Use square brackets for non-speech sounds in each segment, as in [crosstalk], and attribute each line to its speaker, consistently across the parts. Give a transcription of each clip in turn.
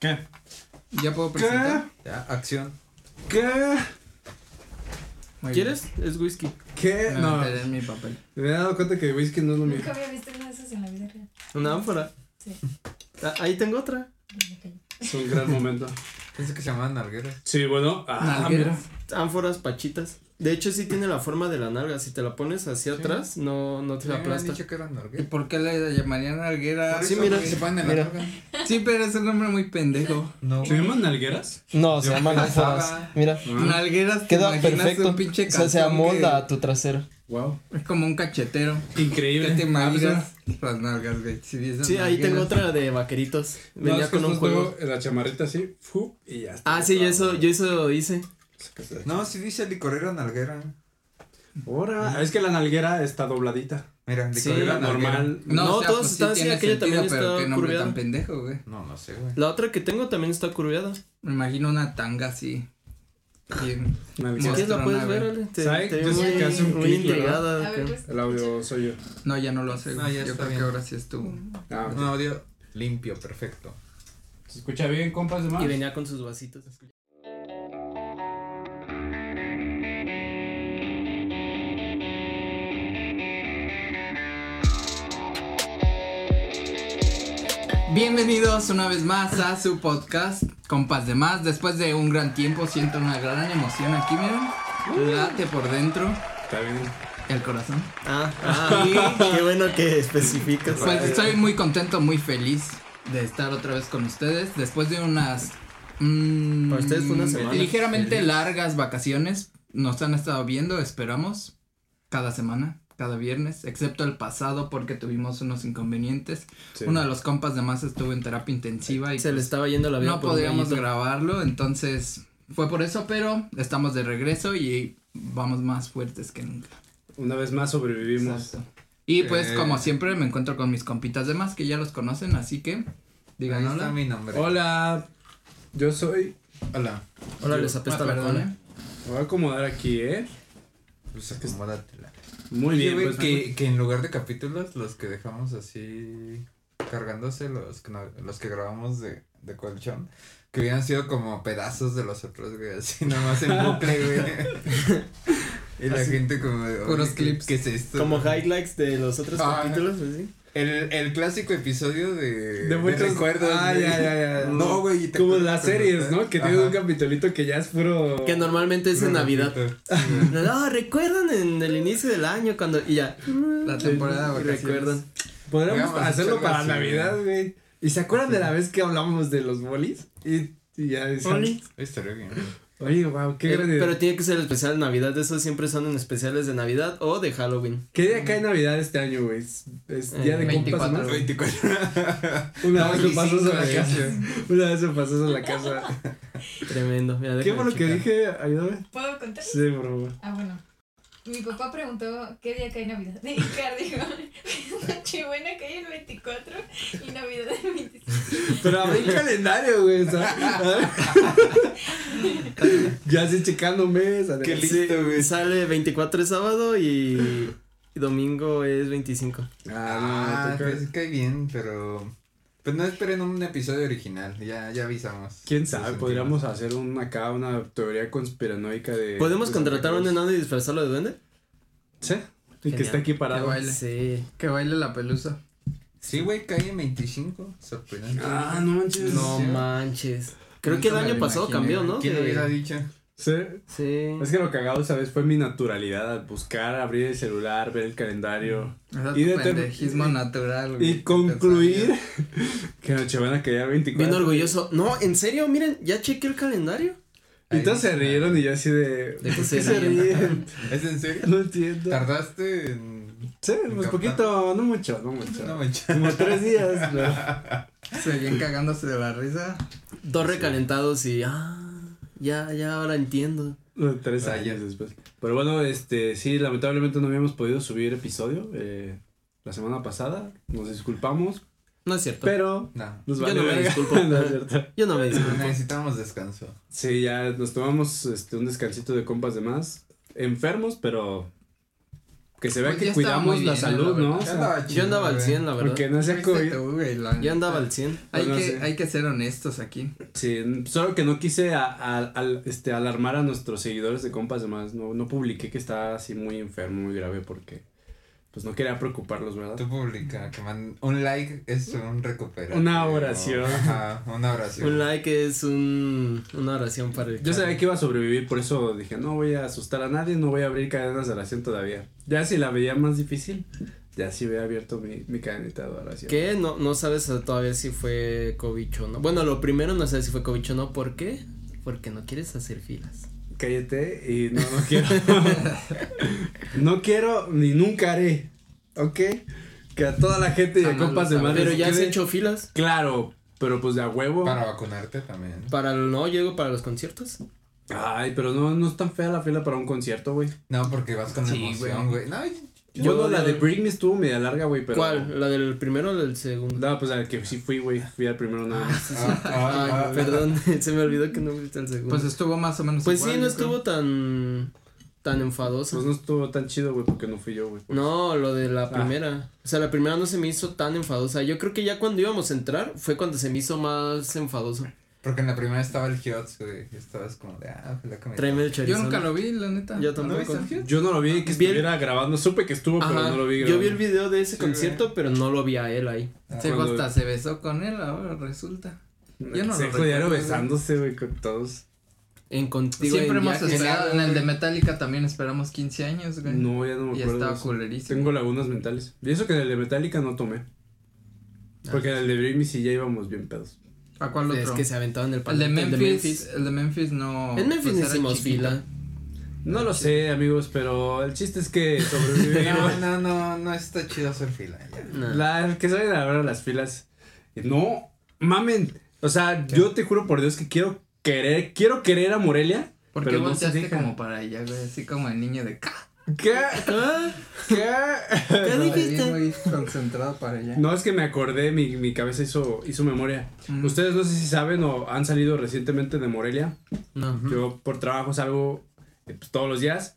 Speaker 1: ¿Qué?
Speaker 2: ¿Ya puedo
Speaker 1: ¿Qué?
Speaker 2: presentar?
Speaker 3: Ya, acción.
Speaker 1: ¿Qué?
Speaker 2: Muy
Speaker 4: ¿Quieres? Es whisky.
Speaker 3: ¿Qué?
Speaker 2: bien. Me
Speaker 3: No.
Speaker 2: meteré en mi papel.
Speaker 3: Me he dado cuenta que whisky no es lo mío.
Speaker 5: Nunca había visto una de esas en la vida real.
Speaker 4: Una ánfora.
Speaker 5: Sí.
Speaker 4: Ah, ahí tengo otra.
Speaker 1: Es un gran momento.
Speaker 3: Pensé que se llamaban nargueras.
Speaker 1: Sí, bueno. ah,
Speaker 2: Nalguero.
Speaker 4: Ánforas pachitas. De hecho, sí tiene la forma de la nalga. Si te la pones hacia
Speaker 3: Sí.
Speaker 4: atrás, no, no te
Speaker 3: Me
Speaker 4: la
Speaker 3: habían
Speaker 4: aplasta.
Speaker 3: dicho que eran
Speaker 2: ¿Y
Speaker 3: nargueras.
Speaker 2: por qué le llamarían alguera?
Speaker 4: Sí, mira.
Speaker 3: Se ponen en la
Speaker 4: Mira.
Speaker 3: narga.
Speaker 2: Sí, pero es un nombre muy pendejo.
Speaker 3: No.
Speaker 1: ¿Se llaman nalgueras?
Speaker 6: No, se
Speaker 3: Yo
Speaker 6: llaman
Speaker 3: pensaba.
Speaker 6: ánforas. Mira,
Speaker 2: Nalgueras te
Speaker 6: queda
Speaker 2: imaginas
Speaker 6: perfecto.
Speaker 2: un pinche
Speaker 6: O sea, se
Speaker 2: calzón
Speaker 6: amolda a
Speaker 2: que
Speaker 6: tu trasero.
Speaker 3: Wow.
Speaker 2: Es como un cachetero. ¿Qué
Speaker 1: Increíble. Ah, pues,
Speaker 2: te
Speaker 1: Absurdo.
Speaker 2: imaginas? Las nalgas, güey. Si dices
Speaker 4: Sí, ahí tengo
Speaker 2: nalgueras.
Speaker 4: otra de vaqueritos.
Speaker 1: No,
Speaker 4: Venía
Speaker 1: es que
Speaker 4: con un
Speaker 1: justo
Speaker 4: juego.
Speaker 1: La chamarrita así, fu, y ya está.
Speaker 4: Ah, sí, yo eso, yo eso hice.
Speaker 3: No, si dice licorera narguera.
Speaker 1: Ahora, es que la nalguera está dobladita.
Speaker 3: Mira,
Speaker 4: Sí,
Speaker 3: licorera narguera.
Speaker 1: normal.
Speaker 2: No,
Speaker 4: No,
Speaker 2: o sea,
Speaker 4: todos
Speaker 2: pues sí
Speaker 4: están así,
Speaker 2: tiene
Speaker 4: aquella
Speaker 2: sentido,
Speaker 4: también
Speaker 2: pero
Speaker 4: está
Speaker 2: qué nombre
Speaker 4: curveada.
Speaker 2: tan pendejo, güey.
Speaker 3: No, no sé, güey.
Speaker 4: La otra que tengo también está curveada.
Speaker 2: Me imagino una tanga así. Bien.
Speaker 4: Si
Speaker 1: Nalguera.
Speaker 4: quieres la puedes
Speaker 2: Astronave.
Speaker 4: ver, Ale. Te,
Speaker 1: ¿Saben?
Speaker 4: te
Speaker 1: Yo
Speaker 4: veo
Speaker 1: sé que hace
Speaker 4: muy,
Speaker 1: un
Speaker 4: muy
Speaker 1: clic,
Speaker 4: intrigada.
Speaker 5: A ver,
Speaker 4: acá.
Speaker 5: pues.
Speaker 1: El audio soy yo.
Speaker 2: No, ya no lo hace, güey.
Speaker 3: No, Ah, ya
Speaker 2: Yo
Speaker 3: está
Speaker 2: creo que
Speaker 3: bien.
Speaker 2: ahora sí estuvo.
Speaker 1: Ah,
Speaker 3: Un audio limpio, perfecto.
Speaker 1: ¿Se escucha bien, compas de más?
Speaker 4: Y venía con sus vasitos.
Speaker 2: Bienvenidos una vez más a su podcast, compas de más. Después de un gran tiempo, siento una gran emoción aquí, miren. Late por dentro
Speaker 1: Está bien.
Speaker 2: el corazón.
Speaker 4: Ah, ah, qué bueno que especificas.
Speaker 2: Pues estoy muy contento, muy feliz de estar otra vez con ustedes. Después de unas. mm,
Speaker 4: Para ustedes fue una semana.
Speaker 2: Ligeramente
Speaker 4: Feliz.
Speaker 2: largas vacaciones. Nos han estado viendo, esperamos. Cada semana, cada viernes. Excepto el pasado, porque tuvimos unos inconvenientes.
Speaker 1: Sí.
Speaker 2: Uno de los compas de más estuvo en terapia intensiva y
Speaker 4: Se le
Speaker 2: pues,
Speaker 4: estaba yendo la vida.
Speaker 2: no
Speaker 4: por un
Speaker 2: podíamos
Speaker 4: gallito.
Speaker 2: grabarlo. Entonces fue por eso, pero estamos de regreso y vamos más fuertes que nunca.
Speaker 1: Una vez más sobrevivimos.
Speaker 2: Y pues,
Speaker 3: Eh.
Speaker 2: como siempre, me encuentro con mis compitas de más que ya los conocen, así que digan
Speaker 3: Ahí está
Speaker 2: hola.
Speaker 3: mi nombre.
Speaker 1: Hola, yo soy.
Speaker 3: Hola.
Speaker 4: Ahora les
Speaker 2: Ah,
Speaker 4: apesta la
Speaker 2: perdón,
Speaker 4: cola.
Speaker 2: eh.
Speaker 1: Me voy a acomodar aquí, ¿eh?
Speaker 3: Pues acomódatela.
Speaker 1: Muy
Speaker 3: Oye,
Speaker 1: bien,
Speaker 3: güey,
Speaker 1: pues.
Speaker 3: que, que en lugar de capítulos, los que dejamos así cargándose, los que, no- los que grabamos de, de colchón, que hubieran sido como pedazos de los otros, güey,
Speaker 1: [laughs]
Speaker 3: así nomás en bucle, güey. y la gente como de, "Oye,
Speaker 2: Puros
Speaker 3: ¿qué-
Speaker 2: clips.
Speaker 3: ¿Qué es esto?
Speaker 4: Como highlights de los otros
Speaker 3: Ah.
Speaker 4: capítulos, así.
Speaker 3: El, el clásico episodio de...
Speaker 1: De muchos
Speaker 3: recuerdos.
Speaker 1: Ah,
Speaker 3: güey.
Speaker 1: ya, ya, ya.
Speaker 3: No, güey. y te
Speaker 1: Como
Speaker 3: acuerdas
Speaker 1: las
Speaker 3: cuando
Speaker 1: series,
Speaker 3: está-
Speaker 1: ¿no? Que
Speaker 3: Ajá.
Speaker 1: tiene un capitolito que ya es puro.
Speaker 4: Que normalmente es en
Speaker 3: Lo
Speaker 4: Navidad.
Speaker 3: repito.
Speaker 4: No, recuerdan en el inicio del año cuando. Y ya.
Speaker 2: La temporada de
Speaker 4: Y
Speaker 2: vacaciones.
Speaker 4: Recuerdan.
Speaker 1: Podríamos
Speaker 3: Hagamos
Speaker 1: hacerlo
Speaker 3: algo
Speaker 1: para
Speaker 3: así,
Speaker 1: Navidad, güey. ¿Y se acuerdan de la vez que hablamos de los bolis? Y, y ya decían,
Speaker 4: Oli.
Speaker 3: Estaría bien.
Speaker 1: Oye, wow, qué
Speaker 4: Eh,
Speaker 1: gran idea.
Speaker 4: pero tiene que ser especial Navidad. Esos siempre son en especiales de Navidad o de Halloween.
Speaker 1: ¿Qué día cae Navidad este año, güey? Es, es día de
Speaker 4: Eh,
Speaker 1: compas
Speaker 2: 24.
Speaker 1: más.
Speaker 3: 24.
Speaker 1: Una vez me pasó eso en la
Speaker 3: 25
Speaker 1: casa. Una vez me pasó eso en la casa.
Speaker 4: Tremendo. Mira,
Speaker 1: ¿Qué
Speaker 4: déjame
Speaker 1: fue lo que
Speaker 4: checar.
Speaker 1: dije? Ayúdame.
Speaker 5: ¿Puedo contar?
Speaker 1: Sí, por favor.
Speaker 5: Ah, bueno. Mi papá preguntó qué día cae Navidad. [laughs] Y Icar dijo, Nochebuena cae el 24 y Navidad el 25.
Speaker 1: Pero abrí el calendario, güey. o sea, [laughs] ya así checando mes.
Speaker 3: Qué
Speaker 1: además.
Speaker 4: Sí,
Speaker 3: listo, güey.
Speaker 4: sale 24 es sábado y, y domingo es 25.
Speaker 1: [laughs] Ah,
Speaker 3: Ah,
Speaker 1: no,
Speaker 3: pues
Speaker 1: toca-
Speaker 3: cae bien, pero. Pues no esperen un episodio original, ya, ya avisamos.
Speaker 1: Quién
Speaker 3: Lo
Speaker 1: sabe,
Speaker 3: sentimos.
Speaker 1: podríamos hacer un, acá una teoría conspiranoica de.
Speaker 4: ¿Podemos
Speaker 1: de
Speaker 4: contratar a un
Speaker 1: Santa Claus.
Speaker 4: enano y disfrazarlo de duende?
Speaker 1: Sí. Y que
Speaker 4: Genial.
Speaker 1: está aquí
Speaker 2: Que
Speaker 1: parado.
Speaker 2: baile,
Speaker 4: Sí.
Speaker 2: que baile la pelusa.
Speaker 3: Sí, güey, cae en 25. Sorprendente.
Speaker 1: Ah, no manches.
Speaker 4: No
Speaker 3: Sí.
Speaker 4: manches. Creo que el
Speaker 2: Nunca me lo
Speaker 4: año pasado
Speaker 2: imaginé,
Speaker 4: cambió, ¿no?
Speaker 3: ¿Quién
Speaker 4: De-
Speaker 3: lo hubiera dicho?
Speaker 1: Sí.
Speaker 4: Sí.
Speaker 1: Es que lo cagado esa vez fue mi naturalidad al buscar, abrir el celular, ver el
Speaker 4: Mm.
Speaker 1: calendario
Speaker 2: O sea,
Speaker 1: Y
Speaker 2: tu
Speaker 1: de ter-
Speaker 2: pendejismo natural. güey,
Speaker 1: y
Speaker 2: que
Speaker 1: concluir que Nochebuena caía 24.
Speaker 4: Bien orgulloso. No, en serio, miren, ya chequé el calendario.
Speaker 1: Y todos se rieron y yo así de.
Speaker 4: qué
Speaker 1: ¿por
Speaker 4: se
Speaker 1: se
Speaker 4: ríen?
Speaker 1: ríen? [laughs]
Speaker 3: ¿Es en serio?
Speaker 1: No entiendo.
Speaker 3: ¿Tardaste en.?
Speaker 1: Sí, pues poquito, no mucho, no mucho.
Speaker 3: No manches.
Speaker 1: Como tres días. ¿no?
Speaker 2: pensaba- Se bien cagándose de la risa.
Speaker 4: Dos recalentados y. Ah, ya, ya ahora entiendo.
Speaker 1: No, tres
Speaker 3: Ah,
Speaker 1: años
Speaker 3: ya.
Speaker 1: después. Pero bueno, este, sí, lamentablemente no habíamos podido subir episodio eh, la semana pasada. Nos disculpamos,
Speaker 4: No es cierto.
Speaker 1: pero
Speaker 3: [laughs] No.
Speaker 1: nos
Speaker 4: Yo
Speaker 1: vale
Speaker 4: no me
Speaker 1: verga.
Speaker 4: disculpo.
Speaker 1: [laughs] No es cierto.
Speaker 4: Yo no me disculpo.
Speaker 1: Ah,
Speaker 3: Necesitamos descanso.
Speaker 1: Sí, ya nos tomamos este, un descansito de compas de más. Enfermos, pero Que se vea
Speaker 2: Pues
Speaker 1: que
Speaker 2: ya está
Speaker 1: cuidamos
Speaker 2: muy
Speaker 1: la
Speaker 2: bien,
Speaker 1: salud,
Speaker 2: la verdad.
Speaker 1: ¿no? O
Speaker 3: Ya
Speaker 1: sea,
Speaker 3: andaba
Speaker 4: Yo
Speaker 3: chido,
Speaker 4: andaba al
Speaker 3: güey.
Speaker 4: 100, la verdad.
Speaker 1: porque no sea
Speaker 2: Viste
Speaker 1: COVID.
Speaker 2: tú, güey, la
Speaker 4: Yo andaba
Speaker 2: neta.
Speaker 4: al 100.
Speaker 2: Hay,
Speaker 1: Pues no
Speaker 2: que,
Speaker 1: sé.
Speaker 2: hay que ser honestos aquí.
Speaker 1: Sí, solo que no quise a- a- al- este, alarmar a nuestros seguidores de compas demás. No, no publiqué que estaba así muy enfermo, muy grave, porque pues no quería preocuparlos, ¿verdad?
Speaker 3: Tú publica que man- un like es un recuperativo.
Speaker 1: Una oración.
Speaker 3: Ajá, una oración.
Speaker 4: Un like es un, una oración para el
Speaker 1: Yo sabía
Speaker 4: Charlie.
Speaker 1: que iba a sobrevivir, por eso dije, no voy a asustar a nadie, no voy a abrir cadenas de oración todavía. Ya si la veía más difícil, ya sí había abierto mi, mi cadenita de oración.
Speaker 4: ¿Qué? No, no sabes todavía si fue COVID o no. Bueno, lo primero no sabes si fue COVID o no. ¿Por qué? Porque no quieres hacer filas.
Speaker 1: Cállate y no, no quiero. [laughs] no quiero ni nunca haré, ¿ok? Que a toda la gente de
Speaker 4: Ah,
Speaker 2: Jamás lo
Speaker 1: compas de
Speaker 2: sabré.
Speaker 1: madre
Speaker 4: Pero
Speaker 1: se
Speaker 4: ya has
Speaker 1: quede-
Speaker 4: hecho filas.
Speaker 1: Claro, pero pues de a huevo.
Speaker 3: Para vacunarte también.
Speaker 4: Para el no llego para los conciertos.
Speaker 1: Ay, pero no, no es tan fea la fila para un concierto, güey.
Speaker 3: No, porque vas con
Speaker 2: Sí,
Speaker 3: emoción, güey. No,
Speaker 1: Yo,
Speaker 4: Yo
Speaker 1: no, la de
Speaker 4: la-
Speaker 1: Britney estuvo media larga, güey, pero.
Speaker 4: ¿Cuál? ¿La del primero o del segundo?
Speaker 1: No, pues al que sí fui, güey. Fui al primero nada más.
Speaker 3: ah, ah,
Speaker 4: Ay,
Speaker 3: ah,
Speaker 4: perdón, [laughs] se me olvidó que no viste el segundo.
Speaker 2: Pues
Speaker 4: Pues,
Speaker 2: estuvo más o menos. igual,
Speaker 4: sí, no
Speaker 2: yo creo.
Speaker 4: estuvo tan tan enfadoso.
Speaker 1: Pues no estuvo tan chido, güey, porque no fui yo, güey.
Speaker 4: No, lo de la
Speaker 1: Ah.
Speaker 4: primera. O sea, la primera no se me hizo tan enfadosa. Yo creo que ya cuando íbamos a entrar fue cuando se me hizo más enfadoso.
Speaker 3: Porque en la primera estaba el Hiots, güey. y Estabas como de, ah, fue la comida.
Speaker 4: Tráeme el
Speaker 2: Yo
Speaker 4: chorizo.
Speaker 2: nunca lo vi, la neta.
Speaker 4: Yo
Speaker 2: ¿No lo
Speaker 4: tampoco.
Speaker 2: viste?
Speaker 1: Yo no lo vi que
Speaker 4: Vi el-
Speaker 1: estuviera grabando. Supe que estuvo, pero
Speaker 4: Ajá,
Speaker 1: no lo vi
Speaker 4: Yo vi el
Speaker 1: grabando.
Speaker 4: video de ese
Speaker 3: Sí,
Speaker 4: concierto, pero no lo vi a él ahí.
Speaker 3: Ah,
Speaker 2: Sí,
Speaker 1: Cuando-
Speaker 2: hasta se besó con él, ahora resulta. Yo no
Speaker 1: Se
Speaker 2: lo
Speaker 1: jodieron
Speaker 2: recuerdo, güey.
Speaker 1: besándose, güey, con todos.
Speaker 4: En contigo
Speaker 2: Siempre
Speaker 4: en
Speaker 2: hemos
Speaker 4: viajes.
Speaker 2: esperado. En el de Metallica también esperamos 15 años, güey.
Speaker 1: No, ya no me
Speaker 2: y
Speaker 1: acuerdo.
Speaker 2: estaba
Speaker 1: de eso.
Speaker 2: culerísimo.
Speaker 1: Tengo lagunas mentales. Y eso que en el de Metallica no tomé. Porque en el de Britney sí ya íbamos bien pedos.
Speaker 2: ¿A cuál otro?
Speaker 4: Es que se aventaban el
Speaker 2: el, de
Speaker 4: palenque,
Speaker 2: Memphis, el de Memphis no.
Speaker 4: En Memphis
Speaker 2: pues,
Speaker 4: no
Speaker 2: era
Speaker 4: hicimos
Speaker 2: chiquito.
Speaker 4: fila.
Speaker 1: No lo sé, amigos, pero el chiste es que sobrevivimos.
Speaker 3: No, no, no, no está chido hacer fila. ya.
Speaker 4: Nah.
Speaker 1: La que salen ahora las filas. Ah. No, mamen. O sea, yo te juro por Dios que quiero querer, quiero querer a Morelia.
Speaker 2: ¿Por qué
Speaker 1: pero no se
Speaker 2: volteaste
Speaker 1: deja.
Speaker 2: como para allá, güey? Así como el niño de. "Ca-".
Speaker 1: ¿Qué?
Speaker 2: [laughs]
Speaker 4: Ah,
Speaker 1: ¿Qué?
Speaker 4: ¿Qué
Speaker 2: Ahí,
Speaker 4: dijiste?
Speaker 2: Muy concentrado para allá.
Speaker 1: No, es que me acordé, mi, mi cabeza hizo, hizo memoria.
Speaker 2: Mm.
Speaker 1: Ustedes no sé si saben o han salido recientemente de Morelia.
Speaker 4: No.
Speaker 1: Yo por trabajo salgo eh, pues, todos los días.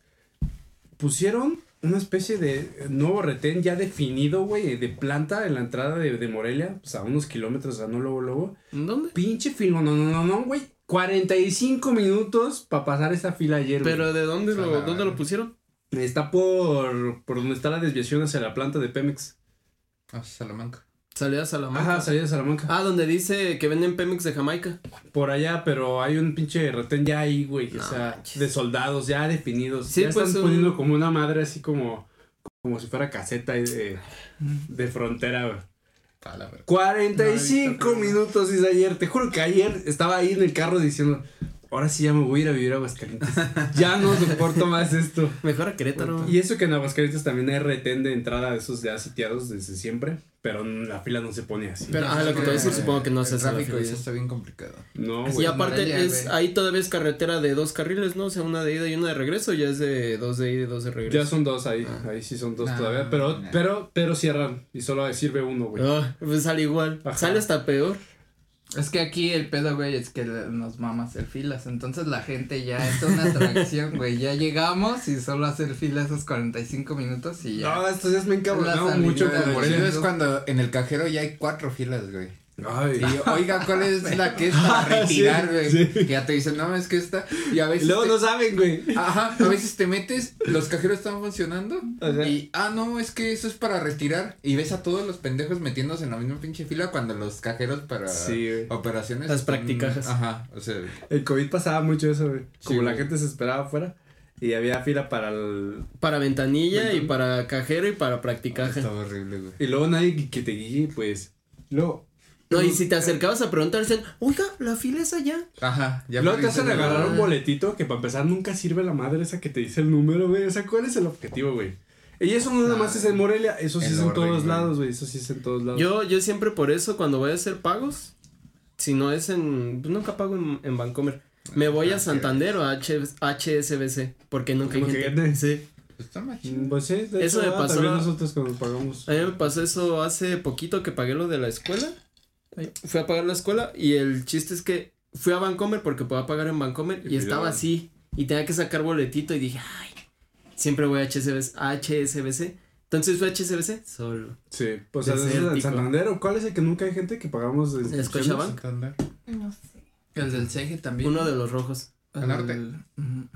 Speaker 1: Pusieron una especie de eh, nuevo retén ya definido, güey, de planta en la entrada de, de Morelia, pues a unos kilómetros, a no luego, luego.
Speaker 4: ¿En ¿Dónde?
Speaker 1: Pinche filo, no, no, no, no, güey. 45 minutos para pasar esa fila ayer, güey.
Speaker 4: ¿Pero de dónde lo,
Speaker 3: Ojalá.
Speaker 4: dónde lo pusieron?
Speaker 1: Está por, por donde está la desviación hacia la planta de Pemex.
Speaker 3: A Salamanca.
Speaker 4: Salida a Salamanca.
Speaker 1: Ajá, salida de Salamanca.
Speaker 4: Ah, donde dice que venden Pemex de Jamaica.
Speaker 1: Por allá, pero hay un pinche retén ya ahí, güey.
Speaker 4: No
Speaker 1: o sea,
Speaker 4: manches.
Speaker 1: de soldados ya definidos.
Speaker 4: Sí,
Speaker 1: ya
Speaker 4: pues,
Speaker 1: están
Speaker 4: un-
Speaker 1: poniendo como una madre así como, como si fuera caseta ahí de, de frontera, güey.
Speaker 3: Palabra.
Speaker 1: 45 minutos desde ayer. Te juro que ayer estaba ahí en el carro diciendo, ahora sí ya me voy a ir a vivir a
Speaker 4: [laughs]
Speaker 1: Aguascalientes. ya no soporto más esto.
Speaker 4: Mejor a Querétaro.
Speaker 1: Y eso que en Aguascalientes también hay retén de entrada de esos ya sitiados desde siempre, pero la fila no se pone así.
Speaker 4: Pero- ah, lo que te voy a decir, supongo que no
Speaker 3: se
Speaker 4: haces a la
Speaker 3: tráfico
Speaker 4: fila,
Speaker 3: ya
Speaker 4: sí.
Speaker 3: está bien complicado.
Speaker 1: no,
Speaker 2: Así
Speaker 1: güey.
Speaker 4: Y aparte
Speaker 2: Morelia,
Speaker 4: es,
Speaker 2: güey.
Speaker 4: ahí todavía es carretera de dos carriles, ¿no? O sea, una de ida y una de regreso, ya es de dos de ida y dos de
Speaker 1: Ya
Speaker 4: regreso.
Speaker 1: son dos ahí, ahí sí son dos
Speaker 3: Nah,
Speaker 1: todavía, pero,
Speaker 3: nah.
Speaker 1: pero, pero cierran y solo sirve uno, güey.
Speaker 4: Ah, pues sale igual.
Speaker 1: Ajá.
Speaker 4: Sale hasta peor.
Speaker 2: Es que aquí el pedo, güey, es que le- nos mama hacer filas. Entonces la gente ya es una atracción, güey. Ya llegamos y solo hacer filas esos 45 minutos y ya.
Speaker 1: No, estos días me he encabronado
Speaker 2: Las
Speaker 1: mucho
Speaker 2: salidas,
Speaker 1: con
Speaker 2: güey.
Speaker 1: Morelia.
Speaker 3: es cuando en el cajero ya hay cuatro filas, güey.
Speaker 1: Ay.
Speaker 3: Y yo, oiga, ¿cuál es la [laughs] que es para retirar, güey?
Speaker 1: Sí,
Speaker 3: Y Ya te dicen, no, es que esta. Y a
Speaker 1: Y
Speaker 3: veces.
Speaker 1: luego
Speaker 3: te-
Speaker 1: no saben, güey.
Speaker 3: Ajá, a veces te metes, los cajeros están funcionando
Speaker 1: Ajá.
Speaker 3: y, ah, no, es que eso es para retirar. Y ves a todos los pendejos metiéndose en la misma pinche fila cuando los cajeros para
Speaker 1: Sí, güey.
Speaker 3: operaciones.
Speaker 4: Las
Speaker 3: están-
Speaker 4: practicajas.
Speaker 3: Ajá, o sea,
Speaker 1: El COVID pasaba mucho eso, güey. Como
Speaker 3: Sí,
Speaker 1: la
Speaker 3: güey.
Speaker 1: gente se esperaba afuera y había fila para el...
Speaker 4: Para ventanilla y
Speaker 1: Ventana.
Speaker 4: para cajero y para practicaje.
Speaker 3: estaba horrible, güey.
Speaker 1: Y luego nadie que te guíe, pues... Luego...
Speaker 4: No, y si te acercabas a preguntar, decían, oiga, la fila es allá.
Speaker 3: Ajá, ya
Speaker 1: luego te
Speaker 3: perdiste
Speaker 1: hacen
Speaker 3: el-
Speaker 1: agarrar un
Speaker 4: Ah.
Speaker 1: boletito que para empezar nunca sirve la madre esa que te dice el número, güey. O sea, ¿cuál es el objetivo, güey? Y eso no nada más es en Morelia, eso sí
Speaker 3: El
Speaker 1: es en
Speaker 3: orden,
Speaker 1: todos
Speaker 3: güey.
Speaker 1: lados, güey. Eso sí es en todos lados.
Speaker 4: Yo, yo siempre por eso, cuando voy a hacer pagos, si no es en. pues, nunca pago en, en Vancomer. Me voy a
Speaker 3: HSBC.
Speaker 4: Santander o a H- HSBC, porque nunca hay
Speaker 1: Ah, Como que
Speaker 4: gente.
Speaker 1: gente.
Speaker 4: Sí.
Speaker 3: Pues está más chido.
Speaker 1: Mm, Pues sí, de
Speaker 4: Eso
Speaker 1: hecho,
Speaker 4: me
Speaker 1: ah,
Speaker 4: pasó-
Speaker 1: también nosotros cuando pagamos.
Speaker 4: A mí me pasó eso hace poquito que pagué lo de la escuela. Ay, Fui a pagar la escuela y el chiste es que fui a Vancomer porque podía pagar en Vancomer
Speaker 1: Y
Speaker 4: y estaba
Speaker 1: cuidaban.
Speaker 4: así. Y tenía que sacar boletito y dije, ay, Siempre voy a HSBC. a HSBC. Entonces fue a HSBC solo.
Speaker 1: Sí, pues a veces
Speaker 4: Desértico.
Speaker 1: en Santander, ¿o cuál es el que nunca hay gente que pagamos? de
Speaker 4: ¿En
Speaker 1: inscripciones?
Speaker 4: Scotiabank?
Speaker 3: Santander.
Speaker 5: No sé.
Speaker 2: El del CEGE también.
Speaker 4: Uno de los rojos.
Speaker 2: El,
Speaker 3: El arte.
Speaker 2: ujú,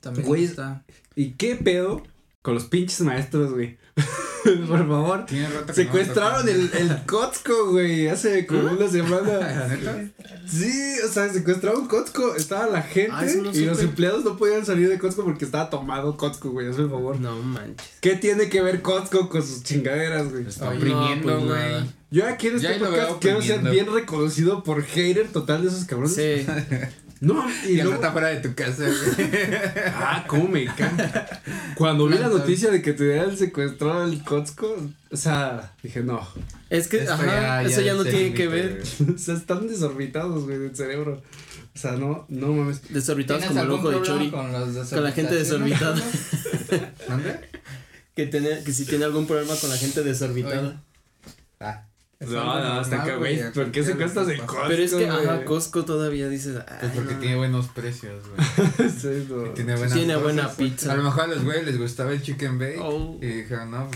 Speaker 2: También
Speaker 1: Güey.
Speaker 2: está.
Speaker 1: ¿Y qué pedo con los pinches maestros, güey? [laughs] Por favor.
Speaker 3: Tiene rato que no ¿Ah? me
Speaker 1: Secuestraron
Speaker 3: toca.
Speaker 1: el, el Costco, güey, hace como una
Speaker 3: ¿La [laughs]
Speaker 1: semana.
Speaker 3: neta?
Speaker 1: Sí, o sea, secuestraron Costco, estaba la gente
Speaker 4: Ah, eso no
Speaker 1: y los
Speaker 4: supe.
Speaker 1: empleados no podían salir de Costco porque estaba tomado Costco, güey, hazme el favor.
Speaker 4: No manches.
Speaker 1: ¿Qué tiene que ver Costco con sus chingaderas, güey?
Speaker 3: Está
Speaker 4: Oye,
Speaker 3: oprimiendo,
Speaker 4: no, pues,
Speaker 3: güey.
Speaker 4: nada.
Speaker 1: Yo aquí en
Speaker 3: Ya
Speaker 1: este
Speaker 3: ahí lo
Speaker 1: podcast
Speaker 3: veo
Speaker 1: quiero ser
Speaker 3: poniendo.
Speaker 1: bien reconocido por hater total de esos cabrones. [laughs]
Speaker 4: Sí.
Speaker 1: No, y
Speaker 3: Y
Speaker 1: luego,
Speaker 3: está fuera de tu casa, güey.
Speaker 1: Ah, cómo me encanta. Cuando vi la
Speaker 2: Planta.
Speaker 1: noticia de que te habían secuestrado el Costco, o sea, dije, no. [laughs]
Speaker 4: Es que, [laughs]
Speaker 3: Esto
Speaker 4: ajá, eso ya no
Speaker 3: es el
Speaker 4: tiene que
Speaker 3: límite,
Speaker 4: ver.
Speaker 3: ah, güey.
Speaker 1: O sea, están desorbitados, güey, del cerebro. O sea, no, no mames.
Speaker 4: Desorbitados
Speaker 2: ¿Tienes
Speaker 4: como el
Speaker 2: algún
Speaker 4: ojo de
Speaker 2: problema
Speaker 4: Chori.
Speaker 2: Con, los
Speaker 4: Con la gente
Speaker 2: [laughs]
Speaker 4: desorbitada. [laughs]
Speaker 3: ¿Dónde?
Speaker 4: Que, tiene, que si tiene algún problema con la gente desorbitada.
Speaker 3: Ah,
Speaker 2: Es algo normal, güey,
Speaker 1: ¿Por qué
Speaker 2: cualquier
Speaker 1: secuestras el
Speaker 2: cosa.
Speaker 1: Costco?
Speaker 4: Pero es que,
Speaker 1: güey?
Speaker 4: ajá, Costco todavía dices. ay,
Speaker 3: pues porque
Speaker 4: no.
Speaker 3: tiene buenos precios,
Speaker 1: [laughs]
Speaker 3: güey.
Speaker 1: Sí, no.
Speaker 3: Y Tiene buena,
Speaker 4: Tiene buena pizza.
Speaker 3: A lo mejor a los güeyes les gustaba el chicken bake.
Speaker 4: Oh.
Speaker 3: Y dijeron, no,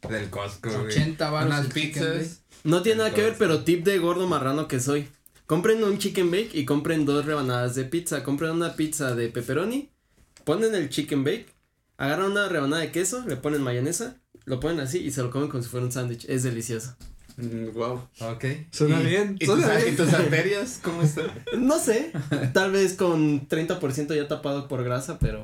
Speaker 3: pues, del Costco, güey.
Speaker 2: 80 baros
Speaker 3: Unas
Speaker 2: el chicken
Speaker 3: pizzas.
Speaker 4: No tiene nada que ver, pero tip de gordo marrano que soy. Compren un chicken bake y compren dos rebanadas de pizza. Compren una pizza de pepperoni, ponen el chicken bake, agarran una rebanada de queso, le ponen mayonesa, lo ponen así y se lo comen como si fuera un sándwich. Es delicioso.
Speaker 1: Mm, Wow.
Speaker 3: Ok.
Speaker 1: Suena
Speaker 3: ¿Y-
Speaker 1: bien,
Speaker 3: ¿Y,
Speaker 1: suena
Speaker 3: tus,
Speaker 1: bien. [laughs]
Speaker 3: ¿Y tus arterias cómo están?
Speaker 4: No sé, tal vez con 30% ya tapado por grasa, pero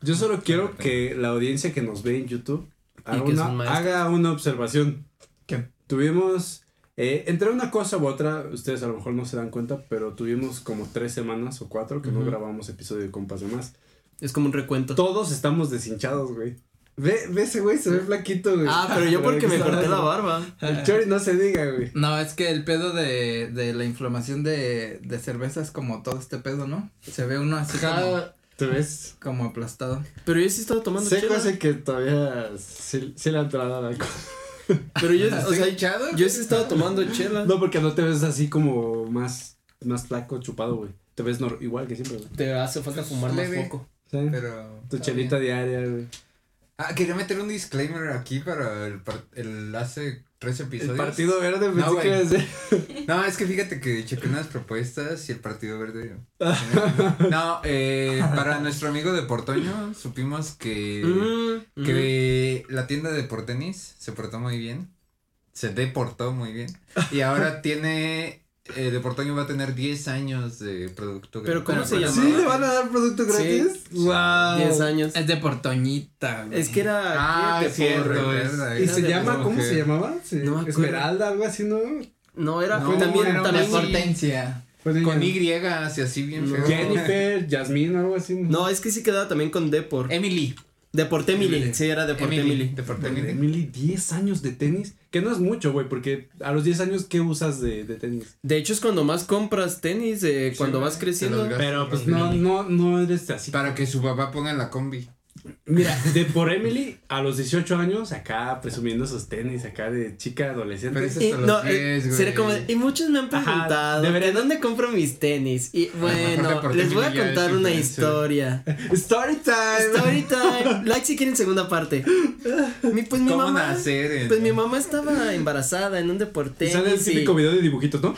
Speaker 1: Yo solo quiero que la audiencia que nos ve en YouTube haga,
Speaker 4: que
Speaker 1: una,
Speaker 4: son maestros.
Speaker 1: haga una observación.
Speaker 2: ¿Qué?
Speaker 1: Tuvimos, eh, entre una cosa u otra, ustedes a lo mejor no se dan cuenta, pero tuvimos como tres semanas o cuatro que no
Speaker 4: Ujú.
Speaker 1: grabamos episodio de Compas de Más.
Speaker 4: es como un recuento.
Speaker 1: Todos estamos deshinchados, güey. Ve, ve ese güey, se ve flaquito, güey.
Speaker 4: Ah, pero yo porque me
Speaker 1: está-
Speaker 4: corté la barba.
Speaker 1: El Chori no se diga, güey.
Speaker 2: [laughs] No, es que el pedo de, de la inflamación de, de cerveza es como todo este pedo, ¿no? Se ve uno así como,
Speaker 1: ¿Te ves?
Speaker 2: como aplastado.
Speaker 4: Pero yo sí estaba tomando
Speaker 1: Seco
Speaker 4: chela.
Speaker 1: ese que todavía sí, sí le ha entrado al alcohol.
Speaker 4: Pero yo, o sea,
Speaker 3: hinchado?
Speaker 4: yo sí estaba tomando chela.
Speaker 1: No, porque no te ves así como más, más flaco, chupado, güey. Te ves nor- igual que siempre, güey.
Speaker 4: Te hace falta fumar más
Speaker 3: Leve.
Speaker 4: poco.
Speaker 1: ¿Sí?
Speaker 3: Pero.
Speaker 1: Tu
Speaker 3: está
Speaker 1: chelita
Speaker 3: bien.
Speaker 1: diaria, güey.
Speaker 3: Ah, quería meter un disclaimer aquí para el, par- el hace tres
Speaker 1: El
Speaker 3: episodios.
Speaker 1: partido verde, pensé
Speaker 3: No,
Speaker 1: que
Speaker 3: güey.
Speaker 1: ibas a decir.
Speaker 3: No, es que fíjate que chequé unas propuestas y el
Speaker 1: [laughs]
Speaker 3: Partido Verde. No, eh, para nuestro amigo de Portoño, supimos que.
Speaker 4: Mm, mm.
Speaker 3: Que la tienda de Portenis se portó muy bien. Se deportó muy bien.
Speaker 4: [laughs]
Speaker 3: Y ahora tiene. Eh, Deportoño va a tener 10 años de producto.
Speaker 4: Pero
Speaker 3: gratis.
Speaker 4: ¿cómo se
Speaker 3: bueno,
Speaker 4: llamaba?
Speaker 1: ¿Sí le van a dar producto
Speaker 4: Sí.
Speaker 1: gratis? ¡Wow!
Speaker 4: 10 años.
Speaker 2: Es de portoñita, güey.
Speaker 4: Es que era.
Speaker 3: Ah,
Speaker 4: creo
Speaker 3: es
Speaker 4: que por-
Speaker 3: cierto. es-
Speaker 1: ¿Y
Speaker 3: era
Speaker 1: se
Speaker 4: de
Speaker 1: llama?
Speaker 3: una
Speaker 1: ¿Cómo
Speaker 3: mujer.
Speaker 1: se llamaba? Sí,
Speaker 4: No me acuerdo.
Speaker 1: Esmeralda, algo así, ¿no?
Speaker 4: No, era.
Speaker 3: No,
Speaker 4: también.
Speaker 3: era una
Speaker 4: también-
Speaker 2: de portencia.
Speaker 1: Pues,
Speaker 3: Con
Speaker 1: ella-
Speaker 3: Y, así, así bien
Speaker 4: No.
Speaker 3: feo.
Speaker 1: Jennifer, Jasmine, algo así.
Speaker 4: No, es que sí quedaba también con Deport.
Speaker 3: Emily.
Speaker 4: Deportemili.
Speaker 2: Emily.
Speaker 4: Sí, era
Speaker 3: Emily.
Speaker 4: Deportemili.
Speaker 1: Emily,
Speaker 3: Deportemili.
Speaker 1: Emily, 10 años de tenis. Que no es mucho, güey, porque a los 10 años, ¿qué usas de, de tenis?
Speaker 4: De hecho, es cuando más compras tenis, eh,
Speaker 3: Sí,
Speaker 4: cuando
Speaker 3: güey,
Speaker 4: vas
Speaker 3: te
Speaker 4: creciendo.
Speaker 3: los gastas.
Speaker 1: Pero pues
Speaker 3: Emily.
Speaker 1: no, no, no eres así.
Speaker 3: Para que su papá ponga en la combi.
Speaker 1: Mira, de por Emily a los 18 años, acá presumiendo sus tenis, acá de chica adolescente.
Speaker 3: Pero ese-
Speaker 4: Y,
Speaker 3: Hasta los
Speaker 4: no, eh,
Speaker 3: 10, güey.
Speaker 4: sería como de- y muchos me han
Speaker 1: Ajá,
Speaker 4: preguntado
Speaker 1: debería-
Speaker 4: ¿de dónde compro mis tenis? Y
Speaker 3: lo mejor [laughs]
Speaker 4: bueno,
Speaker 3: Deportemili
Speaker 4: les voy a
Speaker 3: ya es
Speaker 4: contar una
Speaker 3: influencer. [laughs]
Speaker 4: historia.
Speaker 1: Story time.
Speaker 4: Story time. Like si quieren segunda parte. Mi, pues mi
Speaker 3: ¿Cómo
Speaker 4: mamá.
Speaker 3: nacer? en-
Speaker 4: Pues mi mamá estaba embarazada en un
Speaker 1: Y
Speaker 4: deporte. Ah,
Speaker 1: sale el típico video de dibujitos, ¿no?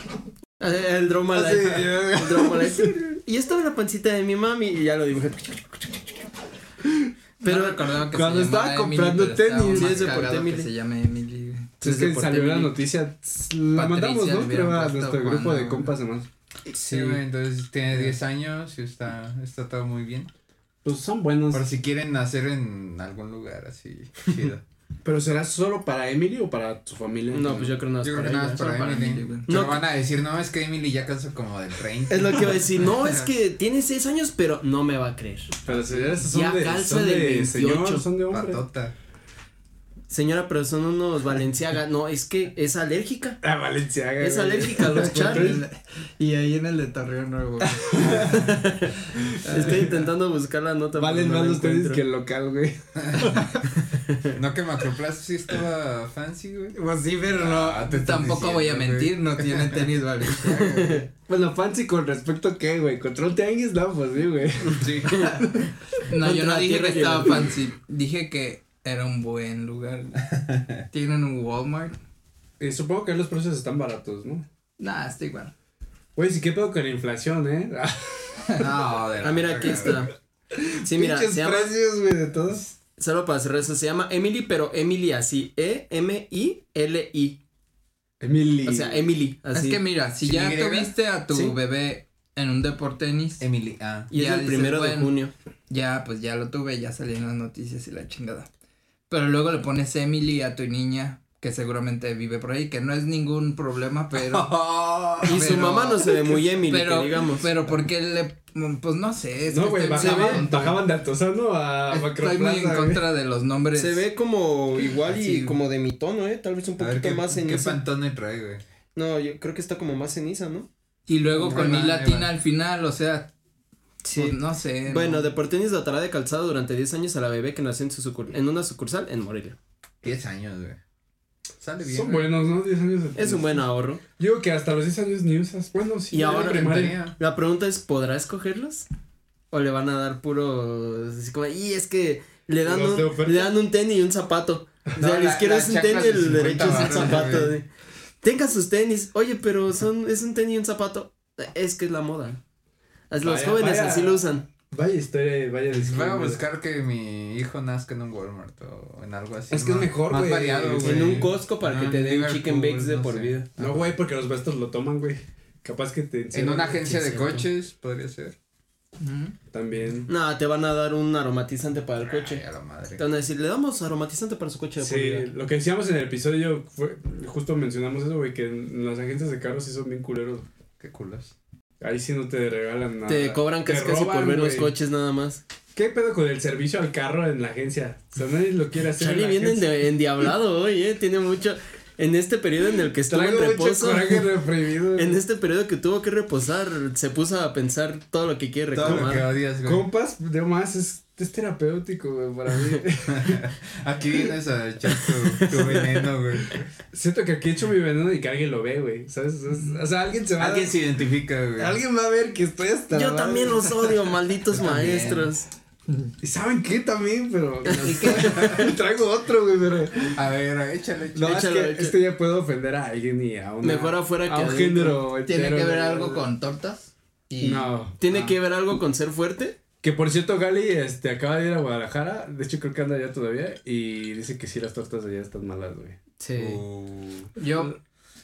Speaker 4: El drama
Speaker 1: Así,
Speaker 3: Ah,
Speaker 4: life. [laughs] El drama
Speaker 3: [laughs]
Speaker 4: life. Y yo estaba en la pancita de mi mami y ya lo dibujé.
Speaker 2: Pero
Speaker 4: Pero
Speaker 2: recordaba que
Speaker 1: cuando
Speaker 2: se
Speaker 1: estaba
Speaker 2: llamara Emily,
Speaker 1: comprando
Speaker 2: pero estaba
Speaker 1: tenis,
Speaker 2: más
Speaker 4: sí, es de
Speaker 2: cagado
Speaker 4: Portemili.
Speaker 2: que se llame Emily, güey.
Speaker 1: Es pues, que
Speaker 4: Deporte
Speaker 1: salió la
Speaker 4: Mili.
Speaker 1: noticia. La
Speaker 2: Patricia
Speaker 1: mandamos,
Speaker 2: le
Speaker 1: ¿no?
Speaker 2: hubieran
Speaker 1: Creo a
Speaker 2: puesto
Speaker 1: nuestro grupo
Speaker 2: cuando-
Speaker 1: de compas demás.
Speaker 3: Sí, güey, entonces tiene 10 años y está, está todo muy bien.
Speaker 1: Pues son buenos.
Speaker 3: Por si quieren nacer en algún lugar así chido.
Speaker 1: Pero será solo para Emily o para su familia.
Speaker 4: No, pues yo creo que no es
Speaker 3: Yo creo
Speaker 4: para
Speaker 3: que nada
Speaker 4: ella.
Speaker 3: más para
Speaker 2: Solo para
Speaker 3: Emily.
Speaker 2: Emily, güey.
Speaker 3: Pero
Speaker 4: No,
Speaker 3: van a decir, no, es que Emily ya casó como del 30.
Speaker 4: Es lo que iba a decir. No, es que tiene seis años, pero no me va a creer.
Speaker 1: Pero si esos son
Speaker 4: Ya
Speaker 1: de,
Speaker 4: calza
Speaker 1: son
Speaker 4: del
Speaker 1: de
Speaker 4: 28.
Speaker 1: señor, son de hombre.
Speaker 3: Patota.
Speaker 4: Señora, pero son unos Valenciaga. No, es que es alérgica.
Speaker 1: A Valenciaga.
Speaker 4: Es
Speaker 1: güey.
Speaker 2: [laughs]
Speaker 4: alérgica a [laughs] los charles.
Speaker 2: Y ahí en el de Torreón Nuevo. güey.
Speaker 4: Estoy intentando buscar la nota. pero
Speaker 1: Valen
Speaker 4: no la
Speaker 1: más los tenis
Speaker 4: encuentro.
Speaker 1: que el local, güey.
Speaker 3: No que Macroplaza sí estaba
Speaker 4: [laughs]
Speaker 3: fancy, güey.
Speaker 2: Pues sí, pero no.
Speaker 3: Ah, te estoy
Speaker 2: tampoco voy a
Speaker 3: diciendo,
Speaker 2: mentir, no tiene [laughs] tenis Valenciaga. güey.
Speaker 1: Bueno, fancy con respecto a qué, güey. Contra un tianguis, no, pues sí, güey.
Speaker 2: [laughs]
Speaker 3: Sí.
Speaker 2: No, yo no
Speaker 4: Contra la
Speaker 2: dije
Speaker 4: tierra
Speaker 2: que
Speaker 4: que
Speaker 2: estaba
Speaker 4: la-
Speaker 2: fancy. Dije que era un buen
Speaker 4: [laughs]
Speaker 2: lugar. Tienen un Walmart.
Speaker 1: Y supongo que los precios están baratos, ¿no?
Speaker 2: Nah, está igual.
Speaker 1: Güey, sí, qué pedo con la inflación, ¿eh? [laughs]
Speaker 3: No, de la
Speaker 4: Ah, mira, aquí
Speaker 3: verga,
Speaker 4: está. Sí, mira,
Speaker 1: Pinches
Speaker 4: se llama,
Speaker 1: precios, güey, de todos.
Speaker 4: solo para cerrar eso, se llama Emily, pero Emily así, E E-M-I-L-I,
Speaker 1: Emily.
Speaker 4: o sea, Emily, así.
Speaker 2: Es que mira, si
Speaker 3: ¿Sin
Speaker 2: ya
Speaker 3: Y?
Speaker 2: tuviste a tu
Speaker 4: Sí. Em.
Speaker 2: bebé en un deporte tenis,
Speaker 3: Emily, ah.
Speaker 4: [laughs] y es
Speaker 2: ya
Speaker 4: el
Speaker 2: dices,
Speaker 4: primero de
Speaker 2: bueno.
Speaker 4: junio.
Speaker 2: ya pues ya lo tuve, ya salí en las noticias y la chingada. Pero luego le pones Emily a tu niña, que seguramente vive por ahí, que no es ningún
Speaker 4: [laughs]
Speaker 2: problema, pero...
Speaker 4: Y su
Speaker 2: Pero-
Speaker 4: mamá no se ve
Speaker 2: [laughs]
Speaker 4: muy Emily,
Speaker 2: pero,
Speaker 4: que digamos.
Speaker 2: pero porque le... Pues no sé, es
Speaker 1: no,
Speaker 2: que
Speaker 1: güey,
Speaker 2: estoy- se
Speaker 1: bajaban,
Speaker 2: ve-
Speaker 1: bajaban de Altozano a Macroplaza.
Speaker 2: Estoy muy en
Speaker 1: güey.
Speaker 2: contra de los nombres.
Speaker 4: se ve como igual y
Speaker 2: Así.
Speaker 4: como de mi tono, ¿eh? Tal vez un
Speaker 3: A ver,
Speaker 4: poquito
Speaker 3: ¿qué,
Speaker 4: más
Speaker 3: ¿qué
Speaker 4: ceniza.
Speaker 3: pantone trae, güey?
Speaker 4: No, yo creo que está como más ceniza, ¿no?
Speaker 2: Y luego
Speaker 3: Ahí
Speaker 2: con
Speaker 3: va,
Speaker 2: mi
Speaker 3: ahí
Speaker 2: latina
Speaker 3: va.
Speaker 2: al final, o sea, pues, no sé.
Speaker 4: Bueno,
Speaker 2: no.
Speaker 4: Deportenis dotará de calzado durante 10 años a la bebé que nació en, su sucur- en una sucursal en Morelia.
Speaker 3: 10 años, güey. Sale bien.
Speaker 1: Son
Speaker 3: güey.
Speaker 1: buenos, ¿no? 10 años. de
Speaker 4: Es un buen ahorro.
Speaker 1: Yo Digo que hasta los 10 años ni usas. Bueno, sí.
Speaker 4: Y
Speaker 1: ya
Speaker 4: ahora-
Speaker 1: en primaria.
Speaker 3: Tenía.
Speaker 4: La pregunta es, ¿podrá escogerlos? ¿O le van a dar puros, así como, y es que le dan,
Speaker 1: Los de
Speaker 4: un,
Speaker 1: oferta.
Speaker 4: le dan un tenis y un zapato? O sea,
Speaker 3: No,
Speaker 4: el
Speaker 3: la-
Speaker 4: izquierdo
Speaker 3: la
Speaker 4: es un
Speaker 3: chancla
Speaker 4: tenis
Speaker 3: de
Speaker 4: y el
Speaker 3: 50
Speaker 4: derecho es un
Speaker 3: barras,
Speaker 4: zapato.
Speaker 3: güey.
Speaker 4: sí. Tenga sus tenis. Oye, pero son, es un tenis y un zapato. Es que es la moda. Los
Speaker 1: Vaya,
Speaker 4: jóvenes
Speaker 1: vaya.
Speaker 4: así lo usan.
Speaker 1: Vaya historia, vaya
Speaker 3: Voy a
Speaker 1: discurso.
Speaker 3: buscar que mi hijo nazca en un Walmart o en algo así.
Speaker 1: Es que es
Speaker 3: más-
Speaker 1: mejor,
Speaker 3: más
Speaker 1: güey.
Speaker 3: variado,
Speaker 1: En
Speaker 3: güey.
Speaker 4: En un Costco para
Speaker 3: Ah,
Speaker 4: que te den
Speaker 3: Liverpool,
Speaker 4: chicken bakes de
Speaker 3: no
Speaker 4: por
Speaker 3: sé. Ah,
Speaker 4: vida.
Speaker 1: No, güey, porque los bastos lo toman, güey. Capaz que te.
Speaker 3: En una agencia
Speaker 4: Sí,
Speaker 3: de
Speaker 4: cierto.
Speaker 3: coches podría ser.
Speaker 2: Ujú.
Speaker 1: También.
Speaker 4: No, te van a dar un aromatizante para el
Speaker 3: Ay,
Speaker 4: coche.
Speaker 3: a la madre.
Speaker 4: Te van a decir, le damos aromatizante para su coche de por
Speaker 1: Sí,
Speaker 4: vida.
Speaker 1: lo que decíamos en el episodio fue. Justo mencionamos eso, güey, que en las agencias de carros sí son bien culeros.
Speaker 3: Qué culos.
Speaker 1: Ahí sí no te regalan nada.
Speaker 4: Te cobran
Speaker 1: Te
Speaker 4: casi casi por
Speaker 1: roban,
Speaker 4: ver los
Speaker 1: güey.
Speaker 4: coches nada más.
Speaker 1: ¿Qué pedo con el servicio al carro en la agencia? O sea, nadie lo quiere hacer. en
Speaker 4: Charlie
Speaker 1: la
Speaker 4: viene
Speaker 1: agencia.
Speaker 4: ende- endiablado hoy, ¿eh? Tiene mucho... En este periodo en el que estuvo en
Speaker 1: Traigo mucho
Speaker 4: reposo,
Speaker 1: coraje reprimido.
Speaker 4: [laughs] en este periodo que tuvo que reposar, se puso a pensar todo lo que quiere
Speaker 3: Todo lo que
Speaker 4: reclamar.
Speaker 3: odias, güey.
Speaker 1: Compas, de más, es, es terapéutico, güey, para
Speaker 4: [laughs]
Speaker 1: mí.
Speaker 3: Aquí vienes a echar tu, tu veneno, güey.
Speaker 1: Siento que aquí he hecho mi veneno y que alguien lo ve, güey. ¿Sabes? Es- O sea, alguien se va a.
Speaker 3: Alguien se identifica, güey.
Speaker 1: Alguien va a ver que estoy hasta. la
Speaker 4: Yo
Speaker 1: madre.
Speaker 4: también los odio, malditos
Speaker 3: Yo también.
Speaker 4: maestros.
Speaker 1: ¿Y saben qué también?
Speaker 2: [laughs]
Speaker 1: Pero. [laughs] Traigo otro, güey, pero.
Speaker 3: A ver, échale, échale.
Speaker 1: No,
Speaker 4: Échalo,
Speaker 1: es que
Speaker 4: échalo.
Speaker 1: este ya puedo ofender a alguien y a una.
Speaker 4: Mejor afuera que
Speaker 1: a un
Speaker 4: adentro.
Speaker 1: género.
Speaker 2: Tiene
Speaker 1: entero,
Speaker 2: que ver
Speaker 1: güey.
Speaker 2: algo con tortas. Y
Speaker 1: No.
Speaker 4: ¿Tiene
Speaker 2: Ah.
Speaker 4: que ver algo con ser fuerte?
Speaker 1: Que por cierto, Gali este, acaba de ir a Guadalajara. De hecho, creo que anda allá todavía. Y dice que sí, las tortas de allá están malas, güey.
Speaker 4: Sí.
Speaker 3: Uh,
Speaker 2: Yo,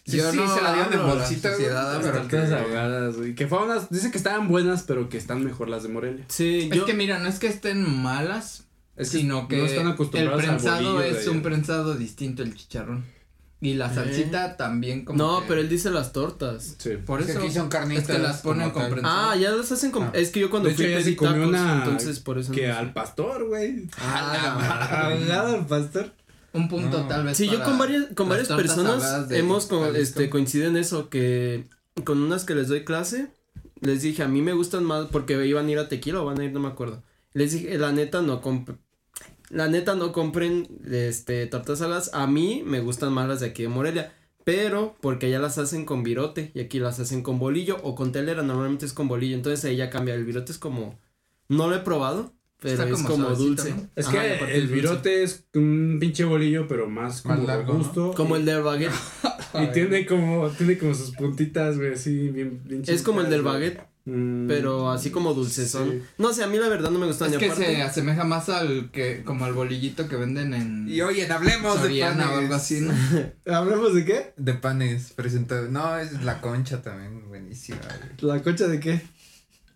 Speaker 3: Sí,
Speaker 2: yo
Speaker 3: sí,
Speaker 2: no
Speaker 3: se la dieron en
Speaker 2: abro
Speaker 3: bolsita, güey.
Speaker 2: sociedad,
Speaker 3: Ah,
Speaker 1: Las
Speaker 2: abro-
Speaker 3: pero
Speaker 1: tortas
Speaker 3: que-
Speaker 1: ahogadas, güey. Que fue unas. Dice que estaban buenas, pero que están mejor las de Morelia.
Speaker 4: Sí,
Speaker 2: Es
Speaker 4: yo...
Speaker 2: que mira, no es que estén malas,
Speaker 1: Es que
Speaker 2: sino que
Speaker 1: no están
Speaker 2: el
Speaker 1: acostumbrados al
Speaker 2: prensado
Speaker 1: bolillo de
Speaker 2: es
Speaker 1: allá.
Speaker 2: un prensado distinto el chicharrón. Y la
Speaker 4: Eh.
Speaker 2: salsita también como
Speaker 4: No,
Speaker 2: que-
Speaker 4: pero él dice las tortas.
Speaker 1: Sí.
Speaker 2: por
Speaker 3: Es que
Speaker 2: eso
Speaker 3: aquí son carnitas
Speaker 2: es que las ponen
Speaker 3: como
Speaker 2: con
Speaker 3: tal.
Speaker 2: prensado.
Speaker 4: Ah, ya las hacen como...
Speaker 3: Ah.
Speaker 4: Es que yo cuando
Speaker 1: De
Speaker 4: fui
Speaker 1: hecho, ella
Speaker 4: pedí
Speaker 1: se comió
Speaker 4: tacos,
Speaker 1: una
Speaker 4: entonces por eso...
Speaker 1: Que
Speaker 4: no sé.
Speaker 1: al pastor, güey.
Speaker 2: Ah, la madre.
Speaker 1: Ahogada al pastor.
Speaker 2: un punto
Speaker 3: No.
Speaker 2: tal vez
Speaker 4: Sí, yo
Speaker 2: para
Speaker 4: con varias,
Speaker 2: las
Speaker 4: con varias
Speaker 2: tortas
Speaker 4: personas
Speaker 2: ahogadas de
Speaker 4: hemos co-
Speaker 2: Jalisco.
Speaker 4: este, coincidido en eso, que con unas que les doy clase, les dije, a mí me gustan más porque iban a ir a tequila o van a ir, no me acuerdo. Les dije, la neta no compren, la neta no compren, este, tortas alas, a mí me gustan más las de aquí de Morelia. Pero porque allá las hacen con virote y aquí las hacen con bolillo o con telera, normalmente es con bolillo, entonces ahí ya cambia, el virote es como, no lo he probado, pero
Speaker 2: Está
Speaker 4: es
Speaker 2: como
Speaker 4: como
Speaker 2: suavecito,
Speaker 4: dulce.
Speaker 2: ¿no?
Speaker 1: Es
Speaker 4: Ajá,
Speaker 1: que
Speaker 4: la parte
Speaker 1: el
Speaker 4: es dulce.
Speaker 1: virote es un pinche bolillo, pero más
Speaker 3: Más
Speaker 1: como
Speaker 3: largo, ¿no?
Speaker 1: gusto.
Speaker 4: Como el del baguette.
Speaker 1: [laughs] Y tiene como, tiene como sus puntitas, güey, así bien, bien
Speaker 4: Es como el del
Speaker 1: chiquitas, güey.
Speaker 4: baguette.
Speaker 1: Mm,
Speaker 4: pero así como dulcezón.
Speaker 1: sí.
Speaker 4: No sé, a mí la verdad no me gustan.
Speaker 2: Es
Speaker 4: ni
Speaker 2: que
Speaker 4: aparte-
Speaker 2: se asemeja más al que como al bolillito que venden en
Speaker 3: Y oye, hablemos de
Speaker 2: Soriana
Speaker 3: panes.
Speaker 2: o algo así. ¿no?
Speaker 1: ¿Hablamos de qué?
Speaker 3: De panes, presentado. No, es la concha también, buenísima. güey.
Speaker 1: ¿La concha de qué?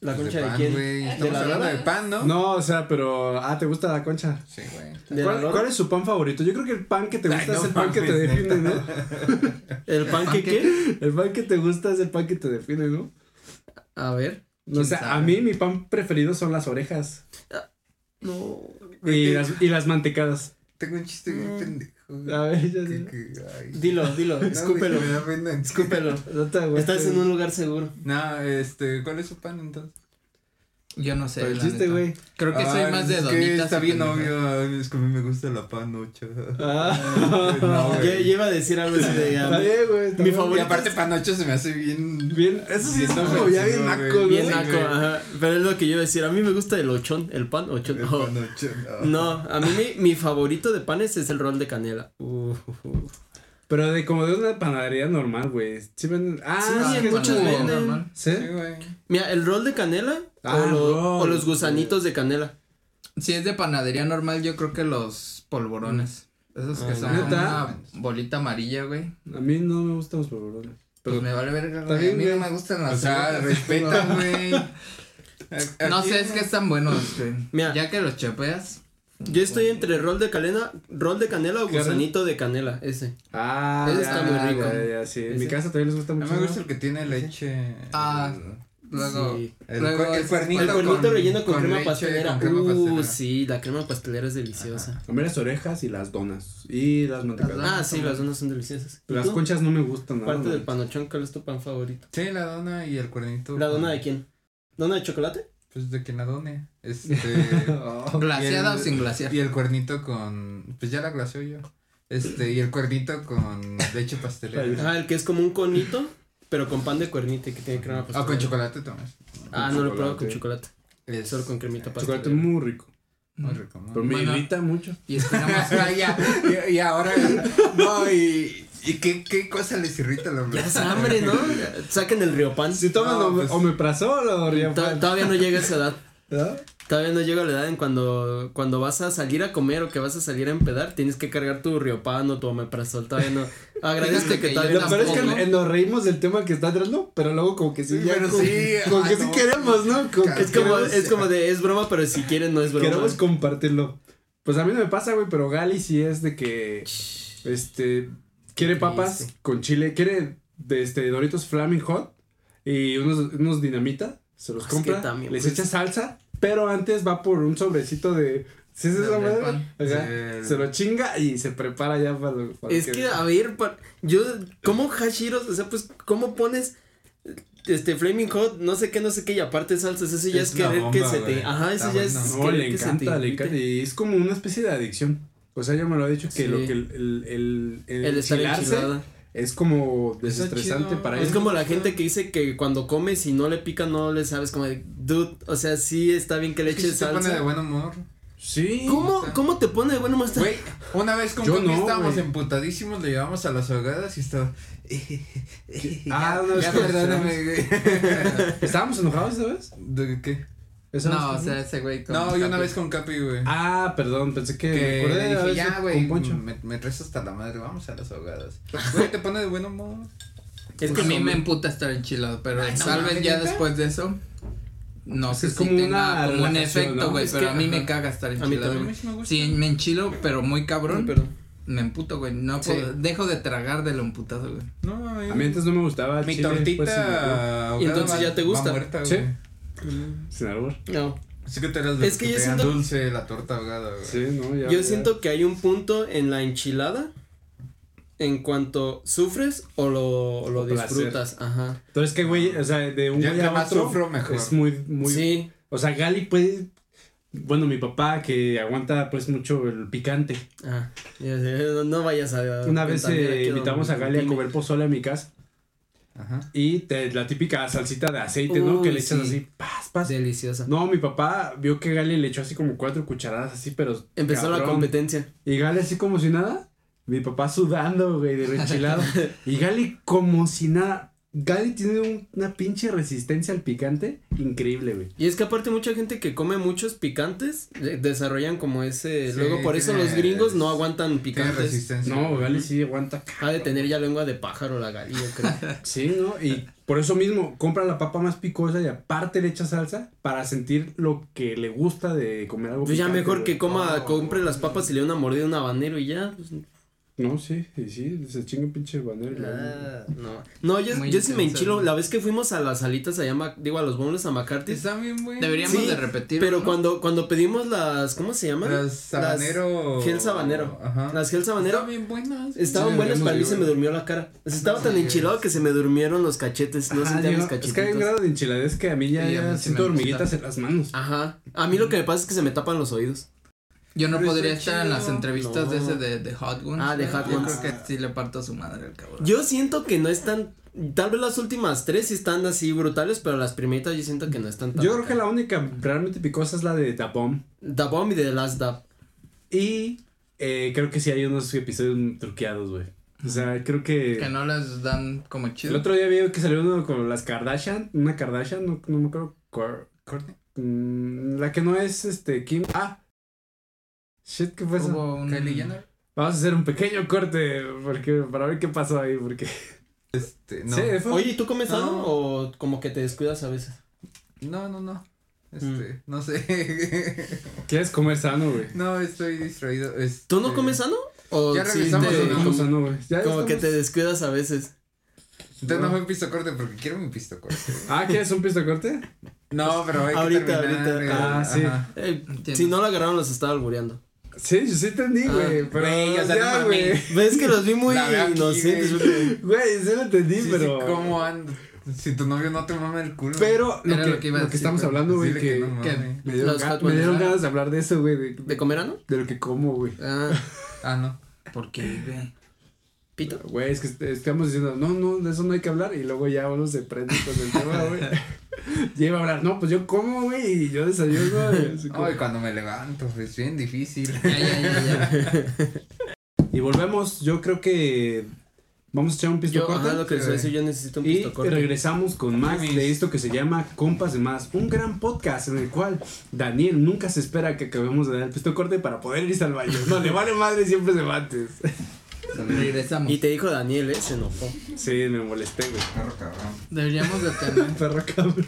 Speaker 4: ¿La
Speaker 3: Pues
Speaker 4: concha de,
Speaker 3: pan,
Speaker 4: quién?
Speaker 3: güey. Estamos
Speaker 4: la
Speaker 3: hablando
Speaker 5: rana?
Speaker 3: de pan, ¿no?
Speaker 1: No, o sea, pero. Ah, ¿te gusta la concha?
Speaker 3: Sí, güey.
Speaker 4: ¿De la
Speaker 1: ¿Cuál,
Speaker 4: lora?
Speaker 1: cuál es su pan favorito? Yo creo que el pan que te gusta
Speaker 3: Ay, no
Speaker 1: es el pan que te
Speaker 3: mames,
Speaker 1: define, ¿no?
Speaker 4: ¿El pan que qué?
Speaker 1: El pan que te gusta es el pan que te define, ¿no?
Speaker 4: A ver.
Speaker 1: O sea, a
Speaker 2: sabe?
Speaker 1: mí mi pan preferido son las orejas
Speaker 4: No.
Speaker 1: y las, y las mantecadas.
Speaker 3: Tengo un chiste bien pendejo.
Speaker 1: Ah,
Speaker 4: A ver, ya
Speaker 3: Que-
Speaker 4: dilo.
Speaker 3: que- ay.
Speaker 4: Dilo, [laughs] dilo,
Speaker 3: [laughs] No,
Speaker 4: escúpelo.
Speaker 3: güey, me da pena.
Speaker 4: Escúpelo.
Speaker 6: No te aguantes.
Speaker 4: Estás en un lugar seguro.
Speaker 3: No, este, ¿cuál es su pan entonces?
Speaker 2: Yo no sé.
Speaker 6: Pero el
Speaker 2: la
Speaker 6: chiste,
Speaker 2: neta.
Speaker 6: güey.
Speaker 2: Creo que
Speaker 3: Ah,
Speaker 2: soy más de
Speaker 3: es que
Speaker 2: donitas.
Speaker 3: Está
Speaker 2: y
Speaker 3: bien
Speaker 2: pendejadas.
Speaker 3: obvio, es que a mí me gusta la panocha.
Speaker 6: Ah,
Speaker 3: No,
Speaker 4: Yo,
Speaker 3: güey.
Speaker 4: yo iba a decir algo así de.
Speaker 6: está
Speaker 4: ah,
Speaker 6: bien, güey. está
Speaker 4: Mi
Speaker 6: bien.
Speaker 3: Y
Speaker 4: favorito-
Speaker 3: aparte panocha se me hace bien...
Speaker 6: Bien, eso sí es
Speaker 3: Bien
Speaker 6: como ya bien
Speaker 3: ofensivo, güey.
Speaker 6: naco, güey.
Speaker 4: Bien
Speaker 3: Sí,
Speaker 4: naco,
Speaker 3: güey.
Speaker 4: ajá. Pero es lo que yo iba a decir. A mí me gusta el ochón, el pan ochón.
Speaker 3: El
Speaker 4: Oh.
Speaker 3: panocha,
Speaker 4: No, a mí mi, mi favorito de panes es el rol de canela. Uh, uh, uh.
Speaker 1: Pero de como de una panadería normal, güey. Sí venden- Ah,
Speaker 4: Sí,
Speaker 1: sí,
Speaker 4: en
Speaker 1: que es
Speaker 4: muchos
Speaker 1: como-
Speaker 2: Bueno,
Speaker 4: venden.
Speaker 2: normal.
Speaker 1: ¿Sí?
Speaker 4: ¿Eh?
Speaker 3: Sí, güey.
Speaker 4: Mira, el rol de canela
Speaker 1: Ah,
Speaker 4: o, lo-
Speaker 1: rol.
Speaker 4: o los gusanitos de canela.
Speaker 2: Si es de panadería normal, yo creo que los polvorones. Esos que
Speaker 4: Ah,
Speaker 2: son como
Speaker 1: ¿neta?
Speaker 2: una bolita amarilla, güey.
Speaker 1: A mí no me gustan los polvorones.
Speaker 2: Pues
Speaker 1: Pero
Speaker 2: me vale verga,
Speaker 1: Está
Speaker 2: güey. A
Speaker 1: bien,
Speaker 2: mí no
Speaker 1: güey.
Speaker 2: me gustan
Speaker 3: O
Speaker 2: las
Speaker 3: sea,
Speaker 2: cebolas.
Speaker 3: respeta,
Speaker 2: [laughs]
Speaker 3: güey. A-
Speaker 2: No
Speaker 3: aquí
Speaker 2: sé, es que están buenos, güey.
Speaker 4: Mira.
Speaker 2: Ya que los chapeas.
Speaker 4: Yo estoy entre rol de canela, rol de canela o
Speaker 1: Claro.
Speaker 4: gusanito de canela, ese.
Speaker 1: Ah,
Speaker 4: Ese
Speaker 1: ya,
Speaker 4: está muy rico.
Speaker 1: ya, ya, sí. En mi
Speaker 4: Ese.
Speaker 1: casa también les gusta
Speaker 3: No
Speaker 1: mucho.
Speaker 3: me gusta el que tiene leche.
Speaker 2: Ah, Luego.
Speaker 4: Sí.
Speaker 3: El,
Speaker 2: Luego
Speaker 3: cuer- el
Speaker 2: es-
Speaker 3: cuernito.
Speaker 4: El cuernito
Speaker 3: con-
Speaker 4: relleno con, crema
Speaker 3: leche,
Speaker 4: pastelera.
Speaker 3: con crema
Speaker 4: uh,
Speaker 3: pastelera.
Speaker 4: sí, la crema pastelera es deliciosa.
Speaker 1: A mí las orejas y las donas. Y las mantecadas.
Speaker 2: Las
Speaker 4: Ah, sí, las donas son deliciosas. ¿Y
Speaker 1: las
Speaker 4: tú?
Speaker 1: conchas no me gustan nada.
Speaker 4: Parte del
Speaker 1: güey.
Speaker 4: panochón, ¿cuál es tu pan favorito?
Speaker 3: Sí, la dona y el cuernito.
Speaker 4: ¿La
Speaker 3: con-
Speaker 4: dona de quién? ¿Dona de chocolate?
Speaker 3: Pues de quien la done.
Speaker 4: [laughs]
Speaker 3: Este.
Speaker 1: [laughs] Oh,
Speaker 2: ¿Glaseada
Speaker 3: Y
Speaker 2: o
Speaker 3: el-
Speaker 2: sin glasear?
Speaker 3: y el cuernito con. Pues ya la glaseo yo. Este, y el cuernito con leche pastelera.
Speaker 4: [laughs] Ah, el que es como un conito, pero con pan de cuernite que tiene crema pastelera.
Speaker 3: Ah, con chocolate también.
Speaker 4: Ah, no lo he probado con
Speaker 1: chocolate.
Speaker 4: chocolate.
Speaker 3: Es
Speaker 4: Solo con cremita pastelera.
Speaker 1: chocolate muy rico.
Speaker 3: Muy rico, ¿no?
Speaker 1: Pero me
Speaker 2: Bueno.
Speaker 1: irrita mucho.
Speaker 2: Y esperamos
Speaker 3: Ah, [laughs] ya, y, y ahora. No, y. ¿Y qué, qué cosa les irrita la
Speaker 4: Ya es hambre, ¿no? Saquen el riopan.
Speaker 1: Si toman
Speaker 3: No,
Speaker 1: ome-
Speaker 3: pues-
Speaker 1: omeprazol o
Speaker 4: To-
Speaker 1: riafal.
Speaker 4: Todavía no llega a esa edad.
Speaker 1: ¿no?
Speaker 4: Todavía no llega la edad en cuando, cuando vas a salir a comer o que vas a salir a empedar, tienes que cargar tu riopan o tu omeprazol, todavía no. Agradezco
Speaker 2: Fíjate
Speaker 4: que
Speaker 2: que
Speaker 4: todavía
Speaker 2: yo
Speaker 1: Lo
Speaker 4: no.
Speaker 1: peor es que
Speaker 2: tampoco.
Speaker 1: eh, nos reímos del tema que está entrando, pero luego como que sí,
Speaker 3: Sí,
Speaker 1: ya
Speaker 3: pero
Speaker 1: como,
Speaker 3: sí,
Speaker 1: como
Speaker 3: ah,
Speaker 1: que sí
Speaker 3: no.
Speaker 1: queremos, ¿no? Como que
Speaker 4: Es como,
Speaker 1: queremos-
Speaker 4: es como de, es broma, pero si quieren no es broma.
Speaker 1: Queremos compartirlo. Pues a mí no me pasa, güey, pero Gali sí es de que. Este. Quiere papas
Speaker 4: triste.
Speaker 1: con chile. Quiere de este, Doritos Flaming Hot y unos, unos dinamita. Se los
Speaker 4: Es que
Speaker 1: compra.
Speaker 4: también,
Speaker 1: les
Speaker 4: pues.
Speaker 1: echa salsa, pero antes va por un sobrecito de. ¿Sí es
Speaker 2: De
Speaker 1: esa madre?
Speaker 2: pan.
Speaker 1: Ajá.
Speaker 3: Sí.
Speaker 1: Se lo chinga y se prepara ya para. para
Speaker 4: Es que, a ver, pa- yo, ¿cómo hashiros? O sea, pues, ¿cómo pones este flaming hot, no sé qué, no sé qué, y aparte salsas? Eso ya es,
Speaker 3: Es una
Speaker 4: querer
Speaker 3: bomba,
Speaker 4: que se
Speaker 3: güey.
Speaker 4: te. Ajá, eso
Speaker 3: Está
Speaker 4: ya es.
Speaker 3: bueno.
Speaker 1: No,
Speaker 4: querer
Speaker 1: le
Speaker 4: que se te
Speaker 1: encanta, le
Speaker 4: invite.
Speaker 1: encanta. Y es como una especie de adicción. O sea, ya me lo ha dicho que
Speaker 4: Sí.
Speaker 1: lo que el, el, el,
Speaker 4: El estar
Speaker 1: enchilarse
Speaker 4: enchilada.
Speaker 1: es como
Speaker 3: Está
Speaker 1: desestresante
Speaker 3: chido.
Speaker 1: para
Speaker 4: Es
Speaker 1: ellos.
Speaker 4: como la gente que dice que cuando comes y no le pica, no le sabes como de, dude, o sea, sí está bien que le
Speaker 3: Es que sí
Speaker 4: eches
Speaker 3: te pone de
Speaker 4: salsa.
Speaker 3: buen humor.
Speaker 1: Sí.
Speaker 4: ¿Cómo, ¿Cómo te pone de buen humor?
Speaker 3: Güey, una vez con
Speaker 1: Yo
Speaker 3: Coqui
Speaker 1: no,
Speaker 3: estábamos
Speaker 1: güey.
Speaker 3: emputadísimos, le llevamos a las ahogadas
Speaker 1: [laughs]
Speaker 3: y estaba.
Speaker 1: Ah, no,
Speaker 3: ya
Speaker 1: es que-
Speaker 3: perdóname, güey.
Speaker 1: [laughs] ¿Estábamos enojados esa vez?
Speaker 3: ¿De qué?
Speaker 1: ¿Esa
Speaker 2: No, o
Speaker 1: vez?
Speaker 2: sea, ese güey. con
Speaker 3: No, yo una
Speaker 2: capi.
Speaker 3: vez con Capi, güey.
Speaker 1: Ah, perdón, pensé que.
Speaker 3: que
Speaker 1: recordé la
Speaker 3: le dije,
Speaker 1: vez
Speaker 3: ya,
Speaker 1: con
Speaker 3: güey, Mm.
Speaker 1: Poncho.
Speaker 3: me, me rezo hasta la madre, vamos a las
Speaker 1: [laughs]
Speaker 3: ahogadas. Güey, te pone de buen humor.
Speaker 4: Es que
Speaker 2: a mí
Speaker 4: son-
Speaker 2: me emputa estar enchilado, pero
Speaker 3: Ay, no
Speaker 2: tal vez
Speaker 3: mames,
Speaker 2: ya
Speaker 3: ¿neta?
Speaker 2: después de eso. No
Speaker 1: Es
Speaker 2: sé
Speaker 1: que es
Speaker 2: si
Speaker 1: como una
Speaker 2: tenga como un
Speaker 1: relajación,
Speaker 2: efecto,
Speaker 1: ¿no?
Speaker 2: güey,
Speaker 1: Es
Speaker 2: pero
Speaker 1: que,
Speaker 2: a mí me
Speaker 1: ajá.
Speaker 2: caga estar
Speaker 4: mí
Speaker 2: enchilado.
Speaker 4: también.
Speaker 2: güey.
Speaker 3: sí me gusta.
Speaker 2: Si me enchilo, pero muy cabrón,
Speaker 4: Ay, perdón.
Speaker 2: me emputo, güey. No
Speaker 4: Sí.
Speaker 2: puedo- dejo de tragar de lo emputado, güey.
Speaker 3: No,
Speaker 1: A mí antes no me gustaba. el
Speaker 3: mi
Speaker 1: chile,
Speaker 3: tortita.
Speaker 1: pues, sin albur.
Speaker 3: ahogada
Speaker 4: Y entonces
Speaker 3: va-
Speaker 4: ya te
Speaker 3: va
Speaker 4: gusta.
Speaker 3: muerta,
Speaker 1: Sí.
Speaker 3: güey.
Speaker 1: Sin albur.
Speaker 4: No.
Speaker 3: Así que te eras de
Speaker 4: Es
Speaker 3: los
Speaker 4: que
Speaker 3: que
Speaker 4: yo
Speaker 3: te
Speaker 4: siento-
Speaker 3: dan dulce la torta ahogada, güey.
Speaker 1: Sí, no, ya.
Speaker 4: Yo
Speaker 1: ya.
Speaker 4: siento que hay un punto en la enchilada en cuanto sufres o lo, o lo
Speaker 1: O placer.
Speaker 4: disfrutas. Ajá.
Speaker 1: Entonces, que, güey, o sea, de un
Speaker 3: Yo
Speaker 1: güey
Speaker 3: entre
Speaker 1: a
Speaker 3: más
Speaker 1: otro.
Speaker 3: sufro, mejor.
Speaker 1: Es muy, muy.
Speaker 4: Sí.
Speaker 1: O sea, Gali puede. Bueno, mi papá que aguanta pues mucho el picante.
Speaker 4: Ah, ya sé, no, no vayas a.
Speaker 1: Una vez
Speaker 4: contar, mira,
Speaker 1: eh,
Speaker 4: quiero
Speaker 1: invitamos a Gali a
Speaker 4: mentirme.
Speaker 1: comer pozole a mi casa
Speaker 3: Ajá.
Speaker 1: y te- la típica salsita de aceite, ¿no? Que
Speaker 4: Uy,
Speaker 1: le echas
Speaker 4: sí.
Speaker 1: así, paz, paz.
Speaker 4: Deliciosa.
Speaker 1: No, mi papá vio que Gali le echó así como cuatro cucharadas así, pero.
Speaker 4: Empezó la
Speaker 1: cabrón.
Speaker 4: competencia.
Speaker 1: Y Gali así como si nada. Mi papá sudando, güey, de
Speaker 4: [laughs]
Speaker 1: rechilado. y Gali como si nada. Gali tiene un- una pinche resistencia al picante increíble, güey.
Speaker 4: Y es que aparte mucha gente que come muchos picantes de- desarrollan como ese.
Speaker 3: Sí,
Speaker 4: luego por eso
Speaker 3: tiene-
Speaker 4: los gringos no aguantan
Speaker 3: Tiene
Speaker 4: picantes.
Speaker 3: resistencia.
Speaker 1: No, Gali sí aguanta.
Speaker 4: Ha de tener ya lengua de pájaro la Gali, yo creo.
Speaker 1: Sí, ¿no? Y por eso mismo, compra la papa más picosa y aparte le echa salsa para sentir lo que le gusta de comer algo
Speaker 4: Pues ya
Speaker 1: picante,
Speaker 4: mejor
Speaker 1: güey.
Speaker 4: que coma,
Speaker 2: No,
Speaker 4: compre las papas y le dé una mordida a un habanero y ya. pues,
Speaker 1: No, sí, y sí, se chinga un pinche banner.
Speaker 4: Ah, no. No, yo,
Speaker 2: Muy
Speaker 4: yo sí me
Speaker 2: intenso,
Speaker 4: enchilo.
Speaker 2: ¿no?
Speaker 4: La vez que fuimos a las alitas allá, a Mac- digo, a los bombones a McCarthy's.
Speaker 3: Está bien bueno.
Speaker 2: Deberíamos
Speaker 4: Sí,
Speaker 2: de repetir.
Speaker 4: Pero
Speaker 2: ¿no?
Speaker 4: cuando, cuando pedimos las, ¿cómo se llaman?
Speaker 3: Las sabanero.
Speaker 4: gel sabanero.
Speaker 3: Ajá.
Speaker 4: Las gel
Speaker 3: Están
Speaker 4: sabanero.
Speaker 3: bien buenas.
Speaker 4: Estaban
Speaker 2: Sí,
Speaker 4: buenas,
Speaker 2: deberíamos
Speaker 4: para mí
Speaker 2: de
Speaker 4: se me
Speaker 2: igual.
Speaker 4: durmió la cara. O sea, estaba tan
Speaker 2: Sí,
Speaker 4: enchilado
Speaker 2: es.
Speaker 4: que se me durmieron los cachetes, no sentía mis
Speaker 1: Ah, es
Speaker 4: cachetitos.
Speaker 1: que hay un grado de enchiladez que a mí ya,
Speaker 2: Sí, a mí
Speaker 1: ya
Speaker 2: sí
Speaker 1: siento
Speaker 2: me gusta.
Speaker 1: hormiguitas en las manos.
Speaker 4: Ajá. A mí lo que me pasa es que se me tapan los oídos.
Speaker 2: Yo no
Speaker 3: Pero
Speaker 2: podría
Speaker 3: está
Speaker 2: estar en las
Speaker 3: chido.
Speaker 2: entrevistas de
Speaker 4: No.
Speaker 2: ese de, de Hot Ones.
Speaker 4: Ah, de
Speaker 2: güey.
Speaker 4: Hot
Speaker 2: Yo
Speaker 4: Ones.
Speaker 2: creo que sí le parto su madre al cabrón.
Speaker 4: Yo siento que no están, tal vez las últimas tres sí están así brutales, pero las primeritas yo siento que no están tan.
Speaker 1: Yo creo que la única realmente picosa es la de Da Bomb.
Speaker 4: Da Bomb y The Last Dab.
Speaker 1: Y eh, creo que sí hay unos episodios truqueados, güey. O sea, creo que.
Speaker 2: Que no les dan como
Speaker 1: El
Speaker 2: chido.
Speaker 1: otro día vi que salió uno con las Kardashian. Una Kardashian, no, no me acuerdo. cuál-
Speaker 3: Courtney.
Speaker 1: mm, La que no es este Kim. Ah. Shit, ¿qué fue eso?
Speaker 2: Hubo un...
Speaker 3: Kylie Jenner.
Speaker 1: Vamos a hacer un pequeño corte porque, para ver qué pasó ahí. Porque.
Speaker 3: Este, no.
Speaker 1: Sí, fue-
Speaker 4: Oye, ¿y tú comes algo
Speaker 3: No.
Speaker 4: o como que te descuidas a veces?
Speaker 3: No, no, no.
Speaker 4: Mm.
Speaker 3: Este, no sé. [laughs]
Speaker 1: ¿Quieres comer sano, güey?
Speaker 3: no, estoy distraído. Este,
Speaker 4: ¿Tú no comes algo? O
Speaker 3: Ya
Speaker 4: sí
Speaker 3: regresamos,
Speaker 4: te-
Speaker 3: ¿no?
Speaker 1: Comer
Speaker 4: como,
Speaker 1: sano, güey. Ya
Speaker 4: como que te
Speaker 1: estamos-
Speaker 4: descuidas a veces.
Speaker 3: Entonces no fue un pisto corte porque quiero mi pisto corte.
Speaker 1: Ah, ¿quieres un pisto corte?
Speaker 4: [laughs]
Speaker 3: No, pero hay
Speaker 4: Ahorita,
Speaker 3: que terminar.
Speaker 4: ahorita.
Speaker 3: el-
Speaker 1: Ah, sí.
Speaker 3: ajá.
Speaker 4: Eh,
Speaker 2: Entiendo.
Speaker 4: si no lo agarraron, los estaba albureando.
Speaker 1: Sí, yo sí entendí,
Speaker 4: Ah,
Speaker 1: güey. pero
Speaker 3: güey, o sea, no
Speaker 1: ya,
Speaker 3: mames.
Speaker 1: güey.
Speaker 4: Ves que los vi muy
Speaker 3: La veo aquí,
Speaker 4: inocentes.
Speaker 3: güey.
Speaker 4: güey.
Speaker 1: Güey, sí lo entendí,
Speaker 3: Sí, sí,
Speaker 1: pero.
Speaker 3: ¿Cómo ando? Si tu novio no te mama el culo.
Speaker 1: Pero lo
Speaker 2: Era
Speaker 1: que,
Speaker 2: lo que iba a
Speaker 1: lo que
Speaker 2: decir,
Speaker 1: estamos
Speaker 2: pero
Speaker 1: hablando, güey,
Speaker 3: Decirle
Speaker 1: que,
Speaker 3: que no
Speaker 2: que-
Speaker 3: mames.
Speaker 1: me dieron,
Speaker 4: Los
Speaker 1: ga-
Speaker 4: Hot
Speaker 1: me dieron
Speaker 4: Ones,
Speaker 1: ganas de hablar de eso, güey, de,
Speaker 4: ¿De comer ano?
Speaker 1: de lo que como, güey.
Speaker 4: Ah,
Speaker 3: Ah, no.
Speaker 2: ¿Por qué, güey?
Speaker 4: pito.
Speaker 1: Güey, es que est- estamos diciendo, no, no, de eso no hay que hablar, y luego ya uno se prende con el tema, güey.
Speaker 4: [laughs]
Speaker 1: Ya iba a hablar, no, pues yo como, güey, y yo desayuno. güey, así como-
Speaker 3: Ay, cuando me levanto, es bien difícil.
Speaker 2: Ya, ya, ya, ya.
Speaker 1: y volvemos, yo creo que vamos a echar un pisto
Speaker 4: Yo, ajá,
Speaker 1: corto.
Speaker 4: lo que les voy a decir, yo necesito un
Speaker 1: Y
Speaker 4: pisto corto.
Speaker 1: regresamos con más de esto que se llama Compas de Más, un gran podcast en el cual Daniel nunca se espera que acabemos de dar el pisto corte para poder irse al baño. No, le vale madre siempre se va antes. [laughs]
Speaker 2: Regresamos.
Speaker 4: Y te dijo Daniel, ¿eh? Se enojó.
Speaker 1: Sí, me molesté, güey.
Speaker 4: Ah,
Speaker 3: Perro cabrón.
Speaker 2: Deberíamos de tener...
Speaker 1: Perro cabrón.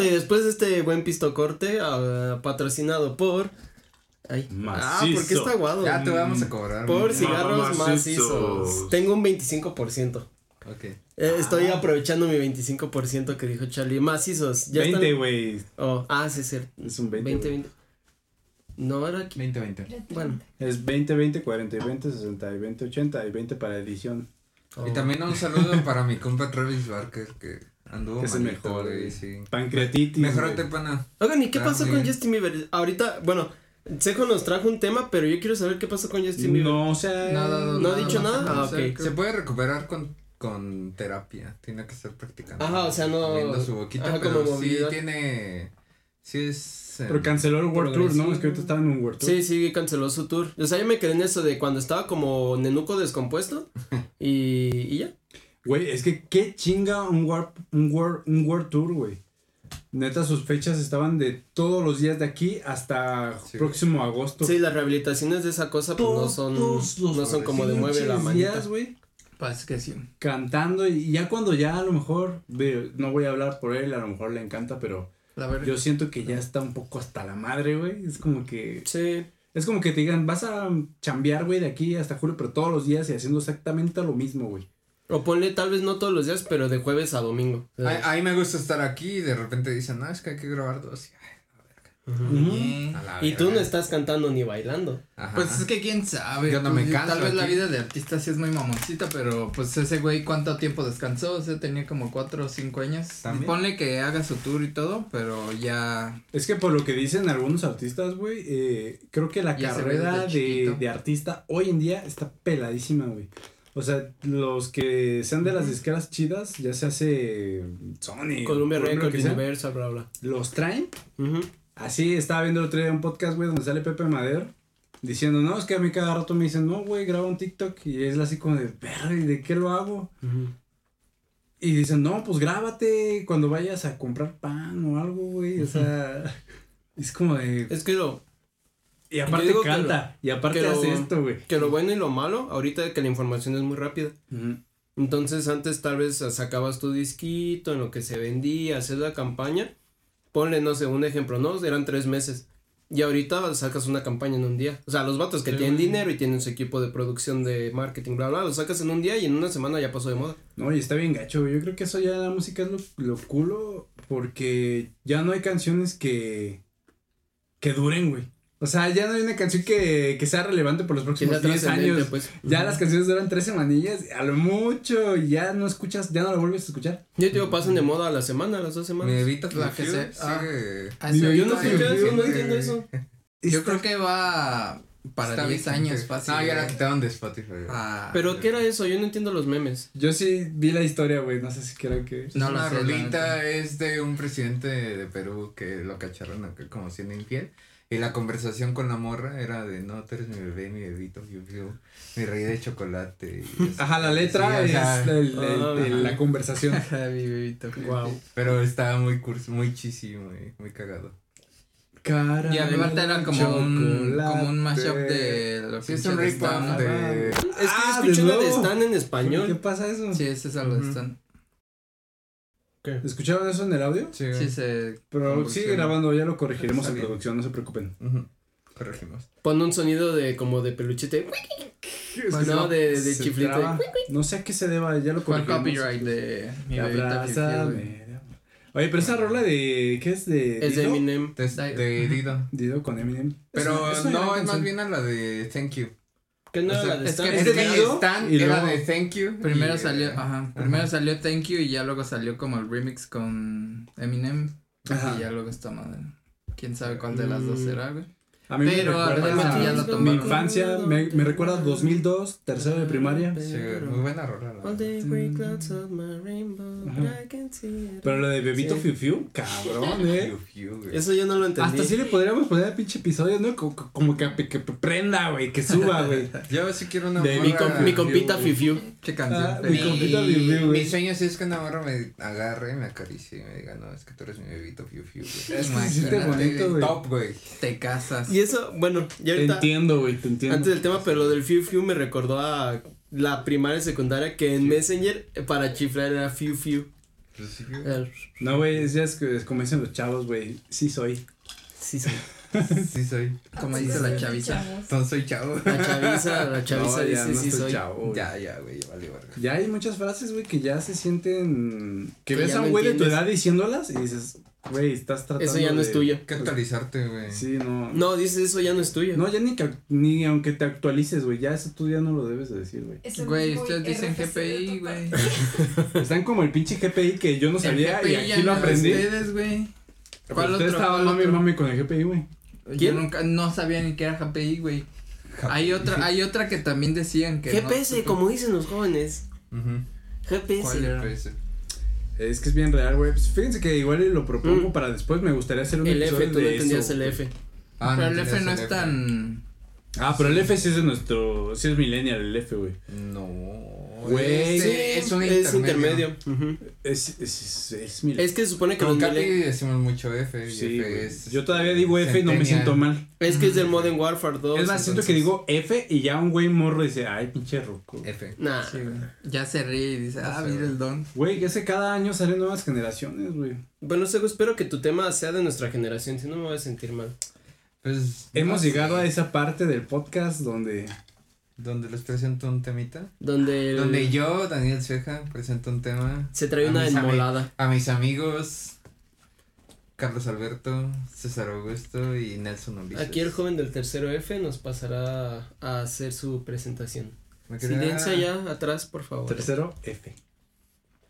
Speaker 4: Y después de este buen pisto corte, ah, patrocinado por. Ay. Ah,
Speaker 1: Macizo.
Speaker 4: porque está aguado.
Speaker 3: Ya te vamos a cobrar.
Speaker 4: Por
Speaker 3: mi-
Speaker 4: cigarros
Speaker 1: Mamá macizos.
Speaker 4: macizos. Tengo un 25%.
Speaker 3: Ok.
Speaker 4: Eh,
Speaker 3: Ah.
Speaker 4: Estoy aprovechando mi 25% que dijo Charlie. Macizos. Ya
Speaker 1: 20,
Speaker 4: están...
Speaker 1: güey.
Speaker 4: oh, Ah, sí, es cierto.
Speaker 1: Es un 20.
Speaker 4: 20,
Speaker 1: güey.
Speaker 4: 20. No, era aquí.
Speaker 3: 20-20.
Speaker 4: Bueno.
Speaker 1: Es 20, 20, 40, y 20, 60, y 20, 80 y 20 para edición.
Speaker 3: Y también un saludo para mi compa Travis Barker, que anduvo
Speaker 1: Que es el
Speaker 3: malito,
Speaker 1: mejor,
Speaker 3: güey,
Speaker 1: güey.
Speaker 3: sí.
Speaker 1: Pancreatitis.
Speaker 3: Mejorate,
Speaker 1: güey.
Speaker 3: pana.
Speaker 4: Oigan, ¿y qué
Speaker 3: Ah,
Speaker 4: pasó
Speaker 3: muy
Speaker 4: con
Speaker 3: bien.
Speaker 4: Justin Bieber? Ahorita, bueno, Seco nos trajo un tema, pero yo quiero saber qué pasó con Justin Bieber.
Speaker 1: No, o sea.
Speaker 2: Nada,
Speaker 4: ¿No ha dicho
Speaker 2: más
Speaker 4: nada?
Speaker 2: que
Speaker 4: Ah,
Speaker 2: conocer,
Speaker 4: ok.
Speaker 2: creo.
Speaker 3: Se puede recuperar con, con terapia, tiene que estar practicando.
Speaker 4: Ajá, o sea, no-
Speaker 3: Viendo su boquita,
Speaker 4: ajá,
Speaker 3: pero
Speaker 4: como
Speaker 3: sí
Speaker 4: movilidad.
Speaker 3: tiene... Sí es... eh,
Speaker 1: Pero canceló el World Tour,
Speaker 4: Progresivo.
Speaker 1: ¿no? Es que ahorita estaba en un World Tour.
Speaker 4: Sí, sí, canceló su tour. O sea, yo me quedé en eso de cuando estaba como
Speaker 1: [laughs]
Speaker 4: nenuco descompuesto y, y ya.
Speaker 1: Güey, es que qué chinga un World, un World, un World Tour, güey. Neta, sus fechas estaban de todos los días de aquí hasta
Speaker 3: Sí.
Speaker 1: próximo agosto.
Speaker 4: Sí, las rehabilitaciones de esa cosa pues, no son,
Speaker 1: Todos los
Speaker 4: no son como de mueve la
Speaker 1: pinches
Speaker 4: manita.
Speaker 1: días, güey.
Speaker 2: Pues que sí.
Speaker 1: cantando y ya cuando ya a lo mejor, ve, no voy a hablar por él, a lo mejor le encanta, pero
Speaker 2: La verdad.
Speaker 1: yo siento que ya está un poco hasta la madre, güey. Es como que
Speaker 4: Sí,
Speaker 1: es como que te digan, vas a chambear, güey, de aquí hasta julio, pero todos los días y haciendo exactamente lo mismo, güey.
Speaker 4: o ponle tal vez no todos los días, pero de jueves a domingo. O sea,
Speaker 1: ah.
Speaker 3: A, a mí me gusta estar aquí y de repente dicen, no, es que hay que grabar dos.
Speaker 2: Mm.
Speaker 3: A la
Speaker 4: Y tú no
Speaker 3: verga.
Speaker 4: estás cantando ni bailando.
Speaker 3: Ajá.
Speaker 2: Pues es que quién sabe.
Speaker 3: Yo no
Speaker 2: pues,
Speaker 3: me canso
Speaker 2: Tal vez la
Speaker 3: aquí.
Speaker 2: vida de artista sí es muy mamoncita, pero pues ese güey cuánto tiempo descansó, o sea, tenía como cuatro o cinco años.
Speaker 3: También.
Speaker 2: Ponle que haga su tour y todo, pero ya
Speaker 1: Es que por lo que dicen algunos artistas, güey, eh, creo que la
Speaker 2: Ya se ve
Speaker 1: carrera
Speaker 2: desde
Speaker 1: de,
Speaker 2: chiquito.
Speaker 1: de artista hoy en día está peladísima, güey. O sea, los que sean de las disqueras chidas, ya se hace Sony,
Speaker 4: Columbia
Speaker 1: por ejemplo,
Speaker 4: Records,
Speaker 1: que sea,
Speaker 4: Universal, bla, bla.
Speaker 1: los traen
Speaker 4: Ujú.
Speaker 1: Así estaba viendo el otro día un podcast, güey, donde sale Pepe Madero diciendo, no, es que a mí cada rato me dicen, no, güey, graba un TikTok. Y es así como de, verga, ¿y de qué lo hago? Y dicen, no, pues grábate cuando vayas a comprar pan o algo, güey. O sea, es como de.
Speaker 4: Es que lo,
Speaker 1: Y
Speaker 4: yo
Speaker 1: aparte
Speaker 4: digo que
Speaker 1: canta, y aparte
Speaker 4: que lo-
Speaker 1: hace esto, güey.
Speaker 4: que lo bueno y lo malo, ahorita que la información es muy rápida. Entonces antes tal vez ah, sacabas tu disquito en lo que se vendía, haces la campaña. Ponle, no sé, un ejemplo, ¿no? Eran tres meses. Y ahorita sacas una campaña en un día. O sea, los vatos que
Speaker 2: Sí,
Speaker 4: tienen
Speaker 2: güey.
Speaker 4: dinero y tienen su equipo de producción de marketing, bla, bla, lo sacas en un día y en una semana ya pasó de moda.
Speaker 1: No, y está bien gacho. güey. Yo creo que eso ya la música es lo, lo culo porque ya no hay canciones que, que duren, güey. O sea, ya no hay una canción que, que sea relevante por los próximos 10 años.
Speaker 4: pues.
Speaker 1: Ya las canciones duran tres semanillas, a lo mucho, y ya no escuchas, ya no la vuelves a escuchar.
Speaker 4: Yo te digo, pasan de moda a la semana, a las dos
Speaker 3: Me
Speaker 4: semanas.
Speaker 3: evitas
Speaker 2: La
Speaker 3: la
Speaker 2: que
Speaker 3: que
Speaker 2: se- ah.
Speaker 3: sigue.
Speaker 2: Ah,
Speaker 1: Digo,
Speaker 2: sí,
Speaker 1: yo no
Speaker 2: ahorita
Speaker 1: sé,
Speaker 2: hay
Speaker 1: yo
Speaker 2: gente,
Speaker 1: no
Speaker 4: entiendo
Speaker 2: güey.
Speaker 4: eso.
Speaker 2: Yo creo que va para
Speaker 3: Está
Speaker 2: 10
Speaker 3: vigente.
Speaker 2: años fácil.
Speaker 3: No, ya la
Speaker 4: eh.
Speaker 2: güey.
Speaker 3: quitaron de Spotify. güey.
Speaker 2: Ah,
Speaker 4: Pero ¿qué era eso? Yo no entiendo los memes.
Speaker 1: Yo sí vi la historia, güey, no sé si quiero que...
Speaker 2: no
Speaker 3: es
Speaker 2: lo
Speaker 3: una
Speaker 2: sé, la
Speaker 3: rolita
Speaker 2: neta.
Speaker 3: es de un presidente de Perú que lo cacharon acá como siendo infiel. Y la conversación con la morra era de no, tú eres mi bebé, mi bebito, mi, mi rey de chocolate. y así.
Speaker 1: [laughs] Ajá, la letra
Speaker 3: Sí, o
Speaker 1: es
Speaker 3: sea,
Speaker 1: el- el- el- la conversación.
Speaker 3: [laughs]
Speaker 2: [laughs] Ay, mi bebito.
Speaker 4: Wow.
Speaker 3: Pero estaba muy curso, muy chisi, muy, muy cagado.
Speaker 1: Cara.
Speaker 2: Y aparte era como un, como un mashup de lo
Speaker 3: Sí, es
Speaker 2: pinche
Speaker 3: un
Speaker 2: de
Speaker 3: rip-off
Speaker 2: Stan, güey.
Speaker 3: de.
Speaker 4: Es que
Speaker 1: Ah,
Speaker 4: yo escuché
Speaker 1: de
Speaker 4: una de
Speaker 1: nuevo.
Speaker 4: Stan en
Speaker 1: ¿Qué
Speaker 4: español.
Speaker 1: pasa eso?
Speaker 2: Sí, ese es algo de
Speaker 4: Ujú.
Speaker 2: Stan.
Speaker 1: ¿Escucharon eso en el audio?
Speaker 3: Sí, güey.
Speaker 2: Sí, se.
Speaker 1: Pero
Speaker 2: Convulsión.
Speaker 1: sigue grabando, ya lo corregiremos
Speaker 3: Está
Speaker 1: en
Speaker 3: bien.
Speaker 1: producción, no se preocupen.
Speaker 3: Ujú. Corregimos.
Speaker 4: Pon un sonido de como de peluchete. No, de, de
Speaker 1: Se
Speaker 4: chiflito.
Speaker 1: traba. No sé a qué se deba, ya lo
Speaker 2: ¿Cuál
Speaker 1: corregimos.
Speaker 2: copyright de mi bebita Fifi,
Speaker 1: Abrázame. Oye, pero esa rola de. ¿Qué es de.?
Speaker 4: Es de
Speaker 1: Dido?
Speaker 4: Eminem.
Speaker 3: Te
Speaker 2: Da-
Speaker 3: te herido.
Speaker 1: Dido con Eminem.
Speaker 3: Pero
Speaker 1: Es una- una
Speaker 3: no,
Speaker 1: gran
Speaker 3: es más
Speaker 1: canción.
Speaker 3: bien a la de Thank You.
Speaker 4: Que no
Speaker 3: O
Speaker 4: era
Speaker 3: sea,
Speaker 4: la de
Speaker 2: es que
Speaker 4: Stan.
Speaker 3: Es
Speaker 2: de
Speaker 3: que
Speaker 2: Dido
Speaker 3: Stan
Speaker 1: y
Speaker 3: era
Speaker 1: luego-
Speaker 3: de Thank You.
Speaker 2: Primero
Speaker 3: y- eh,
Speaker 2: salió, ah, ajá, primero
Speaker 3: ajá.
Speaker 2: salió Thank You y ya luego salió como el remix con Eminem
Speaker 1: Ajá.
Speaker 2: y ya luego esta madre. Quién sabe cuál de las dos
Speaker 4: Mm.
Speaker 2: será, güey.
Speaker 1: A mí
Speaker 2: Pero
Speaker 1: me recuerda
Speaker 2: aparte
Speaker 1: a
Speaker 2: ya lo
Speaker 1: mi
Speaker 2: tomaron.
Speaker 1: infancia, me, me recuerda a 2002, tercero de
Speaker 4: Ah,
Speaker 1: primaria.
Speaker 4: pues,
Speaker 3: Sí, güey, muy buena rola. la
Speaker 4: All
Speaker 3: verdad.
Speaker 4: the gray clouds of my rainbow, but
Speaker 1: Mm. Ajá.
Speaker 4: I can see it.
Speaker 1: Pero lo de Bebito
Speaker 4: Sí.
Speaker 1: Fiu Fiu, cabrón, eh.
Speaker 3: Fiu, fiu, güey.
Speaker 4: Eso yo no lo entendí.
Speaker 1: Hasta sí le podríamos poner al pinche episodio, ¿no? Co- co- Como que, que prenda, güey, que suba,
Speaker 4: [laughs]
Speaker 1: güey.
Speaker 3: Yo sí quiero una
Speaker 1: De
Speaker 4: mi,
Speaker 3: morra-
Speaker 4: com- mi compita
Speaker 1: Fiu,
Speaker 4: Fifiu.
Speaker 2: Qué canción.
Speaker 1: Ah,
Speaker 2: pero-
Speaker 1: mi compita
Speaker 3: Mi-
Speaker 1: Fiu Fiu, güey.
Speaker 3: Mi sueño sí es que una morra me agarre, me acaricie y me diga, no, es que tú eres mi bebito fiu fiu, güey.
Speaker 1: Es que se siente
Speaker 2: Imagínate,
Speaker 1: bonito, güey.
Speaker 3: Top, güey.
Speaker 2: Te casas.
Speaker 4: Y eso, bueno, ya
Speaker 1: Te
Speaker 4: ahorita.
Speaker 1: entiendo, güey, te entiendo.
Speaker 4: Antes del tema, pero lo del Fiu Fiu me recordó a la primaria y secundaria que en Messenger eh, para chiflar era Fiu Fiu. Er,
Speaker 3: Pues sí, güey.
Speaker 4: Era,
Speaker 1: No, güey, es, ya es que- es como dicen los chavos, güey. Sí soy.
Speaker 4: Sí, sí.
Speaker 3: [laughs] Sí soy.
Speaker 2: Como dice la chaviza.
Speaker 3: No soy chavo.
Speaker 4: La chaviza, la
Speaker 1: [laughs]
Speaker 4: chaviza
Speaker 1: No, ya
Speaker 4: dice
Speaker 1: no
Speaker 4: sí
Speaker 1: estoy
Speaker 4: soy.
Speaker 1: chavo, güey.
Speaker 3: Ya, ya, güey, vale, verga.
Speaker 1: Ya hay muchas frases, güey, que ya se sienten. Que
Speaker 4: Que
Speaker 1: ves
Speaker 4: ya
Speaker 1: a un
Speaker 4: no
Speaker 1: güey de tu
Speaker 4: entiendes.
Speaker 1: edad diciéndolas y dices, güey, estás tratando.
Speaker 4: Eso ya no
Speaker 1: de-
Speaker 4: es tuyo.
Speaker 3: Hay que actualizarte, güey.
Speaker 1: Pues Sí, no.
Speaker 4: No, dices eso ya no es tuyo.
Speaker 1: No, ya ni, que- ni aunque te actualices, güey. Ya eso tú ya no lo debes de decir, [laughs] güey.
Speaker 2: Güey, ustedes dicen GPI, güey.
Speaker 1: Están como el pinche GPI que yo no sabía
Speaker 2: El
Speaker 1: y
Speaker 2: GPI
Speaker 1: aquí
Speaker 2: ya
Speaker 1: lo
Speaker 2: no,
Speaker 1: aprendí.
Speaker 2: Ustedes, güey. ¿Cuál
Speaker 1: Ustedes
Speaker 2: otro?
Speaker 1: estaban
Speaker 2: ¿Cuál
Speaker 1: mami,
Speaker 2: otro?
Speaker 1: mami con el GPI, güey.
Speaker 2: Yo
Speaker 4: ¿Quién?
Speaker 2: nunca, no sabía ni qué era GPI, güey. Hay otra, hay otra que también decían que. no
Speaker 4: GPS,
Speaker 2: supe
Speaker 4: como dicen los jóvenes.
Speaker 3: [laughs] Ujú.
Speaker 2: cuál
Speaker 4: GPS.
Speaker 2: era.
Speaker 3: Pues,
Speaker 1: Es que es bien real, güey. Pues fíjense que igual y lo propongo
Speaker 4: Mm.
Speaker 1: para después. Me gustaría hacer un
Speaker 4: El F,
Speaker 1: episodio
Speaker 4: tú no
Speaker 1: de
Speaker 4: entendías
Speaker 1: eso.
Speaker 4: el F.
Speaker 3: ah,
Speaker 2: Pero el
Speaker 3: tenías
Speaker 2: F no es tan.
Speaker 1: Ah, pero el F sí es de nuestro. Sí es millennial el F, güey.
Speaker 3: No.
Speaker 1: Güey.
Speaker 3: Ese es un intermedio.
Speaker 4: Es intermedio. Ujú.
Speaker 1: Es, es, es, es millennial.
Speaker 4: Es que se supone que
Speaker 3: Con
Speaker 4: los
Speaker 3: Capi
Speaker 4: mille-
Speaker 3: decimos mucho F. y
Speaker 1: Sí,
Speaker 3: F
Speaker 1: güey.
Speaker 3: es
Speaker 1: Yo todavía digo F y no me
Speaker 3: centennial.
Speaker 1: siento mal.
Speaker 4: Es que es
Speaker 3: mm,
Speaker 4: del Modern Warfare 2.
Speaker 1: Es más, siento
Speaker 4: entonces-
Speaker 1: que digo F y ya un güey morro dice, ay, pinche roco.
Speaker 3: F.
Speaker 4: Nah.
Speaker 2: Sí, güey. Ya se ríe y dice, ah, mira el don.
Speaker 1: Güey, es que cada año salen nuevas generaciones, güey.
Speaker 4: Bueno, Sego, espero que tu tema sea de nuestra generación, si no me voy a sentir mal.
Speaker 3: Pues.
Speaker 1: Hemos
Speaker 4: Ah,
Speaker 3: no
Speaker 1: llegado
Speaker 3: sé.
Speaker 1: a esa parte del podcast donde
Speaker 3: Donde les presento un temita.
Speaker 4: Donde, el-
Speaker 3: Donde yo, Daniel Ceja, presento un tema
Speaker 4: se trae
Speaker 3: a
Speaker 4: una
Speaker 3: mis ami-
Speaker 4: enmolada.
Speaker 3: a mis amigos Carlos Alberto, César Augusto y Nelson Ulises.
Speaker 4: Aquí el joven del tercero F nos pasará a hacer su presentación.
Speaker 3: Me quería-
Speaker 4: Silencio allá atrás, por favor. Este,
Speaker 1: tercero F.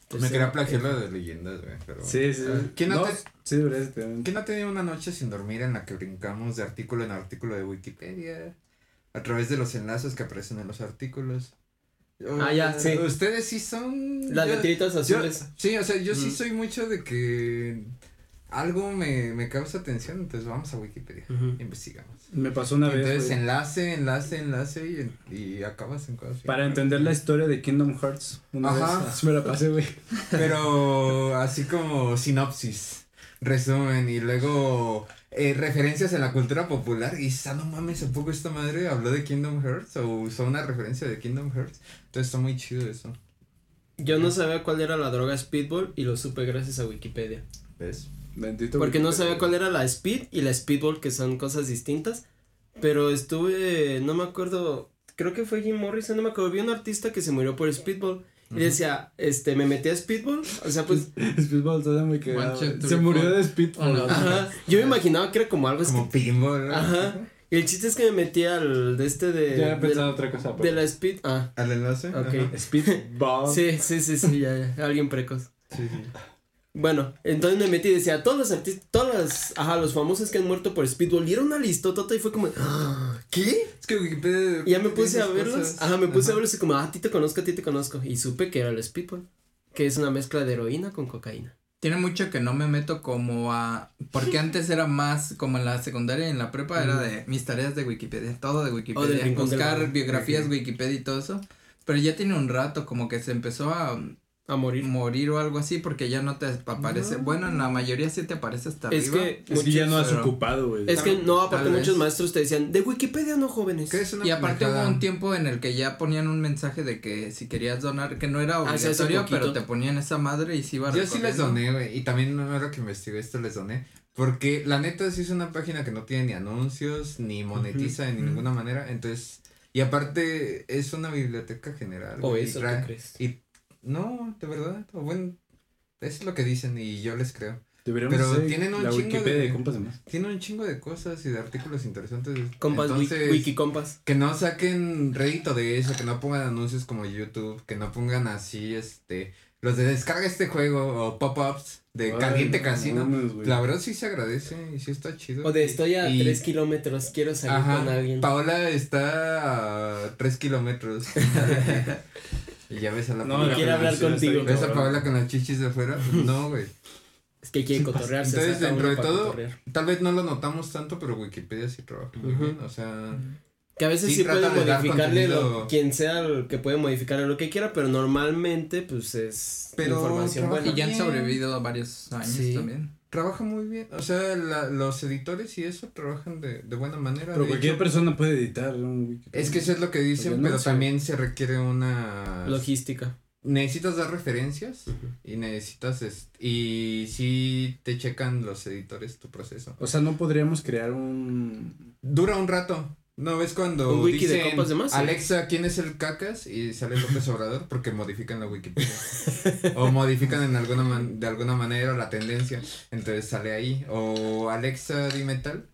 Speaker 3: pues Me
Speaker 4: Tercero
Speaker 3: quería
Speaker 4: F.
Speaker 3: plagiar lo de leyendas, güey, pero...
Speaker 1: Sí, sí. sí.
Speaker 3: ¿Quién no
Speaker 1: Dos,
Speaker 3: te-
Speaker 1: Sí, debería de tener un-
Speaker 3: ¿Quién ha tenido una noche sin dormir en la que brincamos de artículo en artículo de Wikipedia? A través de los enlaces que aparecen en los artículos.
Speaker 4: Ah, ya, sí.
Speaker 3: Ustedes sí son...
Speaker 4: Las
Speaker 3: yo-
Speaker 4: letritas
Speaker 3: yo-
Speaker 4: azules.
Speaker 3: sí, o sea, yo sí
Speaker 4: Ujú.
Speaker 3: soy mucho de que algo me, me causa atención, entonces vamos a Wikipedia.
Speaker 4: Ujú.
Speaker 3: Investigamos.
Speaker 1: Me pasó una vez.
Speaker 3: Entonces,
Speaker 1: güey,
Speaker 3: enlace, enlace, enlace y, en- y acabas en cosas.
Speaker 1: Para entender la historia de Kingdom Hearts, una
Speaker 3: Ajá.
Speaker 1: vez así me la pasé, güey.
Speaker 3: Pero así como sinopsis, resumen y luego eh, referencias en la cultura popular. Y sa, no mames, ¿a poco esta madre habló de Kingdom Hearts o usó una referencia de Kingdom Hearts? Entonces, está muy chido eso.
Speaker 4: Yo no sabía cuál era la droga Speedball y lo supe gracias a Wikipedia.
Speaker 3: ¿Ves?
Speaker 1: Bendito
Speaker 4: Porque no
Speaker 1: Wikipedia. [laughs]
Speaker 4: sabía cuál era la Speed y la Speedball, que son cosas distintas. Pero estuve, no me acuerdo, creo que fue Jim Morrison, no me acuerdo, vi un artista que se murió por Speedball. Y decía, este, me metí a Speedball, o
Speaker 1: [laughs]
Speaker 4: sea, pues,
Speaker 6: Speedball está muy cagado.
Speaker 2: One, two,
Speaker 6: Se
Speaker 2: three,
Speaker 6: murió
Speaker 2: four.
Speaker 6: de Speedball.
Speaker 2: Uno, dos.
Speaker 4: ajá, yo me imaginaba Pues que era como algo, es
Speaker 3: Como pinball. ¿no?
Speaker 4: Ajá. que- y el chiste es que me metí al, de este, de,
Speaker 6: Ya he
Speaker 4: de,
Speaker 6: pensado otra cosa.
Speaker 4: de
Speaker 6: pero-
Speaker 4: la Speed, ah,
Speaker 3: Al enlace.
Speaker 4: Ok.
Speaker 3: Ajá.
Speaker 6: Speedball.
Speaker 4: [laughs] sí, sí, sí, sí, ya, ya, alguien precoz.
Speaker 3: Sí, sí.
Speaker 4: Bueno, entonces me metí y decía, todos los artistas, todos los, ajá, los famosos que han muerto por Speedball, y era una listotota y fue como, [gasps] "Ah, ¿qué?
Speaker 3: Es que Wikipedia.
Speaker 4: Y ya me puse a
Speaker 3: esas
Speaker 4: verlos,
Speaker 3: cosas.
Speaker 4: ajá, me puse a verlos y como, ah, a ti te conozco, a ti te conozco, y supe que era el Speedball, que es una mezcla de heroína con cocaína.
Speaker 2: Tiene mucho que no me meto como a.
Speaker 4: [laughs]
Speaker 2: Porque antes era más como en la secundaria y en la prepa era de mis tareas de Wikipedia, todo de
Speaker 4: O Oh, del
Speaker 2: Wikipedia,
Speaker 4: rincón del
Speaker 2: buscar
Speaker 4: vago.
Speaker 2: biografías,
Speaker 3: Ujú.
Speaker 2: Wikipedia y todo eso. Pero ya tiene un rato, como que se empezó a um,
Speaker 4: A morir.
Speaker 2: morir o algo así, porque ya no te aparece. Bueno, en la mayoría sí te aparece hasta
Speaker 4: Es
Speaker 2: arriba.
Speaker 4: que,
Speaker 1: Es que ya
Speaker 4: muchos-
Speaker 1: no has
Speaker 2: pero-
Speaker 1: ocupado, güey.
Speaker 4: es que no, aparte
Speaker 2: Tal vez.
Speaker 4: muchos maestros te decían, de Wikipedia no jóvenes.
Speaker 3: ¿Qué es una
Speaker 2: Y aparte
Speaker 3: pendejada?
Speaker 2: hubo un tiempo en el que ya ponían un mensaje de que si querías donar, que no era
Speaker 4: Ah, sí, hace
Speaker 2: obligatorio, pero
Speaker 4: poquito.
Speaker 2: te ponían esa madre y si iba
Speaker 3: Yo sí les
Speaker 2: recorriendo.
Speaker 3: doné, güey. Y también no era que investigué esto, les doné. Porque la neta sí es una página que no tiene ni anuncios, ni monetiza de ninguna manera. Entonces, y aparte es una biblioteca general.
Speaker 4: O
Speaker 3: güey,
Speaker 4: eso,
Speaker 3: y tra-
Speaker 4: ¿qué crees?
Speaker 3: Y no, de verdad, o bueno, es lo que dicen y yo les creo.
Speaker 1: Deberíamos
Speaker 3: Pero
Speaker 1: hacer
Speaker 3: tienen un
Speaker 1: la
Speaker 3: chingo
Speaker 1: Wikipedia
Speaker 3: de-
Speaker 1: de compas de más.
Speaker 3: Tiene un chingo de cosas y de artículos interesantes.
Speaker 4: Compas, wiki-
Speaker 3: Entonces,
Speaker 4: Wikicompas.
Speaker 3: que no saquen rédito de eso, que no pongan anuncios como YouTube, que no pongan así, este, los de descarga este juego o pop-ups de
Speaker 1: Ay,
Speaker 3: caliente
Speaker 1: no
Speaker 3: casino.
Speaker 1: mames, güey.
Speaker 3: La verdad sí se agradece y sí está chido.
Speaker 4: O de estoy a
Speaker 3: Y-
Speaker 4: tres kilómetros, quiero salir
Speaker 3: Ajá,
Speaker 4: con alguien.
Speaker 3: Paola está a
Speaker 4: [laughs]
Speaker 3: tres kilómetros. y ya ves a la
Speaker 1: No,
Speaker 3: Paola.
Speaker 1: la
Speaker 4: Quiere hablar
Speaker 1: pronunciación está
Speaker 4: contigo.
Speaker 1: bien
Speaker 3: ¿Ves a
Speaker 1: cabrón.
Speaker 3: Paola con las chichis de afuera? Pues no, güey.
Speaker 4: Es que quiere cotorrearse.
Speaker 3: Entonces,
Speaker 4: saca
Speaker 3: dentro
Speaker 4: uno
Speaker 3: de
Speaker 4: para
Speaker 3: todo-
Speaker 4: cotorrear.
Speaker 3: Tal vez no lo notamos tanto, pero Wikipedia sí trabaja muy
Speaker 4: Ujú.
Speaker 3: bien. O sea,
Speaker 4: Que a veces sí,
Speaker 3: Sí,
Speaker 4: puede
Speaker 3: trata de dar
Speaker 4: modificarle lo,
Speaker 3: contenido.
Speaker 4: quien sea el que puede modificarle lo que quiera, pero normalmente pues es
Speaker 3: Pero
Speaker 4: información
Speaker 3: trabaja
Speaker 2: Y
Speaker 4: buena.
Speaker 2: ya han
Speaker 3: También.
Speaker 2: sobrevivido a varios años
Speaker 4: Sí.
Speaker 2: también.
Speaker 3: trabaja muy bien. O sea, la- los editores y eso trabajan de, de buena manera.
Speaker 1: Pero
Speaker 3: De
Speaker 1: cualquier
Speaker 3: hecho,
Speaker 1: persona puede editar un Wikipedia.
Speaker 3: es que eso es lo que
Speaker 1: Oye,
Speaker 3: dicen,
Speaker 1: no
Speaker 3: pero
Speaker 1: sé.
Speaker 3: también se requiere una...
Speaker 4: Logística.
Speaker 3: necesitas dar referencias y necesitas est- y sí te checan los editores tu proceso.
Speaker 1: O sea, no podríamos crear un.
Speaker 3: Dura un rato. ¿No ves cuando
Speaker 4: Un wiki de
Speaker 3: dicen,
Speaker 4: compas de más, ¿eh?
Speaker 3: Alexa, ¿quién es el cacas? Y sale López Obrador porque modifican la Wikipedia. o modifican en alguna man- de alguna manera la tendencia. Entonces sale ahí. O Alexa, dime tal.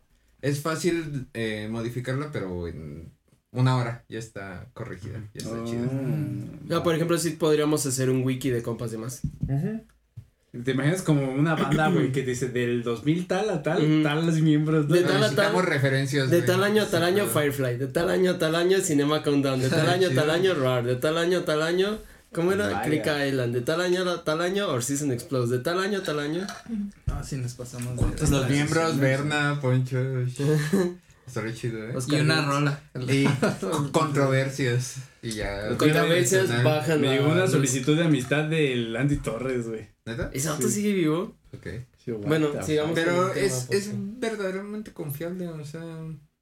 Speaker 3: Es fácil eh, modificarla, pero en una hora ya está corregida. Ya está
Speaker 4: Ah.
Speaker 1: Oh.
Speaker 3: chida.
Speaker 4: No, por ejemplo, sí podríamos hacer un wiki de compas de más.
Speaker 1: ¿Te imaginas como una banda, güey, que dice del 2000 tal a tal,
Speaker 4: Ujú.
Speaker 1: tal los miembros? ¿no?
Speaker 4: De
Speaker 3: No,
Speaker 4: tal a
Speaker 3: necesitamos
Speaker 4: tal-
Speaker 3: referencias.
Speaker 4: De
Speaker 3: güey.
Speaker 4: tal año a tal año
Speaker 3: Sí,
Speaker 4: Firefly, de tal año a tal año Cinema Countdown, de tal año a tal año Roar, de tal año a tal año ¿Cómo era?
Speaker 1: Vaya.
Speaker 4: Click Island, de tal año a tal año Or Season Explodes, de tal año a tal año.
Speaker 2: No, sí nos pasamos.
Speaker 1: ¿Cuántos
Speaker 2: de-
Speaker 3: Los miembros, Berna, Poncho.
Speaker 4: [laughs]
Speaker 3: Estaría chido, ¿eh?
Speaker 4: Oscar
Speaker 2: Y una
Speaker 4: Wilde.
Speaker 2: rola.
Speaker 4: [laughs]
Speaker 3: Y controversias. Y ya.
Speaker 4: Controversias
Speaker 3: Nacional.
Speaker 4: bajan.
Speaker 1: Me
Speaker 4: a
Speaker 1: llegó una
Speaker 4: los-
Speaker 1: solicitud de amistad del Andy Torres, güey.
Speaker 3: ¿Neta?
Speaker 4: ¿Ese vato
Speaker 1: Sí.
Speaker 4: sigue vivo?
Speaker 3: Ok.
Speaker 1: Sí, what
Speaker 4: Bueno,
Speaker 1: the
Speaker 4: sigamos.
Speaker 3: Pero
Speaker 4: con el tema,
Speaker 3: es,
Speaker 4: por
Speaker 3: es
Speaker 4: favor.
Speaker 3: verdaderamente confiable, o sea.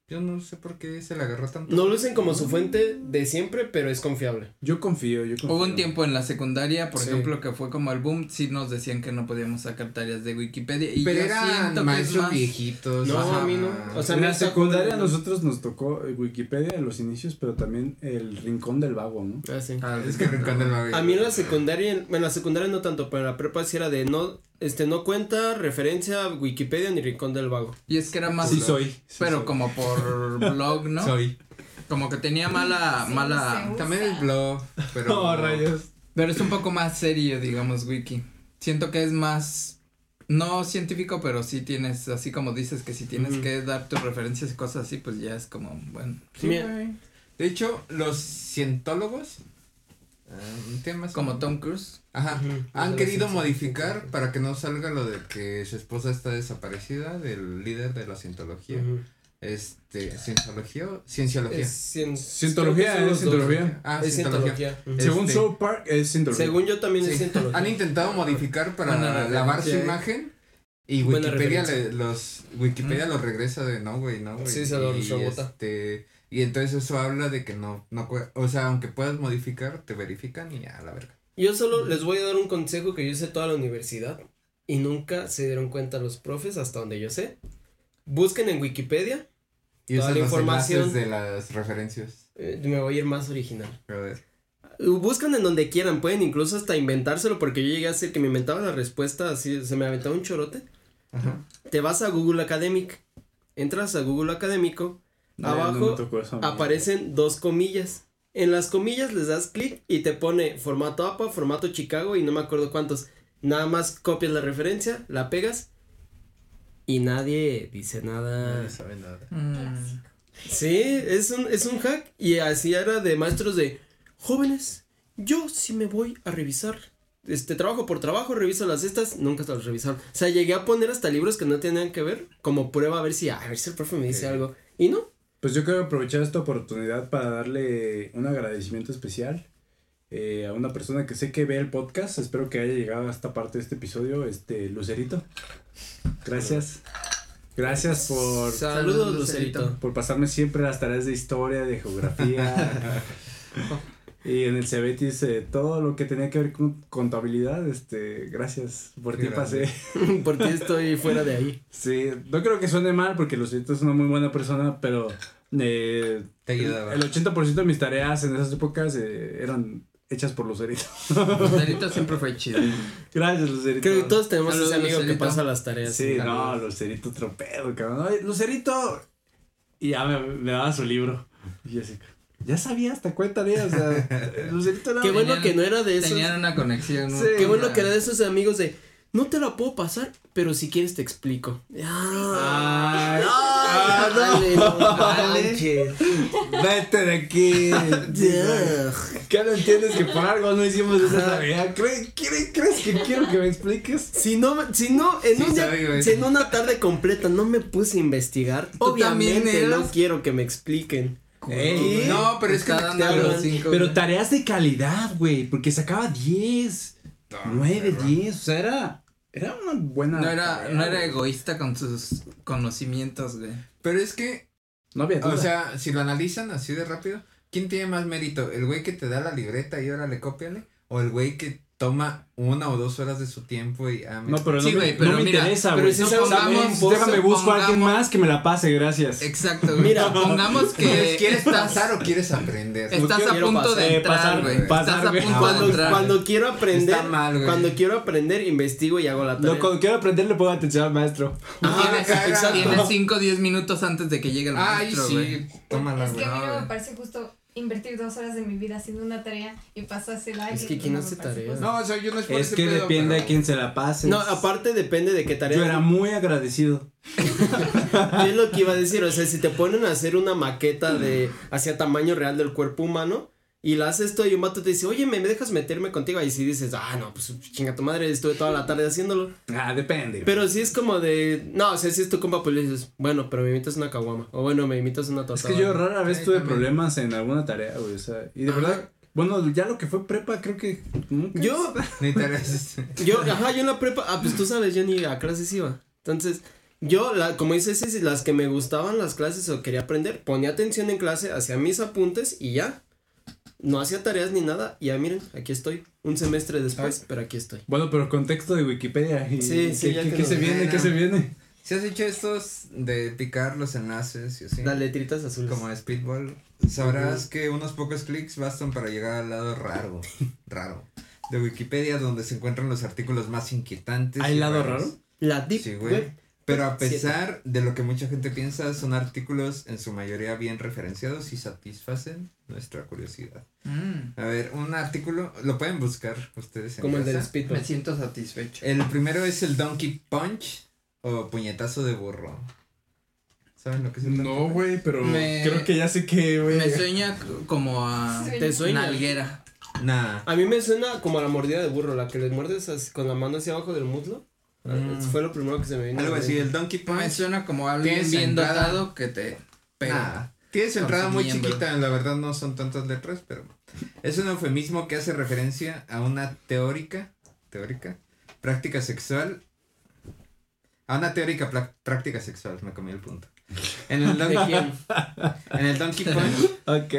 Speaker 3: Yo no sé por qué se le agarró tanto.
Speaker 4: No lo usen como su fuente de siempre, pero es confiable.
Speaker 1: fuck. Yo confío, yo confío.
Speaker 2: Hubo un tiempo en la secundaria, por
Speaker 3: Sí.
Speaker 2: ejemplo, que fue como el boom, sí nos decían que no podíamos sacar tareas de Wikipedia. Y
Speaker 3: Pero
Speaker 2: yo
Speaker 3: eran
Speaker 2: siento que es
Speaker 3: maestros
Speaker 2: más.
Speaker 3: viejitos.
Speaker 4: No,
Speaker 3: ajá.
Speaker 4: a mí no. O sea,
Speaker 1: en
Speaker 4: no
Speaker 1: la
Speaker 4: está
Speaker 1: secundaria a
Speaker 4: joven.
Speaker 1: nosotros nos tocó eh, Wikipedia en los inicios, pero también el Rincón del Vago, ¿no?
Speaker 4: Ah, sí.
Speaker 2: Ah,
Speaker 3: es que Rincón del Vago.
Speaker 4: A mí en la secundaria, en la secundaria no tanto, pero en la prepa sí era de no, este, no cuenta referencia a Wikipedia ni Rincón del Vago.
Speaker 2: Y es que era
Speaker 4: Ah,
Speaker 2: más.
Speaker 1: Sí, soy. sí
Speaker 2: pero
Speaker 1: soy.
Speaker 2: como
Speaker 1: [laughs]
Speaker 2: por blog, ¿no?
Speaker 3: Soy.
Speaker 2: Como que tenía mala,
Speaker 5: Sí,
Speaker 2: mala.
Speaker 5: sí.
Speaker 3: También el blog, pero.
Speaker 4: [laughs] Oh,
Speaker 1: No, rayos.
Speaker 2: Pero es un poco más serio, digamos, Wiki. Siento que es más. No científico, pero sí tienes, así como dices que si tienes
Speaker 4: Ujú.
Speaker 2: que dar tus referencias y cosas así, pues ya es como, bueno.
Speaker 3: Sí,
Speaker 4: Mira.
Speaker 3: güey. De hecho, los cientólogos. eh, temas
Speaker 2: Como Tom Cruise.
Speaker 3: Ajá.
Speaker 4: Ujú.
Speaker 3: Han querido modificar para que no salga lo de que su esposa está desaparecida del líder de la cientología. Este, cientología o cienciología.
Speaker 4: Es cien-
Speaker 1: Cientología,
Speaker 4: creo que
Speaker 1: es
Speaker 4: son los dos.
Speaker 1: cientología.
Speaker 3: Ah,
Speaker 4: Es
Speaker 3: cientología.
Speaker 4: cientología.
Speaker 3: Este,
Speaker 1: Según South Park, es cientología.
Speaker 4: Según yo también es
Speaker 3: sí.
Speaker 4: cientología.
Speaker 3: Han intentado modificar para
Speaker 2: Buena referencia,
Speaker 3: lavar su
Speaker 2: eh.
Speaker 3: imagen. Y
Speaker 4: Buena
Speaker 3: Wikipedia
Speaker 4: referencia.
Speaker 3: le- los Wikipedia los regresa de no, güey, no, güey.
Speaker 4: Sí, se los
Speaker 3: y,
Speaker 4: rebota.
Speaker 3: este, y entonces eso habla de que no, no cue- o sea, aunque puedas modificar, te verifican y a la verga.
Speaker 4: Yo solo les voy a dar un consejo que yo sé toda la universidad y nunca se dieron cuenta los profes hasta donde yo sé. Busquen en Wikipedia,
Speaker 3: Y
Speaker 4: Toda
Speaker 3: usan
Speaker 4: la
Speaker 3: los
Speaker 4: información.
Speaker 3: enlaces de las referencias.
Speaker 4: eh, me voy a ir más original.
Speaker 3: Joder.
Speaker 4: Buscan en donde quieran, pueden incluso hasta inventárselo porque yo llegué a hacer que me inventaba la respuesta así, se me aventaba un chorote.
Speaker 3: Ajá.
Speaker 4: Te vas a Google Academic, entras a Google Académico,
Speaker 1: No,
Speaker 4: Abajo
Speaker 1: no me tocó eso a mí.
Speaker 4: aparecen dos comillas. En las comillas les das clic y te pone formato APA, formato Chicago y no me acuerdo cuántos. Nada más copias la referencia, la pegas y nadie dice nada.
Speaker 3: Nadie sabe nada.
Speaker 2: Mm.
Speaker 5: Clásico.
Speaker 4: Sí, es un, es un hack y así era de maestros de jóvenes. Yo sí me voy a revisar. Este trabajo por trabajo, reviso las estas, nunca se las revisaron. O sea, llegué a poner hasta libros que no tenían que ver como prueba a ver si, "Ah, a ver si el profe me dice
Speaker 3: Ok.
Speaker 4: algo. Y no, [laughs]
Speaker 1: Pues yo quiero aprovechar esta oportunidad para darle un agradecimiento especial eh, a una persona que sé que ve el podcast. Espero que haya llegado a esta parte de este episodio, este Lucerito. Gracias. Gracias por,
Speaker 4: Saludos,
Speaker 2: Saludos,
Speaker 4: Lucerito.
Speaker 2: Lucerito.
Speaker 1: por pasarme siempre las tareas de historia, de
Speaker 3: [laughs]
Speaker 1: geografía. y en el Cebetis, eh, todo lo que tenía que ver con contabilidad, este, gracias. Por
Speaker 3: Qué
Speaker 1: ti
Speaker 3: grande.
Speaker 1: pasé.
Speaker 4: ¿Por qué estoy fuera de ahí?
Speaker 1: Sí, no creo que suene mal porque Lucerito es una muy buena persona, pero... eh,
Speaker 3: Te
Speaker 1: el
Speaker 3: ayudaba.
Speaker 1: el 80% de mis tareas en esas épocas eh, eran hechas por Lucerito. [laughs]
Speaker 2: Lucerito siempre fue chido.
Speaker 1: Gracias, Lucerito.
Speaker 4: Creo que todos tenemos
Speaker 2: Saludos,
Speaker 4: ese amigo que
Speaker 2: Lucerito.
Speaker 4: pasa las tareas.
Speaker 1: Sí, no,
Speaker 2: Saludos.
Speaker 1: Lucerito tropedo, cabrón. Ay, Lucerito. Y ya me, me daba su libro. Y yo así, ya sabía hasta cuál tarea, o
Speaker 4: [laughs]
Speaker 1: sea, Lucerito era...
Speaker 4: Qué bueno
Speaker 2: Tenían-
Speaker 4: que no era de esos.
Speaker 2: Tenían una conexión.
Speaker 1: Sí,
Speaker 2: una-
Speaker 4: Qué bueno que era de esos amigos de no te la puedo pasar, pero si quieres te explico. Ah,
Speaker 1: Ay,
Speaker 4: [laughs] ah, dale, no manches.
Speaker 1: vete de aquí.
Speaker 4: Ugh.
Speaker 1: ¿Qué no entiendes que por algo no hicimos esa tarea? ¿Crees, crees, crees que quiero que me expliques?
Speaker 4: Si no, me- si no, en,
Speaker 3: Sí,
Speaker 4: un día-
Speaker 3: sabe, güey.
Speaker 4: si en una tarde completa no me puse a investigar,
Speaker 2: ¿Tú
Speaker 4: obviamente
Speaker 2: también
Speaker 4: no
Speaker 2: eras?
Speaker 4: quiero que me expliquen.
Speaker 1: Ey,
Speaker 2: no, pero es que
Speaker 4: Está
Speaker 2: dando
Speaker 4: dando-
Speaker 2: los cinco.
Speaker 1: Pero tareas de calidad, güey, porque sacaba 10.
Speaker 3: No,
Speaker 1: 9,
Speaker 3: perro.
Speaker 1: 10, o sea, era, era una buena.
Speaker 2: no era,
Speaker 1: tarea,
Speaker 2: no era
Speaker 1: güey.
Speaker 2: egoísta con sus conocimientos, güey.
Speaker 3: Pero es que,
Speaker 1: No había duda.
Speaker 3: o sea, si lo analizan así de rápido, ¿quién tiene más mérito? ¿El güey que te da la libreta y ahora le cópiale? ¿O el güey que toma una o dos horas de su tiempo y... ah, mira,
Speaker 1: no, pero
Speaker 2: Sí,
Speaker 1: no me,
Speaker 2: güey, pero
Speaker 1: no me
Speaker 2: mira,
Speaker 1: interesa,
Speaker 4: pero
Speaker 1: güey.
Speaker 4: si
Speaker 1: No,
Speaker 4: sabes-
Speaker 1: ¿sabes?
Speaker 4: pongamos-
Speaker 1: déjame busco a alguien
Speaker 2: pongamos-
Speaker 1: más que me la pase, gracias.
Speaker 2: Exacto, güey.
Speaker 1: [laughs]
Speaker 4: Mira.
Speaker 2: pongamos que
Speaker 3: [laughs] ¿Quieres, quieres
Speaker 2: estás,
Speaker 3: pasar o quieres aprender?
Speaker 4: No
Speaker 2: estás a
Speaker 4: quiero
Speaker 2: punto
Speaker 4: pasar,
Speaker 2: de
Speaker 1: eh, pasar,
Speaker 2: entrar, güey.
Speaker 1: pasar,
Speaker 2: Estás a
Speaker 1: güey.
Speaker 2: punto de
Speaker 4: Cuando,
Speaker 2: entrar.
Speaker 4: cuando quiero aprender,
Speaker 3: Está mal, güey.
Speaker 4: cuando quiero aprender, investigo y hago la tarea.
Speaker 1: No, cuando quiero aprender le pongo atención al maestro.
Speaker 4: Ah,
Speaker 2: tienes,
Speaker 3: exacto.
Speaker 2: tienes 5 o 10 minutos antes de que llegue el
Speaker 3: Ay,
Speaker 2: maestro, güey.
Speaker 3: sí, tómala,
Speaker 5: Es que a
Speaker 3: güey.
Speaker 5: mí
Speaker 2: no,
Speaker 5: no me
Speaker 2: güey.
Speaker 5: parece justo invertir dos horas de mi vida haciendo una tarea y pasársela a
Speaker 4: Es
Speaker 5: alguien.
Speaker 4: que ¿quién
Speaker 5: No me
Speaker 4: hace
Speaker 5: parece
Speaker 4: tareas?
Speaker 5: justo.
Speaker 3: No, o sea, yo no es por
Speaker 1: Es
Speaker 3: ese
Speaker 1: que
Speaker 3: pedo,
Speaker 1: depende
Speaker 3: pero- [laughs]
Speaker 1: de quién se la pase.
Speaker 4: No, aparte depende de qué tarea.
Speaker 1: Yo era muy agradecido.
Speaker 4: Yo es lo que iba a decir, o sea, si te ponen a hacer una maqueta de hacia tamaño real del cuerpo humano y la haces tú y un vato te dice, oye, ¿me dejas meterme contigo? Y si dices, ah, no, pues chinga tu madre, estuve toda la tarde haciéndolo.
Speaker 1: Ah, depende. güey.
Speaker 4: Pero si es como de, no, o sea, si es tu compa, pues le dices, bueno, pero me invitas una caguama, o bueno, me invitas una
Speaker 1: es
Speaker 4: tostada.
Speaker 1: que yo rara vez
Speaker 3: Sí,
Speaker 1: tuve
Speaker 3: también.
Speaker 1: problemas en alguna tarea, güey. O sea, y de
Speaker 4: Ajá.
Speaker 1: verdad, bueno, ya lo que fue prepa, creo que. nunca-
Speaker 4: Yo,
Speaker 3: Ni te haces-
Speaker 4: yo, ajá, yo en la prepa, ah, pues tú sabes, yo ni a clases iba. Entonces, yo, la, como dices, Ceci, las que me gustaban las clases o quería aprender, ponía atención en clase, hacía mis apuntes y ya. No hacía tareas ni nada, y ya miren, aquí estoy, un semestre
Speaker 3: Ah.
Speaker 4: después, pero aquí estoy.
Speaker 1: Bueno, pero contexto de Wikipedia. Y
Speaker 4: Sí,
Speaker 1: ¿qué-
Speaker 4: sí, ya
Speaker 1: ¿Qué,
Speaker 4: que
Speaker 1: qué
Speaker 4: lo-
Speaker 1: se viene? ¿Qué se viene?
Speaker 3: Si has hecho estos de picar los enlaces y así,
Speaker 4: Las letritas azules.
Speaker 3: como de speedball, sabrás que unos pocos clics bastan para llegar al lado raro, raro, de Wikipedia donde se encuentran los artículos más inquietantes.
Speaker 1: ¿Hay
Speaker 3: y
Speaker 1: lado
Speaker 3: raros.
Speaker 1: raro?
Speaker 4: La deep
Speaker 3: Sí,
Speaker 4: web.
Speaker 3: güey. Pero a
Speaker 4: Siete.
Speaker 3: pesar de lo que mucha gente piensa, son artículos en su mayoría bien referenciados y satisfacen nuestra curiosidad.
Speaker 2: Mm,
Speaker 3: A ver, un artículo, lo pueden buscar ustedes en
Speaker 4: Como el del
Speaker 3: casa.
Speaker 2: me
Speaker 4: speedball.
Speaker 2: siento satisfecho.
Speaker 3: El primero es el Donkey Punch o puñetazo de burro. ¿Saben lo que es el Donkey Punch?
Speaker 1: güey, pero
Speaker 2: Me-
Speaker 1: creo que ya sé que, güey.
Speaker 2: Me sueña c- como a
Speaker 5: Sí.
Speaker 4: ¿Te suena?
Speaker 2: nalguera.
Speaker 3: Nah.
Speaker 4: A mí me suena como a la mordida de burro, la que le muerdes así con la mano hacia abajo del muslo. Ah,
Speaker 3: Mm.
Speaker 4: Fue lo primero que se me vino. a
Speaker 3: Algo
Speaker 4: la
Speaker 3: así,
Speaker 4: mente.
Speaker 3: el Donkey
Speaker 2: Me
Speaker 3: Punch.
Speaker 2: suena como a alguien
Speaker 3: Tienes
Speaker 2: bien
Speaker 3: entrada.
Speaker 2: dotado que te pega.
Speaker 3: Nah. Tiene su
Speaker 2: Con
Speaker 3: entrada
Speaker 2: su
Speaker 3: muy
Speaker 2: miembro.
Speaker 3: chiquita, la verdad no son tantas letras, pero es un eufemismo que hace referencia a una teórica, teórica, práctica sexual, a una teórica pla- práctica sexual, me comí el punto. En el
Speaker 2: [laughs]
Speaker 4: ¿De
Speaker 3: Donkey,
Speaker 4: quién?
Speaker 3: en el Donkey Punch
Speaker 1: Ok.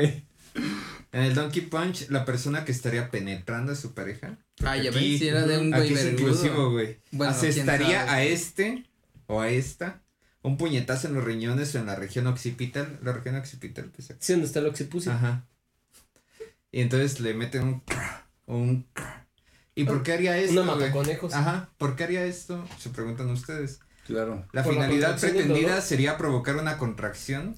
Speaker 3: En el Donkey Punch, la persona que estaría penetrando a su pareja.
Speaker 2: Ah, ya
Speaker 3: aquí-
Speaker 2: ven, si era de un güey
Speaker 3: Aquí es inclusivo,
Speaker 2: vergudo.
Speaker 3: güey.
Speaker 2: Bueno, quién
Speaker 3: Asestaría
Speaker 2: sabe.
Speaker 3: a este o a esta un puñetazo en los riñones o en la región occipital. La región occipital, que se-
Speaker 4: Sí, donde está el occipucio.
Speaker 3: Ajá. Y entonces le meten un. cra- un cra- ¿Y por qué haría esto?
Speaker 4: Una
Speaker 3: güey?
Speaker 4: mataconejos.
Speaker 3: Ajá. ¿Por qué haría esto? Se preguntan ustedes.
Speaker 1: Claro.
Speaker 3: La
Speaker 4: Por la
Speaker 3: finalidad
Speaker 4: contracción del
Speaker 3: pretendida
Speaker 4: dolor.
Speaker 3: sería provocar una contracción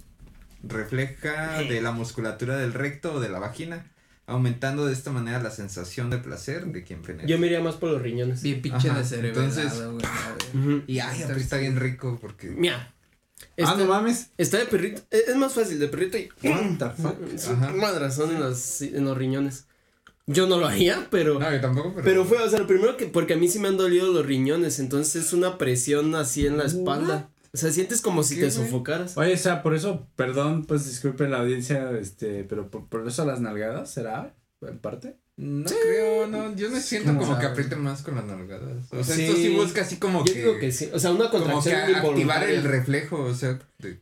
Speaker 3: refleja de la musculatura del recto o de la vagina, aumentando de esta manera la sensación de placer de quien penetra.
Speaker 4: Yo me iría más por los riñones.
Speaker 2: Bien pinche
Speaker 3: Ajá,
Speaker 2: de cerebro.
Speaker 3: entonces-
Speaker 2: güey. a ver.
Speaker 4: Ujú.
Speaker 3: Y ay, aparte está bien rico porque.
Speaker 4: Mira. este,
Speaker 6: Ah,
Speaker 4: Está,
Speaker 6: no mames.
Speaker 4: está de perrito. Es, es más fácil de perrito y.
Speaker 6: What the fuck?
Speaker 3: Ajá.
Speaker 4: Madrazón en, las- en los riñones. Yo no lo haría, pero.
Speaker 3: No, yo tampoco, Ah, pero.
Speaker 4: Pero fue, o sea, lo primero que, porque a mí sí me han dolido los riñones, entonces es una presión así en la espalda. O sea, sientes como si te
Speaker 3: ¿Qué, güey?
Speaker 4: sofocaras.
Speaker 1: Oye, o sea, por eso, perdón, pues disculpe la audiencia, este, pero por, por eso las nalgadas, ¿será? En parte.
Speaker 3: No creo, no. Yo me siento
Speaker 2: ¿Cómo
Speaker 3: como que
Speaker 2: sabe?
Speaker 3: apriete más con las nalgadas. O sea,
Speaker 4: Sí.
Speaker 3: esto sí busca así como
Speaker 4: Yo
Speaker 3: que.
Speaker 4: digo que sí, o sea, una
Speaker 3: Como que
Speaker 4: contracción
Speaker 3: activar
Speaker 4: involuntaria.
Speaker 3: el reflejo, o sea, de-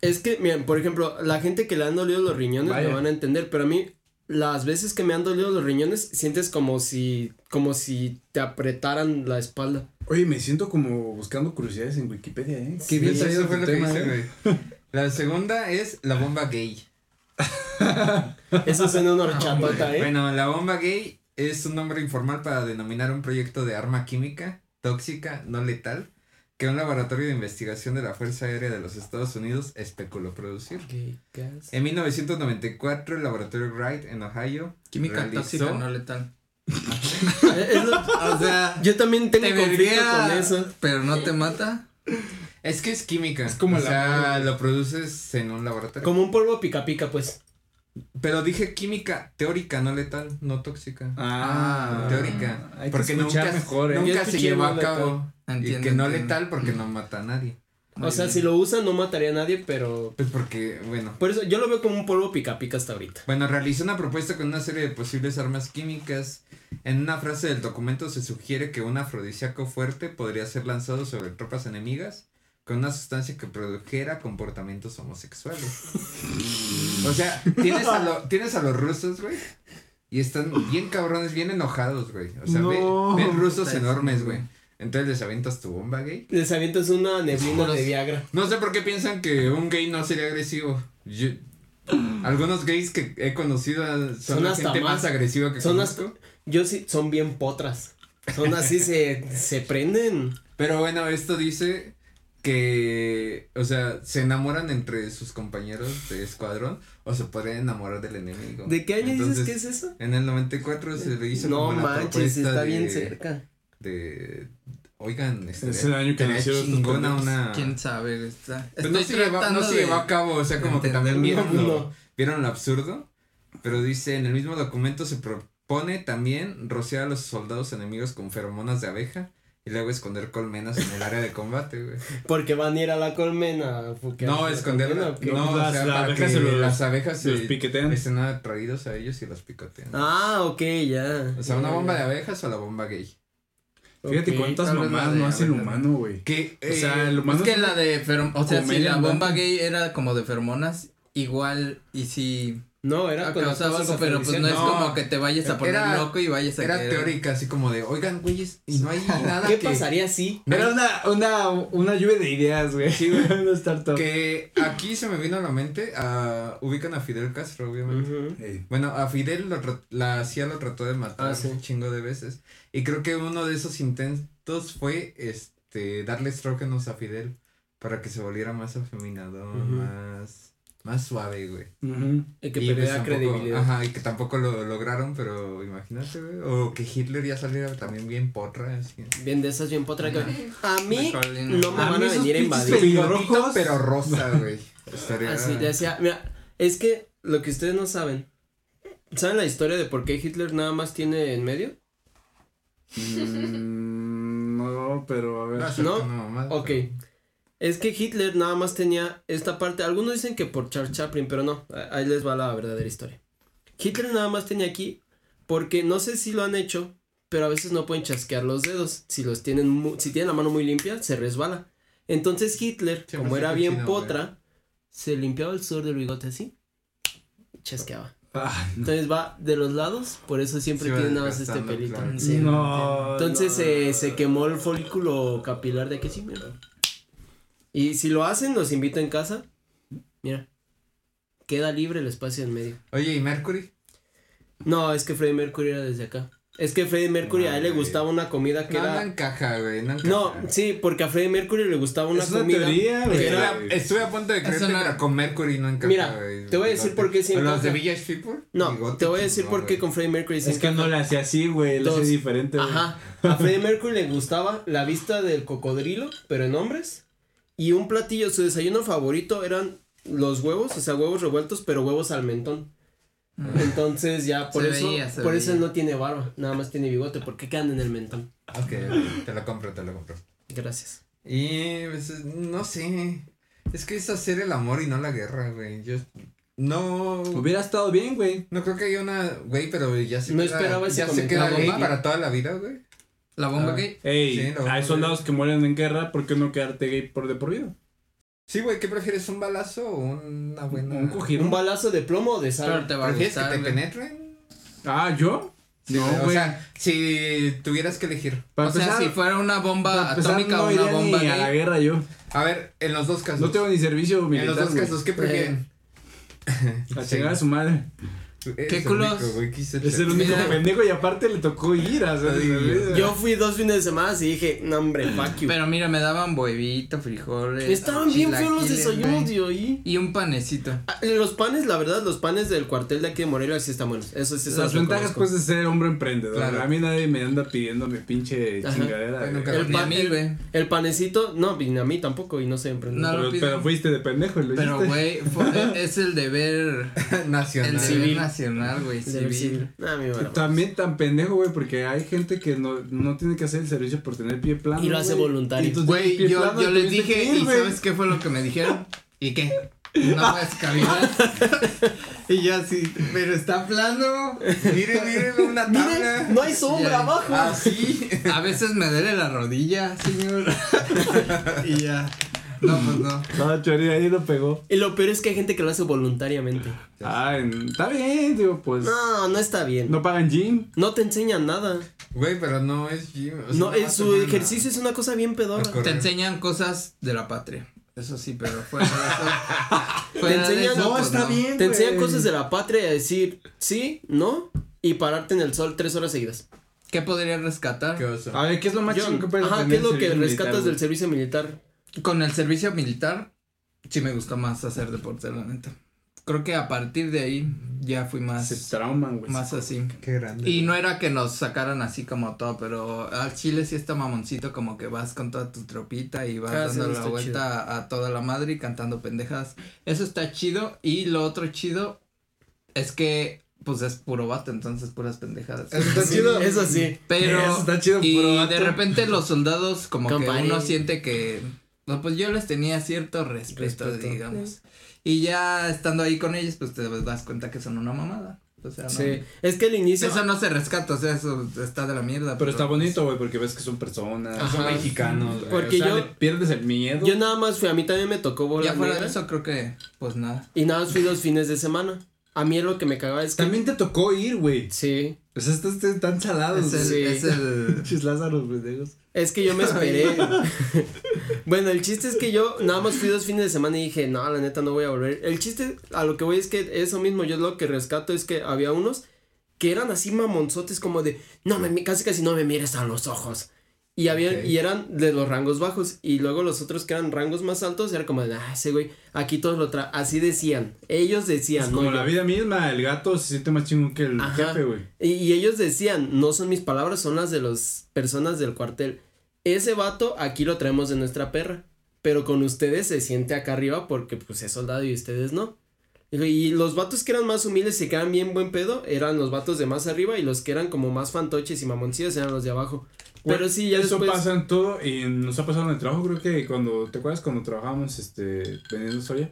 Speaker 4: Es que, miren, por ejemplo, la gente que le han dolido los riñones
Speaker 1: Vaya.
Speaker 4: lo van a entender, pero a mí las veces que me han dolido los riñones sientes como si como si te apretaran la espalda.
Speaker 1: Oye, me siento como buscando curiosidades en Wikipedia, ¿eh? Qué
Speaker 3: Sí,
Speaker 1: bien traído
Speaker 3: eso fue
Speaker 1: tu
Speaker 3: lo que
Speaker 1: tema,
Speaker 3: hice,
Speaker 1: ¿eh?
Speaker 3: güey. La segunda es la bomba gay.
Speaker 4: Eso es en una
Speaker 3: [laughs]
Speaker 4: horchatota, ¿eh?
Speaker 3: Ah, Bueno, la bomba gay es un nombre informal para denominar un proyecto de arma química, tóxica, no letal, que un laboratorio de investigación de la Fuerza Aérea de los Estados Unidos especuló producir.
Speaker 4: Qué gas.
Speaker 3: En 1994, el laboratorio Wright en Ohio
Speaker 2: Química
Speaker 3: realizó-
Speaker 2: tóxica no letal.
Speaker 4: Es lo-
Speaker 2: O sea,
Speaker 4: yo también tengo
Speaker 2: te
Speaker 4: conflicto
Speaker 2: verguea,
Speaker 4: con eso.
Speaker 2: pero no te mata.
Speaker 3: Es que es química.
Speaker 1: Es como
Speaker 3: o
Speaker 1: el
Speaker 3: sea,
Speaker 1: amor.
Speaker 3: lo produces en un laboratorio.
Speaker 4: Como un polvo pica pica, pues.
Speaker 3: Pero dije química teórica, no letal, no tóxica.
Speaker 1: Ah,
Speaker 3: teórica.
Speaker 1: Hay que
Speaker 3: porque
Speaker 1: escuchar
Speaker 3: nunca,
Speaker 1: mejor, ¿eh?
Speaker 4: Yo
Speaker 3: nunca se
Speaker 4: escuché
Speaker 3: llevó
Speaker 4: no
Speaker 3: a
Speaker 4: letal.
Speaker 3: cabo. y
Speaker 2: Entiendo,
Speaker 3: que no
Speaker 2: entiendo.
Speaker 3: letal porque no mata a nadie.
Speaker 2: Muy
Speaker 4: o sea,
Speaker 2: bien.
Speaker 4: si lo usan no mataría a nadie, pero
Speaker 3: Pues porque, bueno.
Speaker 4: por eso yo lo veo como un polvo pica pica hasta ahorita.
Speaker 3: Bueno, realizó una propuesta con una serie de posibles armas químicas. En una frase del documento se sugiere que un afrodisíaco fuerte podría ser lanzado sobre tropas enemigas con una sustancia que produjera comportamientos homosexuales. o sea, tienes a, lo- tienes a los rusos, güey. Y están bien cabrones, bien enojados, güey. O sea, ve-
Speaker 6: No.
Speaker 3: ven rusos
Speaker 2: Está
Speaker 3: enormes,
Speaker 2: chingón.
Speaker 3: güey. Entonces les avientas tu bomba, gay.
Speaker 4: Les avientas una neblina
Speaker 3: Los-
Speaker 4: de Viagra.
Speaker 3: No sé por qué piensan que un gay no sería agresivo. Yo- algunos gays que he conocido son,
Speaker 4: Son
Speaker 3: la
Speaker 4: hasta
Speaker 3: gente más,
Speaker 4: más.
Speaker 3: agresiva que
Speaker 4: Son
Speaker 3: conozco.
Speaker 4: Yo sí, son bien potras. Son así, se, se prenden.
Speaker 3: Pero bueno, esto dice que, o sea, se enamoran entre sus compañeros de escuadrón o se pueden enamorar del enemigo.
Speaker 4: ¿De qué año dices
Speaker 3: Entonces,
Speaker 4: que es eso?
Speaker 3: En el 94 se le hizo
Speaker 4: No
Speaker 3: como la
Speaker 4: manches,
Speaker 3: propuesta
Speaker 4: está
Speaker 3: de-
Speaker 4: bien cerca.
Speaker 3: de, oigan, este,
Speaker 1: Es el año que
Speaker 3: estaría
Speaker 1: nacieron estos
Speaker 3: chingona
Speaker 1: pendejos.
Speaker 3: una...
Speaker 2: Quién sabe, güey, está.
Speaker 3: Pues no se, llevó, no
Speaker 2: tratando
Speaker 3: se
Speaker 2: de-
Speaker 3: llevó a cabo, o sea, como que también
Speaker 4: entenderlo.
Speaker 3: vieron lo,
Speaker 4: No.
Speaker 3: vieron lo absurdo. Pero dice, en el mismo documento se propone también rociar a los soldados enemigos con feromonas de abeja y luego esconder colmenas en el área de combate, güey.
Speaker 4: Porque van a ir a la colmena. a fuquear
Speaker 3: No,
Speaker 4: la
Speaker 3: esconderla.
Speaker 4: colmena, ¿o qué?
Speaker 3: No, o
Speaker 1: Las-
Speaker 3: sea,
Speaker 1: las
Speaker 3: para
Speaker 1: abejas
Speaker 3: que
Speaker 1: se los-
Speaker 3: las abejas
Speaker 1: Los
Speaker 3: se
Speaker 1: piquetean.
Speaker 3: estén atraídos a ellos y los picotean.
Speaker 4: Ah, ok, ya.
Speaker 3: O sea, una bomba de abejas o la bomba gay.
Speaker 1: Fíjate
Speaker 4: Ok,
Speaker 1: cuántas
Speaker 2: tal vez la
Speaker 1: mamadas
Speaker 2: de-
Speaker 1: no hace el
Speaker 2: a ver,
Speaker 1: humano, güey.
Speaker 3: Que,
Speaker 1: O sea, el humano
Speaker 2: Es que la de ferm- o sea, si
Speaker 1: Comedia
Speaker 2: la
Speaker 1: andante.
Speaker 2: bomba gay era como de fermonas, igual y si
Speaker 4: Ah, No,
Speaker 3: Ah,
Speaker 4: era con las
Speaker 2: causaba
Speaker 4: cosas
Speaker 2: algo, pero pues no es
Speaker 3: afrodisíacas.
Speaker 2: como que te vayas a poner
Speaker 3: Era-
Speaker 2: loco y vayas a
Speaker 3: era
Speaker 2: querer-
Speaker 3: teórica, así como de, oigan, güeyes, y no hay nada
Speaker 4: ¿Qué
Speaker 3: que...
Speaker 4: pasaría si?
Speaker 3: no hay
Speaker 6: Era una, una, una lluvia de ideas, güey. Sí, güey. Una startup.
Speaker 3: Que aquí se me vino a la mente, ah, ubican a Fidel Castro, obviamente.
Speaker 4: Ujú.
Speaker 1: Ey,
Speaker 3: Bueno, a Fidel lo tra- la CIA lo trató de matar
Speaker 4: Ah, sí.
Speaker 3: un chingo de veces. Y creo que uno de esos intentos fue este darle estrógenos a Fidel para que se volviera más afeminado,
Speaker 4: Ujú.
Speaker 3: más, más suave, güey.
Speaker 1: ujú.
Speaker 4: Y que
Speaker 3: Y pues
Speaker 4: perdiera
Speaker 3: tampoco-
Speaker 4: credibilidad.
Speaker 3: Ajá, y que tampoco lo lograron, pero imagínate, güey. O que Hitler ya saliera también bien potra, así.
Speaker 4: Bien de esas, bien potra. que-
Speaker 2: Ajá.
Speaker 4: A mí
Speaker 2: Mejor y
Speaker 4: no me
Speaker 6: A
Speaker 4: Ah, van
Speaker 6: mí
Speaker 4: a
Speaker 6: esos
Speaker 4: venir a
Speaker 6: pinches
Speaker 4: invadir.
Speaker 6: Pelirrojos.
Speaker 3: Bigotito, pero rosa,
Speaker 6: [laughs]
Speaker 3: güey. Estaría-
Speaker 4: Así, ya sea, mira, es que lo que ustedes no saben, ¿saben la historia de por qué Hitler nada más tiene en medio?
Speaker 1: Mm, no, pero a ver.
Speaker 3: No,
Speaker 4: ¿No?
Speaker 3: una mamada,
Speaker 4: Ok.
Speaker 3: pero-
Speaker 4: Es que Hitler nada más tenía esta parte, algunos dicen que por Charles Chaplin, pero no, a- ahí les va la verdadera historia. Hitler nada más tenía aquí porque no sé si lo han hecho, pero a veces no pueden chasquear los dedos, si los tienen, mu- si tienen la mano muy limpia, se resbala. Entonces Hitler,
Speaker 3: Siempre
Speaker 4: como
Speaker 3: está
Speaker 4: era bien
Speaker 3: cochino, güey.
Speaker 4: potra, se limpiaba el sudor del bigote así, y chasqueaba.
Speaker 1: Ah,
Speaker 4: Entonces va de los lados, por eso siempre
Speaker 3: Sí, va
Speaker 4: tiene nada más este
Speaker 3: desgastando,
Speaker 4: pelito.
Speaker 3: claro.
Speaker 4: Sí.
Speaker 6: No.
Speaker 4: Entonces
Speaker 6: no,
Speaker 4: eh,
Speaker 6: no,
Speaker 4: se
Speaker 6: no.
Speaker 4: quemó el folículo capilar de aquí, sí, mira. Y si lo hacen, nos invita en casa. Mira. Queda libre el espacio en medio.
Speaker 3: Oye, ¿y Mercury?
Speaker 4: No, es que Freddie Mercury era desde acá. Es que Freddie Mercury a él le
Speaker 3: Madre.
Speaker 4: gustaba una comida que
Speaker 3: No, no
Speaker 4: era.
Speaker 3: encaja, güey. No, encaja.
Speaker 4: No, sí, porque a Freddie Mercury le gustaba una
Speaker 1: es una
Speaker 4: comida.
Speaker 1: teoría,
Speaker 4: que
Speaker 1: güey.
Speaker 4: era-
Speaker 3: Estuve a- Estuve a punto de creerte,
Speaker 2: no-
Speaker 3: pero con Mercury no encaja,
Speaker 4: Mira,
Speaker 3: güey.
Speaker 4: te voy a decir
Speaker 3: Los
Speaker 4: por
Speaker 3: de-
Speaker 4: qué sí
Speaker 3: Los
Speaker 4: encaja.
Speaker 3: de Village People. y
Speaker 4: No,
Speaker 3: Gothic,
Speaker 4: te voy a decir
Speaker 3: no,
Speaker 4: por qué
Speaker 3: güey.
Speaker 4: con Freddie Mercury se
Speaker 6: Es que no
Speaker 4: encaja.
Speaker 6: le hacía así, güey. Lo hace
Speaker 4: Dos.
Speaker 6: diferente, güey.
Speaker 4: Ajá. Este, A Freddie Mercury le gustaba la vista del cocodrilo, pero en hombres. Y un platillo, su desayuno favorito eran los huevos, o sea, huevos revueltos, pero huevos al mentón. Entonces ya por
Speaker 2: Ah. Se
Speaker 4: eso,
Speaker 2: veía, se
Speaker 4: por eso
Speaker 2: veía.
Speaker 4: no tiene barba, nada más tiene bigote, porque quedan en el mentón.
Speaker 3: Ok, ok, te lo compro, te lo compro.
Speaker 4: Gracias.
Speaker 3: Y pues, es- no sé. Es que es hacer el amor y no la guerra, güey. Yo no.
Speaker 6: Hubiera estado bien, güey.
Speaker 3: No creo que haya una, güey, pero ya se
Speaker 4: No
Speaker 3: queda,
Speaker 4: esperaba ese
Speaker 3: ya se queda
Speaker 4: comentario.
Speaker 3: gay
Speaker 4: ¿La bomba?
Speaker 3: para toda la vida, güey.
Speaker 2: La bomba
Speaker 3: Ah.
Speaker 2: gay.
Speaker 1: Ey,
Speaker 3: Sí, no,
Speaker 1: hay
Speaker 3: no,
Speaker 1: soldados que mueren en guerra, ¿por qué no quedarte gay por de por vida?
Speaker 3: Sí, güey, ¿qué prefieres, un balazo o una buena?
Speaker 1: Un cogido.
Speaker 4: ¿Un balazo de plomo o de
Speaker 2: Pero
Speaker 4: sal?
Speaker 2: te va a
Speaker 3: ¿Prefieres que
Speaker 2: gustar.
Speaker 3: te
Speaker 2: güey.
Speaker 3: penetren?
Speaker 1: Ah, ¿yo?
Speaker 3: Sí,
Speaker 1: no,
Speaker 3: güey, O
Speaker 1: güey.
Speaker 3: sea, si tuvieras que elegir.
Speaker 1: Para
Speaker 2: O sea,
Speaker 1: empezar-
Speaker 2: si fuera una bomba
Speaker 1: para empezar,
Speaker 2: atómica
Speaker 1: no
Speaker 2: o una
Speaker 1: iría
Speaker 2: bomba
Speaker 1: ni a la
Speaker 2: gay.
Speaker 1: guerra yo.
Speaker 3: A ver, en los dos casos.
Speaker 1: No tengo ni servicio
Speaker 3: en los
Speaker 1: militar,
Speaker 3: dos
Speaker 1: güey.
Speaker 3: casos, ¿qué prefieren?
Speaker 1: [laughs] A chingar a su madre.
Speaker 3: Eres el
Speaker 2: culos?
Speaker 3: único, güey, quise
Speaker 1: Es el único
Speaker 2: Mira.
Speaker 1: pendejo y aparte le tocó ir a hacer
Speaker 3: Ay,
Speaker 1: la-
Speaker 4: Yo fui dos fines de semana y dije, no hombre, fuck you.
Speaker 2: Pero mira, me daban huevito, frijoles.
Speaker 4: Estaban bien feos los
Speaker 2: chilaquiles,
Speaker 4: desayunos
Speaker 2: güey.
Speaker 4: de hoy.
Speaker 2: Y un panecito.
Speaker 4: Ah, Los panes, la verdad, los panes del cuartel de aquí de Morelia sí están buenos. Eso sí se
Speaker 1: Las
Speaker 4: los
Speaker 1: ventajas
Speaker 4: reconozco.
Speaker 1: pues de ser hombre emprendedor.
Speaker 3: Claro.
Speaker 1: A mí nadie me anda pidiendo mi pinche
Speaker 4: Ajá.
Speaker 1: chingadera.
Speaker 3: Bueno,
Speaker 1: güey.
Speaker 3: claro.
Speaker 4: El
Speaker 2: Ni a
Speaker 4: pan,
Speaker 2: mí, güey.
Speaker 4: El panecito, no, ni a mí tampoco y no soy emprendedor.
Speaker 2: No lo
Speaker 1: pero,
Speaker 2: pido.
Speaker 1: pero fuiste de pendejo y lo
Speaker 2: Pero,
Speaker 1: hiciste.
Speaker 2: güey, fue- es el deber, el
Speaker 1: [laughs]
Speaker 3: Nacional.
Speaker 2: deber
Speaker 4: civil.
Speaker 2: nacional, güey,
Speaker 4: De ver
Speaker 2: civil.
Speaker 4: si- Ah, mi barba.
Speaker 1: También tan pendejo, güey, porque hay gente que no, no tiene que hacer el servicio por tener pie plano.
Speaker 4: Y lo hace
Speaker 1: güey.
Speaker 4: voluntario.
Speaker 1: Y tú
Speaker 2: Güey,
Speaker 1: tienes pie
Speaker 2: yo,
Speaker 1: plano
Speaker 2: yo les
Speaker 1: tuviste
Speaker 2: dije,
Speaker 1: que ir,
Speaker 2: ¿y
Speaker 1: güey.
Speaker 2: sabes qué fue lo que me dijeron? ¿Y qué? No puedes caminar. y yo así, pero está plano.
Speaker 3: Miren, miren, una tabla. Ah,
Speaker 4: Miren, no hay sombra
Speaker 2: Ya.
Speaker 4: abajo.
Speaker 3: Así.
Speaker 2: A veces me duele la rodilla, señor. y ya. No, pues no.
Speaker 1: No, Chori, ahí lo pegó.
Speaker 4: Y lo peor es que hay gente que lo hace voluntariamente.
Speaker 1: Ah, en- está bien, digo, pues.
Speaker 4: No, no está bien. No,
Speaker 1: No pagan gym.
Speaker 4: te enseñan nada.
Speaker 3: Güey, pero Pues no es gym. o sea,
Speaker 4: no,
Speaker 3: va
Speaker 4: el-
Speaker 3: a
Speaker 4: su
Speaker 3: tomar nada.
Speaker 4: ejercicio es una cosa bien pedorra.
Speaker 3: Correcto.
Speaker 2: Te enseñan cosas de la patria. Eso sí, pero fuera de eso.
Speaker 4: Te enseñan- No,
Speaker 2: pues,
Speaker 4: Te enseñan cosas de la patria y a decir sí, no y pararte en el sol tres horas seguidas.
Speaker 2: ¿Qué podría rescatar?
Speaker 3: Qué oso.
Speaker 1: A ver, ¿qué es lo más
Speaker 4: Yo-
Speaker 1: chingón que puedes
Speaker 4: ajá,
Speaker 1: tener
Speaker 4: ¿qué es
Speaker 1: en
Speaker 4: lo que
Speaker 1: servicio
Speaker 4: rescatas
Speaker 1: militar,
Speaker 4: del servicio militar?
Speaker 2: Con el servicio militar, sí me gustó más hacer deporte, la neta. Creo que a partir de ahí ya fui
Speaker 1: güey?
Speaker 2: más,
Speaker 1: Se trauman, güey.
Speaker 2: más así.
Speaker 3: Qué grande.
Speaker 2: Y no era que nos sacaran así como todo, pero al chile sí está mamoncito, como que vas con toda tu tropita y vas
Speaker 4: Ah, sí,
Speaker 2: dando la
Speaker 4: está
Speaker 2: vuelta a, a toda la madre y cantando pendejas. Eso está chido. Y lo otro chido es que, pues es puro vato, entonces puras pendejadas.
Speaker 4: Eso sí. Eso sí.
Speaker 2: Pero,
Speaker 1: Eso está chido,
Speaker 2: y
Speaker 1: puro vato.
Speaker 2: de repente los soldados, como
Speaker 4: Company.
Speaker 2: que uno siente que, no, pues yo les tenía cierto respeto,
Speaker 4: Respeto.
Speaker 2: digamos. Y ya estando ahí con ellos, pues te das cuenta que son una mamada. O sea, no,
Speaker 4: Sí. Es que al inicio.
Speaker 2: eso no se rescata, o sea, eso está de la mierda.
Speaker 1: Ah, Pero está bonito, güey, porque ves que son personas.
Speaker 4: Ajá.
Speaker 3: Son mexicanos, güey.
Speaker 4: Porque
Speaker 1: o sea,
Speaker 4: yo-
Speaker 1: le pierdes el miedo.
Speaker 4: Yo nada más fui, a mí también me tocó
Speaker 2: Ya
Speaker 4: volar.
Speaker 2: fuera de
Speaker 4: negra,
Speaker 2: eso, creo que, pues nada.
Speaker 4: Y nada más fui los fines de semana. A mí lo que me cagaba es que.
Speaker 1: También te tocó ir, güey.
Speaker 4: Sí.
Speaker 1: O sea, estás estás tan salados.
Speaker 2: Es el,
Speaker 1: güey. [laughs]
Speaker 4: Sí.
Speaker 2: es el, [laughs]
Speaker 1: Pinches Lázaros, pendejos.
Speaker 4: Es que yo me esperé. [laughs] bueno, el chiste es que yo nada más fui dos fines de semana y dije, no, la neta no voy a volver. El chiste a lo que voy es que eso mismo, yo lo que rescato es que había unos que eran así mamonzotes como de, no me, mi- casi casi no me mires a los ojos. Y, había,
Speaker 3: Ok.
Speaker 4: y eran de los rangos bajos. Y luego los otros que eran rangos más altos, era como de, ah, ese güey, aquí todos lo tra... Así decían. Ellos decían.
Speaker 1: Es
Speaker 4: no
Speaker 1: como
Speaker 4: yo.
Speaker 1: la vida misma, el gato se siente más chingón que el
Speaker 4: Ajá.
Speaker 1: jefe, güey.
Speaker 4: Y, y ellos decían, no son mis palabras, son las de las personas del cuartel. Ese vato aquí lo traemos de nuestra perra. Pero con ustedes se siente acá arriba porque pues es soldado y ustedes no. Dijo, Y los vatos que eran más humildes y que eran bien buen pedo eran los vatos de más arriba y los que eran como más fantoches y mamoncillos eran los de abajo. Pero
Speaker 1: Güey,
Speaker 4: sí, ya
Speaker 1: Eso
Speaker 4: después...
Speaker 1: pasa en todo y nos ha pasado en el trabajo, creo que cuando, ¿te acuerdas cuando trabajábamos este, vendiendo soya?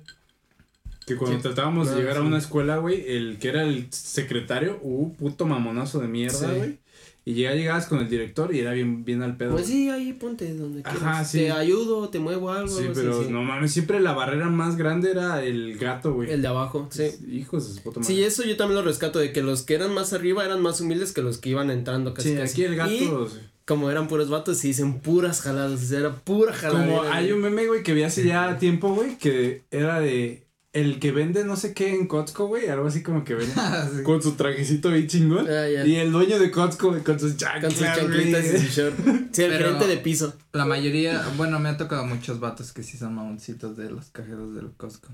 Speaker 1: Que cuando
Speaker 4: Sí.
Speaker 1: tratábamos
Speaker 4: Ah,
Speaker 1: de llegar a
Speaker 4: sí.
Speaker 1: una escuela, güey, el que era el secretario, uh, puto mamonazo de mierda,
Speaker 4: Sí.
Speaker 1: güey. Y ya llegabas con el director y era bien, bien al pedo.
Speaker 4: Pues sí, ahí ponte donde
Speaker 1: Ajá,
Speaker 4: quieras.
Speaker 1: sí.
Speaker 4: Te ayudo, te muevo algo.
Speaker 1: Sí,
Speaker 4: algo así,
Speaker 1: pero
Speaker 4: sí.
Speaker 1: no mames, siempre la barrera más grande era el gato, güey.
Speaker 4: El de abajo, sí.
Speaker 1: Hijos de su puta madre.
Speaker 4: Sí, eso yo también lo rescato, de que los que eran más arriba eran más humildes que los que iban entrando casi.
Speaker 1: Sí,
Speaker 4: casi.
Speaker 1: aquí el gato.
Speaker 4: Y
Speaker 1: sí.
Speaker 4: como eran puros vatos, se dicen puras jaladas, o sea, era pura jalada.
Speaker 1: Como hay un meme, güey, que vi hace ya tiempo, güey, que era de el que vende no sé qué en Costco, güey, algo así como que
Speaker 4: [laughs]
Speaker 1: vende
Speaker 2: Así.
Speaker 1: con su trajecito bien chingón.
Speaker 4: Ah, ya.
Speaker 1: Y el dueño de Costco güey, con sus
Speaker 4: Con
Speaker 1: chanclas,
Speaker 4: sus chanclitas y
Speaker 1: güey.
Speaker 4: su short. Sí, el
Speaker 2: Pero-
Speaker 4: gerente de piso.
Speaker 2: La mayoría, bueno, me ha tocado muchos vatos que sí son mamoncitos de los cajeros del Costco.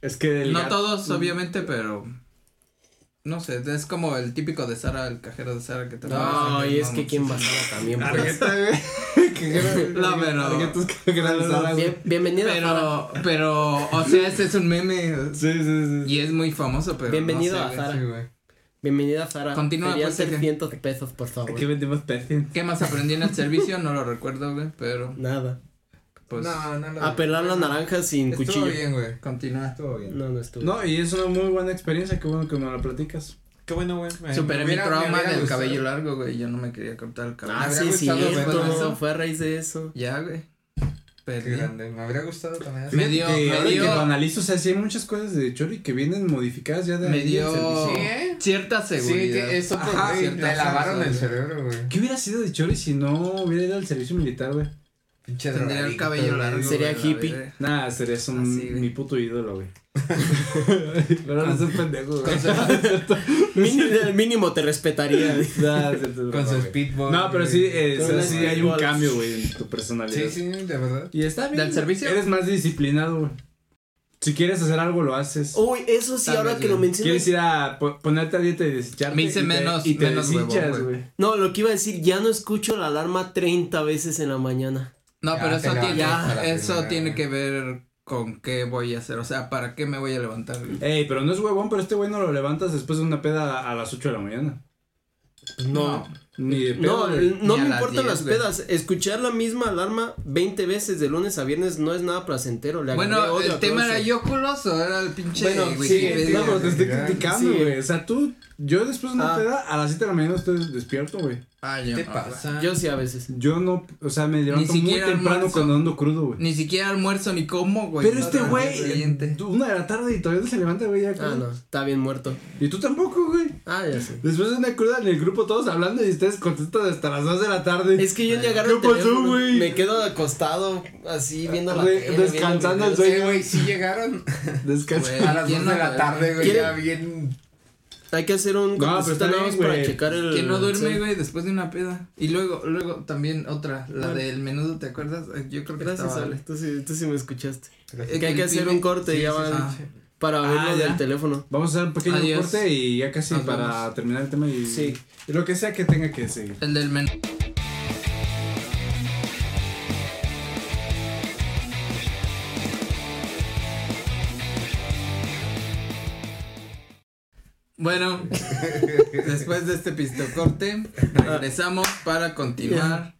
Speaker 1: Es que el
Speaker 2: no
Speaker 1: [laughs] gato-
Speaker 2: todos, obviamente, pero. No sé, es como el típico de Sara, el cajero de Sara que te
Speaker 4: No, y es que quién bajaba también, pues.
Speaker 1: Tarjeta, güey.
Speaker 2: [laughs]
Speaker 1: [laughs]
Speaker 4: [laughs]
Speaker 2: No, pero.
Speaker 1: Tarjetas que grandes, güey.
Speaker 4: Bien- bienvenido a Zara.
Speaker 2: Pero, pero, o sea, ese es un meme.
Speaker 1: Sí, sí, sí.
Speaker 2: Y es muy famoso, pero.
Speaker 4: Bienvenido
Speaker 2: no sé, güey.
Speaker 4: a Zara.
Speaker 3: Sí, güey.
Speaker 4: Bienvenida a Zara.
Speaker 2: Continúa,
Speaker 4: Querían
Speaker 2: pues,
Speaker 4: ser
Speaker 2: Sergio.
Speaker 4: cientos de pesos, por favor.
Speaker 1: Aquí vendemos perfume.
Speaker 2: ¿Qué más aprendí en el servicio? No lo recuerdo, güey, pero.
Speaker 4: Nada.
Speaker 2: Pues.
Speaker 3: no, no lo
Speaker 4: Apelar la naranja sin
Speaker 3: Estuvo
Speaker 4: cuchillo.
Speaker 3: bien, güey.
Speaker 2: Continúa.
Speaker 3: Estuvo bien.
Speaker 4: No, no estuvo.
Speaker 1: No, y es una muy buena experiencia, qué bueno que me la platicas.
Speaker 3: Qué bueno, güey. Me-
Speaker 2: Superé mi
Speaker 3: Eh, me hubiera- me
Speaker 2: trauma
Speaker 3: hubiera
Speaker 2: del
Speaker 3: gustado.
Speaker 2: cabello largo, güey. Yo no me quería cortar el cabello.
Speaker 4: Ah,
Speaker 3: Me
Speaker 4: sí,
Speaker 3: habría
Speaker 4: sí,
Speaker 3: gustado
Speaker 2: verlo en
Speaker 4: eso
Speaker 2: eso.
Speaker 4: fue a raíz de eso.
Speaker 2: Ya, güey.
Speaker 3: Qué
Speaker 2: Perdí.
Speaker 3: grande. Me habría gustado también.
Speaker 2: Me dio-
Speaker 1: Fíjate que
Speaker 2: me
Speaker 1: ahora
Speaker 2: dio-
Speaker 1: que lo analizo, o sea, sí hay muchas cosas de Chori que vienen modificadas ya de
Speaker 2: Me
Speaker 1: ahí del
Speaker 2: dio-
Speaker 1: servicio.
Speaker 3: Sí, ¿eh?
Speaker 2: Cierta
Speaker 3: Sí,
Speaker 2: seguridad.
Speaker 3: que eso te,
Speaker 2: Ajá,
Speaker 3: güey,
Speaker 2: cierta
Speaker 3: te lavaron el
Speaker 2: seguridad.
Speaker 3: cerebro, güey.
Speaker 1: ¿Qué hubiera sido de Chori si no hubiera ido al servicio militar, güey?
Speaker 3: Pinche
Speaker 2: Tendría el
Speaker 3: drogadicto,
Speaker 2: cabello
Speaker 3: güey.
Speaker 2: largo.
Speaker 4: Sería
Speaker 2: güey, la
Speaker 4: hippie.
Speaker 2: verga.
Speaker 1: Nada, serías un,
Speaker 2: Así, güey.
Speaker 1: mi puto
Speaker 2: [laughs]
Speaker 1: ídolo, güey. Pero no es un pendejo, güey.
Speaker 4: Mínimo, mínimo te respetaría.
Speaker 1: [laughs] Nah, es cierto,
Speaker 3: Con
Speaker 1: no,
Speaker 3: su
Speaker 1: güey.
Speaker 3: speedball.
Speaker 1: No, pero sí,
Speaker 3: güey.
Speaker 1: eh, o
Speaker 4: Con
Speaker 1: sea,
Speaker 4: las
Speaker 1: sí hay un
Speaker 4: pitbulls.
Speaker 1: cambio, güey, en tu personalidad.
Speaker 3: Sí, sí, de verdad.
Speaker 1: Y está bien.
Speaker 2: ¿Del servicio?
Speaker 1: Eres más disciplinado, güey. Si quieres hacer algo, lo haces.
Speaker 4: Uy, eso sí,
Speaker 2: Tal
Speaker 4: ahora
Speaker 2: vez,
Speaker 4: que lo
Speaker 2: güey.
Speaker 1: Quieres
Speaker 4: mencionas.
Speaker 1: ir a po- ponerte a dieta y desecharte.
Speaker 2: Me hice
Speaker 1: y te-
Speaker 2: menos-
Speaker 1: y te
Speaker 2: menos huevón,
Speaker 1: deshinchas,
Speaker 2: güey.
Speaker 1: güey.
Speaker 4: No, lo que iba a decir, ya no escucho la alarma 30 veces en la mañana.
Speaker 2: No,
Speaker 3: Ya,
Speaker 2: pero eso,
Speaker 3: te
Speaker 2: tiene,
Speaker 3: levantas a la
Speaker 2: eso
Speaker 3: primera,
Speaker 2: tiene
Speaker 3: güey.
Speaker 2: que ver con qué voy a hacer. O sea, ¿para qué me voy a levantar? güey?
Speaker 1: Ey, pero no es huevón, pero este güey no lo levantas después de una peda a, a las 8 de la mañana.
Speaker 4: No.
Speaker 1: Ni de pedo.
Speaker 4: No,
Speaker 1: güey.
Speaker 4: no
Speaker 2: Ni a
Speaker 4: me
Speaker 2: las
Speaker 4: importan
Speaker 2: 10,
Speaker 4: las
Speaker 2: güey.
Speaker 4: pedas. Escuchar la misma alarma 20 veces de lunes a viernes no es nada placentero. Le agarré
Speaker 2: Bueno,
Speaker 4: odio
Speaker 2: ¿el
Speaker 4: a
Speaker 2: tema
Speaker 4: todo
Speaker 2: era
Speaker 4: eso.
Speaker 2: yo culoso? ¿Era el pinche
Speaker 4: Bueno,
Speaker 1: Sí,
Speaker 2: Wikipedia?
Speaker 1: no, pero te estoy
Speaker 3: Sí.
Speaker 1: criticando, güey. O sea, tú, yo después de una
Speaker 4: Ah.
Speaker 1: peda, a las 7 de la mañana estoy despierto, güey.
Speaker 2: Ah, yo
Speaker 3: ¿Qué te
Speaker 2: no,
Speaker 3: pasa?
Speaker 4: Yo sí a veces.
Speaker 1: Yo no, o sea, me levanto muy
Speaker 2: siquiera
Speaker 1: temprano
Speaker 2: almuerzo.
Speaker 1: cuando ando crudo, güey.
Speaker 2: güey. Ni siquiera almuerzo ni como, güey.
Speaker 1: Pero este
Speaker 2: Al día
Speaker 1: güey, eh,
Speaker 2: siguiente.
Speaker 1: una de la tarde y todavía no se levanta, güey. ya
Speaker 4: Ah,
Speaker 1: crudo.
Speaker 4: no, está bien muerto.
Speaker 1: Y tú tampoco, güey.
Speaker 4: Ah, ya sé.
Speaker 1: Después de una cruda en el grupo, todos hablando y ustedes contestan hasta las 2 de la tarde.
Speaker 4: Es que yo ni agarro
Speaker 1: ¿Qué
Speaker 4: el
Speaker 1: pasó,
Speaker 4: teléfono,
Speaker 1: güey?
Speaker 4: Me quedo acostado así viendo la
Speaker 1: Re-
Speaker 4: tele,
Speaker 1: descansando el
Speaker 4: viendo videos.
Speaker 1: sueño.
Speaker 3: Sí, güey, sí llegaron
Speaker 1: Descansa.
Speaker 2: Güey,
Speaker 3: a las 2
Speaker 2: ¿quién
Speaker 3: de
Speaker 2: no
Speaker 3: la
Speaker 2: duerme?
Speaker 3: tarde, güey,
Speaker 4: ¿Quién-
Speaker 3: ya bien...
Speaker 4: Hay que hacer un
Speaker 1: No, pero
Speaker 4: cortecito
Speaker 1: está
Speaker 4: nada
Speaker 1: bien,
Speaker 4: más para
Speaker 1: güey.
Speaker 4: checar el
Speaker 2: Que no duerme,
Speaker 4: sí.
Speaker 2: güey, después de una peda. Y luego, luego también otra, la
Speaker 4: Bueno.
Speaker 2: del menudo, ¿te acuerdas? Eh, Yo creo que
Speaker 4: Gracias,
Speaker 2: estaba-
Speaker 4: Ale. Tú sí, tú sí me escuchaste.
Speaker 2: Eh,
Speaker 4: Que hay que
Speaker 2: el
Speaker 4: hacer
Speaker 2: pibe-
Speaker 4: un corte
Speaker 2: Sí,
Speaker 4: ya
Speaker 2: sí,
Speaker 4: van
Speaker 2: sí.
Speaker 4: para
Speaker 1: Ah,
Speaker 4: verlo
Speaker 1: ya.
Speaker 4: del teléfono.
Speaker 1: Vamos a hacer un pequeño
Speaker 2: Adiós.
Speaker 1: corte y ya casi
Speaker 2: Nos
Speaker 1: para
Speaker 2: vemos.
Speaker 1: terminar el tema y,
Speaker 4: Sí.
Speaker 1: y lo que sea que tenga que seguir.
Speaker 2: El del menudo.
Speaker 4: [laughs]
Speaker 2: Bueno, después de este pistocorte, regresamos para continuar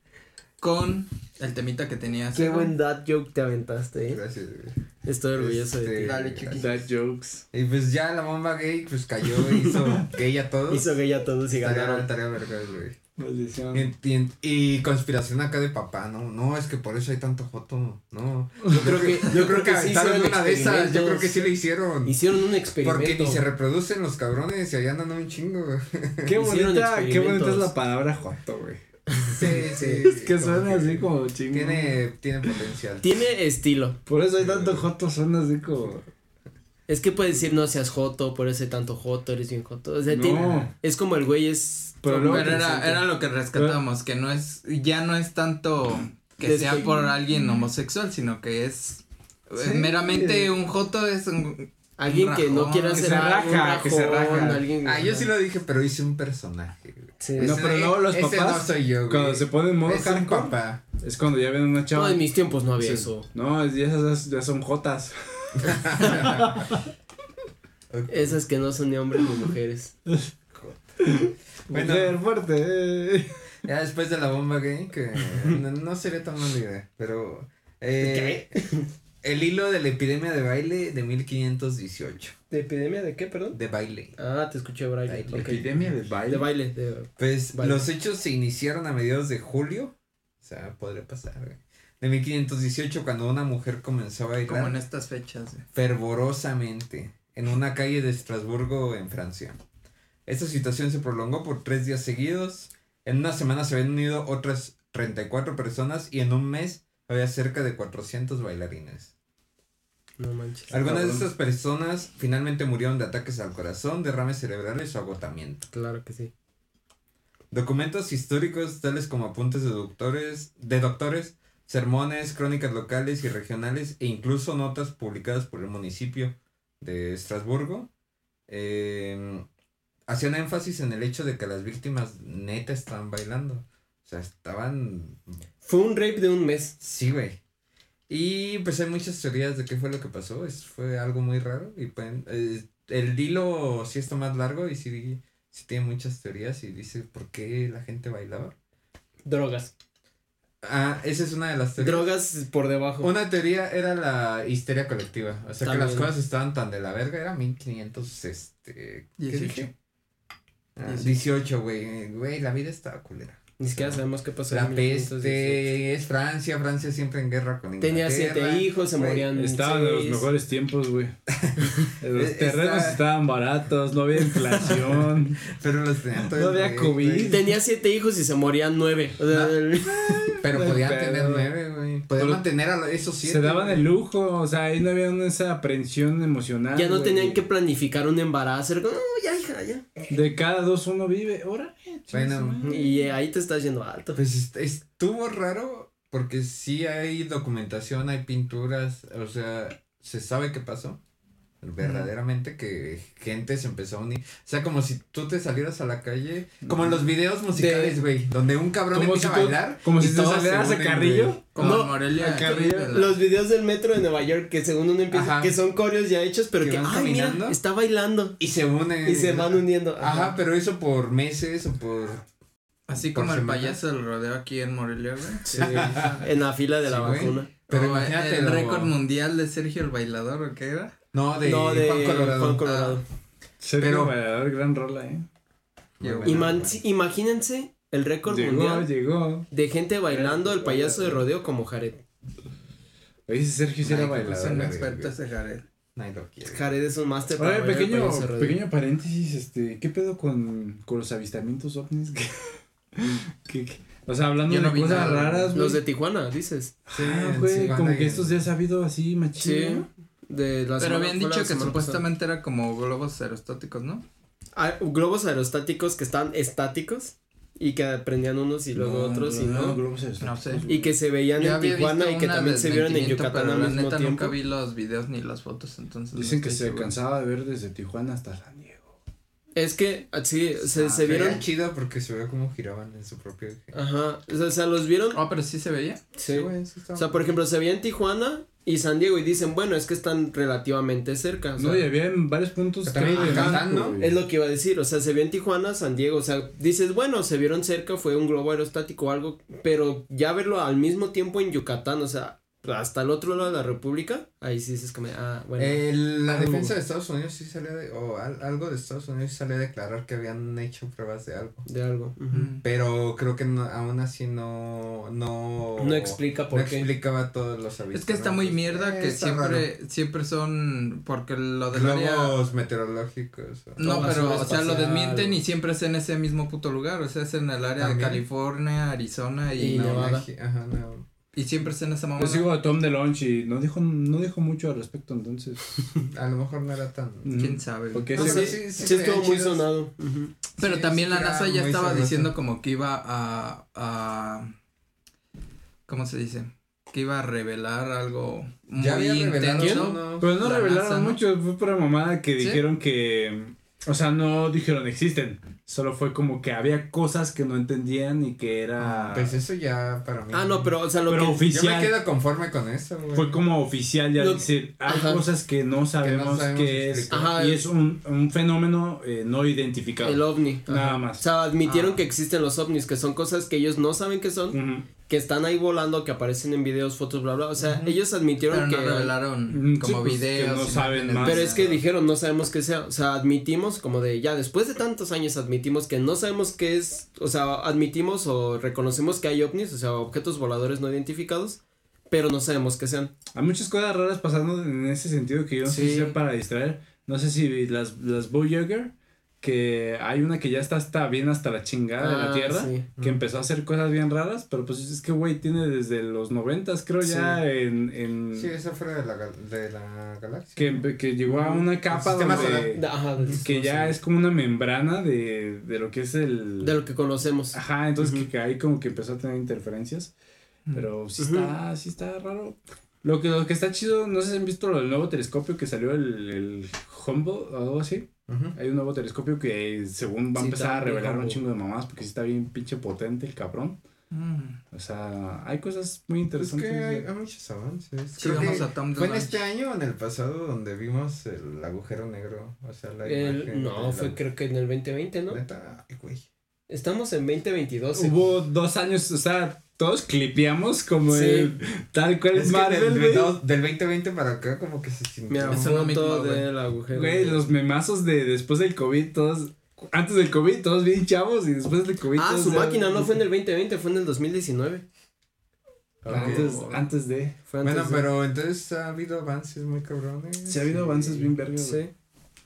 Speaker 2: con el temita que tenías.
Speaker 4: Qué buen dad joke te aventaste, ¿eh?
Speaker 3: Gracias, güey.
Speaker 4: Estoy orgulloso de
Speaker 3: Este,
Speaker 4: ti.
Speaker 2: Dale, chiquito.
Speaker 1: That jokes.
Speaker 3: Y pues ya la bomba gay, pues cayó, hizo gay a todos.
Speaker 4: Hizo que ya todos y
Speaker 3: Tarea-
Speaker 4: ganaron.
Speaker 3: Tarea verga, güey.
Speaker 1: Maldición.
Speaker 3: Y, y- y conspiración acá de papá, no, no, es que por eso hay tanto joto, no. Yo
Speaker 4: creo que-
Speaker 3: yo creo que
Speaker 4: sí
Speaker 3: aventaron
Speaker 4: hicieron
Speaker 3: una de esas, yo creo que sí
Speaker 4: experimentos.
Speaker 3: le hicieron.
Speaker 4: Hicieron un
Speaker 3: Porque
Speaker 4: experimento.
Speaker 3: ni se reproducen los cabrones y allá andan un chingo. güey.
Speaker 1: Qué
Speaker 4: Hicieron
Speaker 1: bonita, qué bonita es
Speaker 4: experimentos.
Speaker 1: la palabra joto, güey.
Speaker 3: Sí, [laughs] sí.
Speaker 1: Es que
Speaker 3: como
Speaker 1: suena
Speaker 3: que
Speaker 1: así como chingo.
Speaker 3: Tiene, tiene potencial.
Speaker 4: Tiene estilo.
Speaker 1: Por eso hay tanto joto, suena así como.
Speaker 4: Es que puedes decir no seas joto, por ese tanto joto, eres bien joto. O sea,
Speaker 1: No.
Speaker 4: tiene- es como el güey es
Speaker 1: Pero luego.
Speaker 2: Pero era, era lo que rescatamos, que no es, ya no es tanto que
Speaker 4: Despe-
Speaker 2: sea por alguien homosexual, sino que es eh,
Speaker 1: Sí.
Speaker 2: meramente un joto es un...
Speaker 4: alguien
Speaker 2: Un
Speaker 4: que no
Speaker 2: rajón,
Speaker 4: quiere
Speaker 2: que
Speaker 4: hacer
Speaker 1: se
Speaker 4: algo, un
Speaker 1: raja, que se
Speaker 4: rajón,
Speaker 1: raja.
Speaker 4: alguien-
Speaker 3: Ah, yo sí lo dije, pero hice un personaje. güey.
Speaker 4: Sí.
Speaker 1: No,
Speaker 3: Ese-
Speaker 1: pero luego los
Speaker 3: ese
Speaker 1: papás,
Speaker 3: no soy yo, güey.
Speaker 1: Cuando se pone en modo
Speaker 3: es un
Speaker 1: hardcore,
Speaker 3: papá.
Speaker 1: es cuando ya ven una
Speaker 4: No,
Speaker 1: chava.
Speaker 4: en mis tiempos no había
Speaker 1: Sí.
Speaker 4: eso.
Speaker 1: No, es- ya esas ya son jotas.
Speaker 4: Esas que no son ni hombres ni mujeres.
Speaker 3: Bueno.
Speaker 1: Mujer fuerte. eh.
Speaker 3: Ya después de la bomba gay, que no, no sería tan mala idea, pero... Eh, El hilo de la epidemia de baile de 1518.
Speaker 4: ¿De epidemia de qué, perdón?
Speaker 3: De baile.
Speaker 4: Ah, te escuché, Braille.
Speaker 3: Baile.
Speaker 4: ok.
Speaker 1: Epidemia de baile.
Speaker 4: De baile. de-
Speaker 3: Pues
Speaker 4: Baile.
Speaker 3: los hechos se iniciaron a mediados de julio. O sea, podría pasar. güey, De 1518, cuando una mujer comenzó a
Speaker 2: Como en
Speaker 3: bailar
Speaker 2: estas fechas, eh. güey.
Speaker 3: fervorosamente en una calle de Estrasburgo, en Francia. Esta situación se prolongó por tres días seguidos. En una semana se habían unido otras 34 personas y en un mes había cerca de 400 bailarines.
Speaker 4: No manches.
Speaker 3: Algunas de
Speaker 1: Cabrón.
Speaker 3: estas personas finalmente murieron de ataques al corazón, derrames cerebrales o agotamiento.
Speaker 4: Claro que sí.
Speaker 3: Documentos históricos tales como apuntes de doctores, de doctores, sermones, crónicas locales y regionales e incluso notas publicadas por el municipio de Estrasburgo eh, hacían énfasis en el hecho de que las víctimas neta estaban bailando. O sea, estaban...
Speaker 4: Fue un rape de un mes.
Speaker 3: Sí, güey. Y pues hay muchas teorías de qué fue lo que pasó. Es, fue algo muy raro. Y pueden, eh, el hilo sí está más largo y sí, sí tiene muchas teorías y dice por qué la gente bailaba.
Speaker 4: Drogas.
Speaker 3: Ah, esa es una de las teorías.
Speaker 4: Drogas por debajo.
Speaker 3: Una teoría era la histeria colectiva. O sea, que
Speaker 4: También.
Speaker 3: las cosas estaban tan de la verga. Era 1500, este... ¿Qué
Speaker 2: 18.
Speaker 3: dije? Ah, 18, güey. Güey, la vida estaba culera.
Speaker 4: Ni siquiera sabemos qué pasó.
Speaker 3: La
Speaker 4: en 1518.
Speaker 3: peste es Francia. Francia siempre en guerra con Inglaterra.
Speaker 4: Tenía siete hijos, se
Speaker 3: Güey,
Speaker 4: morían.
Speaker 1: Estaban en los
Speaker 4: seis.
Speaker 1: mejores tiempos, güey. Los
Speaker 3: Está-
Speaker 1: terrenos estaban baratos, no había inflación.
Speaker 3: Pero los tenían todos
Speaker 1: No había
Speaker 3: güey,
Speaker 1: COVID.
Speaker 3: güey.
Speaker 4: Tenía siete hijos y se morían nueve. O sea,
Speaker 3: No.
Speaker 4: el-
Speaker 3: Pero podían
Speaker 1: Pero-
Speaker 3: tener nueve, güey. Podían
Speaker 1: Pero-
Speaker 3: mantener a lo- esos siete.
Speaker 1: Se daban
Speaker 3: güey.
Speaker 1: el lujo, o sea, ahí no había una- esa aprensión
Speaker 3: ah,
Speaker 1: emocional.
Speaker 4: ya no
Speaker 1: güey.
Speaker 4: tenían que planificar un embarazo. Era como, no, ya, hija, ya.
Speaker 1: De cada dos uno vive, ahora.
Speaker 3: Bueno,
Speaker 4: Y eh, ahí te estás yendo alto.
Speaker 3: pues est- estuvo raro porque sí hay documentación, hay pinturas, o sea, se sabe qué pasó. Verdaderamente que gente se empezó a unir. O sea, como si tú te salieras a la calle, como en los videos musicales, güey, donde un cabrón
Speaker 1: Como
Speaker 3: empieza
Speaker 1: si
Speaker 3: a
Speaker 1: tú-
Speaker 3: bailar.
Speaker 1: como
Speaker 3: y
Speaker 1: si te
Speaker 3: todos
Speaker 1: salieras
Speaker 3: se
Speaker 1: a
Speaker 3: unen,
Speaker 1: Carrillo.
Speaker 3: güey.
Speaker 2: Como
Speaker 4: No,
Speaker 2: en Morelia.
Speaker 1: la carrera,
Speaker 2: en la-
Speaker 4: Los videos del metro de Nueva York que según uno empieza,
Speaker 3: Ajá.
Speaker 4: que son coreos ya hechos, pero
Speaker 3: Que
Speaker 4: que,
Speaker 3: van
Speaker 4: ay,
Speaker 3: caminando.
Speaker 4: mira, está bailando.
Speaker 3: Y se unen.
Speaker 4: Y se van uniendo.
Speaker 3: Ajá, pero eso por meses o por.
Speaker 2: Así
Speaker 3: por
Speaker 2: como el
Speaker 3: semana.
Speaker 2: payaso del rodeo aquí en Morelia, güey.
Speaker 4: Sí. En la fila de la
Speaker 3: Sí, güey.
Speaker 4: vacuna.
Speaker 3: Pero
Speaker 2: Pero
Speaker 3: imagínate
Speaker 2: el
Speaker 3: lo-
Speaker 2: récord mundial de Sergio el bailador, ¿o qué era?
Speaker 3: No, de,
Speaker 4: no, de
Speaker 3: Juan Colorado. Ah,
Speaker 4: Juan Colorado.
Speaker 1: Sergio
Speaker 3: Pero-
Speaker 1: Vallador, gran rola, ¿eh?
Speaker 3: Muy bueno,
Speaker 4: Y man-
Speaker 3: güey.
Speaker 4: sí, imagínense el récord
Speaker 1: Llegó,
Speaker 4: mundial
Speaker 1: llegó.
Speaker 4: de gente bailando el
Speaker 1: Claro,
Speaker 4: payaso de
Speaker 1: claro.
Speaker 4: rodeo como Jared.
Speaker 1: Oye, ese Sergio sí era
Speaker 3: Ay, qué
Speaker 2: Es
Speaker 1: bailador.
Speaker 2: pues, un
Speaker 3: güey,
Speaker 2: experto
Speaker 3: güey.
Speaker 2: ese Jared.
Speaker 3: Nadie lo quiere.
Speaker 4: Jared es un máster para
Speaker 1: Oye,
Speaker 4: bailar el
Speaker 1: pequeño,
Speaker 4: payaso de rodeo.
Speaker 1: pequeño paréntesis, este, ¿qué pedo con, con los avistamientos ovnis? [laughs] Que, que- que- o sea, hablando
Speaker 2: Yo no
Speaker 1: de
Speaker 2: vi
Speaker 1: cosas
Speaker 2: nada,
Speaker 1: raras, güey.
Speaker 4: Los de Tijuana, dices.
Speaker 3: Sí,
Speaker 1: Ah,
Speaker 3: en
Speaker 1: güey,
Speaker 3: Silvana
Speaker 1: como
Speaker 3: y
Speaker 1: que
Speaker 3: en-
Speaker 1: estos días ha habido así
Speaker 4: Sí.
Speaker 1: machín.
Speaker 4: De la
Speaker 2: Pero
Speaker 4: semana-
Speaker 2: habían
Speaker 4: fue la
Speaker 2: dicho que
Speaker 4: semana
Speaker 2: supuestamente era como globos aerostáticos, ¿no?
Speaker 4: pasada. Ah, globos aerostáticos que están estáticos y que prendían unos y luego
Speaker 2: No,
Speaker 4: otros y
Speaker 1: No,
Speaker 4: no.
Speaker 1: globos aerostáticos,
Speaker 4: Y que se veían
Speaker 2: Yo
Speaker 4: en
Speaker 2: había visto
Speaker 4: Tijuana y que
Speaker 2: una
Speaker 4: también
Speaker 2: del
Speaker 4: se vieron en
Speaker 2: 25,
Speaker 4: Yucatán
Speaker 2: pero
Speaker 4: al
Speaker 2: la
Speaker 4: mismo
Speaker 2: neta
Speaker 4: tiempo.
Speaker 2: nunca vi los videos ni las fotos, entonces. no
Speaker 1: Dicen que
Speaker 2: estoy
Speaker 1: se
Speaker 2: seguro.
Speaker 1: cansaba de ver desde Tijuana hasta San Diego.
Speaker 4: Es que ah, sí, se,
Speaker 2: Ah,
Speaker 4: se
Speaker 3: Pero
Speaker 4: vieron.
Speaker 3: era chido porque se veía cómo giraban en su propio eje.
Speaker 4: Ajá. O sea, o sea, los vieron.
Speaker 2: Ah, pero sí se veía.
Speaker 4: sí.
Speaker 3: güey, sí estaba-
Speaker 4: O sea, por ejemplo, se veía en Tijuana y San Diego y dicen, bueno, es que están relativamente cerca. o sea,
Speaker 1: No, y había en varios puntos.
Speaker 3: Pero también
Speaker 1: que-
Speaker 3: Yucatán, ¿no?
Speaker 1: güey.
Speaker 4: Es lo que iba a decir, o sea, se vio en Tijuana, San Diego, o sea, dices, bueno, se vieron cerca, fue un globo aerostático o algo, pero ya verlo al mismo tiempo en Yucatán, o sea, hasta el otro lado de la República, ahí sí dices como, ah, bueno.
Speaker 3: Eh, la
Speaker 4: Algo.
Speaker 3: defensa de Estados Unidos sí salió de, o al- algo de Estados Unidos sí salió a declarar que habían hecho pruebas de algo.
Speaker 4: de algo. ujú.
Speaker 3: Pero creo que no- aún así no, no.
Speaker 4: No explica por
Speaker 3: Mm. no
Speaker 4: qué.
Speaker 3: explicaba todos los
Speaker 2: Es
Speaker 3: avistamientos.
Speaker 2: que está muy mierda
Speaker 3: Eh,
Speaker 2: que
Speaker 3: está
Speaker 2: siempre, siempre son, porque lo
Speaker 3: raro.
Speaker 2: del área
Speaker 3: Globos meteorológicos. o-
Speaker 2: No,
Speaker 4: Todo
Speaker 2: pero,
Speaker 4: basura
Speaker 2: o sea, lo
Speaker 4: espacial.
Speaker 2: desmienten y siempre es en ese mismo puto lugar, o sea, es en el área
Speaker 3: También.
Speaker 2: de California, Arizona y,
Speaker 4: Y
Speaker 2: no,
Speaker 4: Nevada. Pues
Speaker 3: Meji- Ajá, no.
Speaker 2: y siempre es en esa mamada.
Speaker 1: Yo sigo a Tom DeLonge y no dijo, no dijo mucho al respecto, entonces.
Speaker 3: A lo mejor no era tan.
Speaker 2: ¿Quién sabe? güey?
Speaker 1: Porque
Speaker 4: No,
Speaker 1: ese-
Speaker 4: sí,
Speaker 3: sí, sí
Speaker 4: sí
Speaker 3: se
Speaker 4: estuvo
Speaker 3: veían
Speaker 4: muy
Speaker 3: chidos.
Speaker 4: sonado. ujú.
Speaker 2: Pero
Speaker 3: Sí,
Speaker 2: también la
Speaker 3: era
Speaker 2: NASA ya
Speaker 3: muy
Speaker 2: estaba
Speaker 3: sabroso.
Speaker 2: diciendo como que iba a, a ¿cómo se dice? Que iba a revelar algo muy
Speaker 3: Ya había revelado.
Speaker 2: intenso.
Speaker 3: ¿no?
Speaker 1: Pero no
Speaker 2: La
Speaker 1: revelaron
Speaker 2: NASA, ¿no?
Speaker 1: mucho, fue pura mamada que
Speaker 2: ¿Sí?
Speaker 1: dijeron que. O sea, no dijeron existen. Solo fue como que había cosas que no entendían y que era.
Speaker 3: Pues eso ya para mí.
Speaker 4: Ah, no, pero, o sea, lo
Speaker 1: pero
Speaker 4: que...
Speaker 1: oficial. Pues,
Speaker 3: Yo me quedo conforme con eso, güey.
Speaker 1: Fue como oficial ya
Speaker 4: Lo-
Speaker 1: decir, hay
Speaker 4: Ajá.
Speaker 1: cosas que no sabemos qué
Speaker 3: sabemos
Speaker 1: es.
Speaker 3: explicar.
Speaker 4: Ajá.
Speaker 1: Y es un, un fenómeno eh, no identificado.
Speaker 4: El ovni.
Speaker 1: Nada
Speaker 4: ajá.
Speaker 1: más.
Speaker 4: O sea, admitieron
Speaker 2: Ah.
Speaker 4: que existen los ovnis, que son cosas que ellos no saben que son
Speaker 1: Ujú.
Speaker 4: que están ahí volando, que aparecen en videos, fotos, bla, bla. O sea, ellos admitieron
Speaker 2: Pero
Speaker 4: que.
Speaker 2: no revelaron
Speaker 1: Mm, sí,
Speaker 2: como
Speaker 1: pues, que
Speaker 2: videos.
Speaker 1: no
Speaker 2: imágenes,
Speaker 1: saben
Speaker 2: nada.
Speaker 1: más.
Speaker 4: Pero es que dijeron, no sabemos qué sea. O sea, admitimos como de ya después de tantos años admitimos que no sabemos qué es. O sea, admitimos o reconocemos que hay ovnis, o sea, objetos voladores no identificados, pero no sabemos qué sean.
Speaker 1: Hay muchas cosas raras pasando en ese sentido que yo no sé
Speaker 2: Sí.
Speaker 1: si sea para distraer. No sé si las, las Bowjagger, que hay una que ya está hasta bien hasta la chingada de
Speaker 4: Ah,
Speaker 1: la tierra,
Speaker 4: sí.
Speaker 1: que empezó a hacer cosas bien raras, pero pues es que, güey, tiene desde los noventas, creo ya, en... en
Speaker 3: Sí, esa fuera de la, gal- de la galaxia.
Speaker 1: que, que llegó a una capa
Speaker 3: sistema
Speaker 1: donde,
Speaker 4: Ajá,
Speaker 1: que ya es como una membrana de, de lo que es Ah, el...
Speaker 4: de lo que conocemos.
Speaker 1: Ajá, entonces que, que ahí como que empezó a tener interferencias. Pero sí
Speaker 4: Ujú.
Speaker 1: está, sí está raro. Lo que, lo que está chido, no sé si han visto el nuevo telescopio que salió el, el Humble o algo así.
Speaker 3: Ujú.
Speaker 1: Hay un nuevo telescopio que según va a
Speaker 4: Sí,
Speaker 1: empezar a
Speaker 4: está bien
Speaker 1: revelar un
Speaker 4: Hubble.
Speaker 1: chingo de mamás porque sí está bien pinche potente el cabrón.
Speaker 2: Mm.
Speaker 1: O sea, hay cosas muy
Speaker 3: Es
Speaker 1: interesantes.
Speaker 3: Pues que hay,
Speaker 1: güey.
Speaker 3: hay muchos avances.
Speaker 2: Sí,
Speaker 3: Creo
Speaker 2: vamos
Speaker 3: que
Speaker 2: a Tom
Speaker 3: fue en
Speaker 2: DeLonge.
Speaker 3: este año o en el pasado donde vimos el agujero negro. O sea, la
Speaker 4: El-
Speaker 3: imagen de
Speaker 4: no,
Speaker 3: la-
Speaker 4: fue creo que en el 2020, ¿no?
Speaker 3: Neta, ay, güey.
Speaker 4: Estamos en 2022. sí.
Speaker 1: Hubo dos años, o sea, todos clipeamos como
Speaker 4: Sí.
Speaker 1: el- tal cual
Speaker 3: Es
Speaker 1: es
Speaker 3: que
Speaker 1: Marvel,
Speaker 3: del,
Speaker 1: güey.
Speaker 3: del- del 2020 para acá como que se sintió.
Speaker 4: Mira,
Speaker 2: Es lo
Speaker 4: foto
Speaker 2: mismo, güey.
Speaker 4: del agujero.
Speaker 1: Güey, los memazos de después del COVID, todos. Antes del COVID, todos bien chavos y después del COVID.
Speaker 4: Ah,
Speaker 1: todos
Speaker 4: su
Speaker 1: ya-
Speaker 4: máquina no fue en el 2020, fue en el 2019.
Speaker 3: Ok.
Speaker 1: Antes, antes de.
Speaker 4: Fue antes
Speaker 3: Bueno,
Speaker 4: de-
Speaker 3: pero entonces ha habido avances muy cabrones.
Speaker 1: Sí, ha habido avances bien vergas. güey.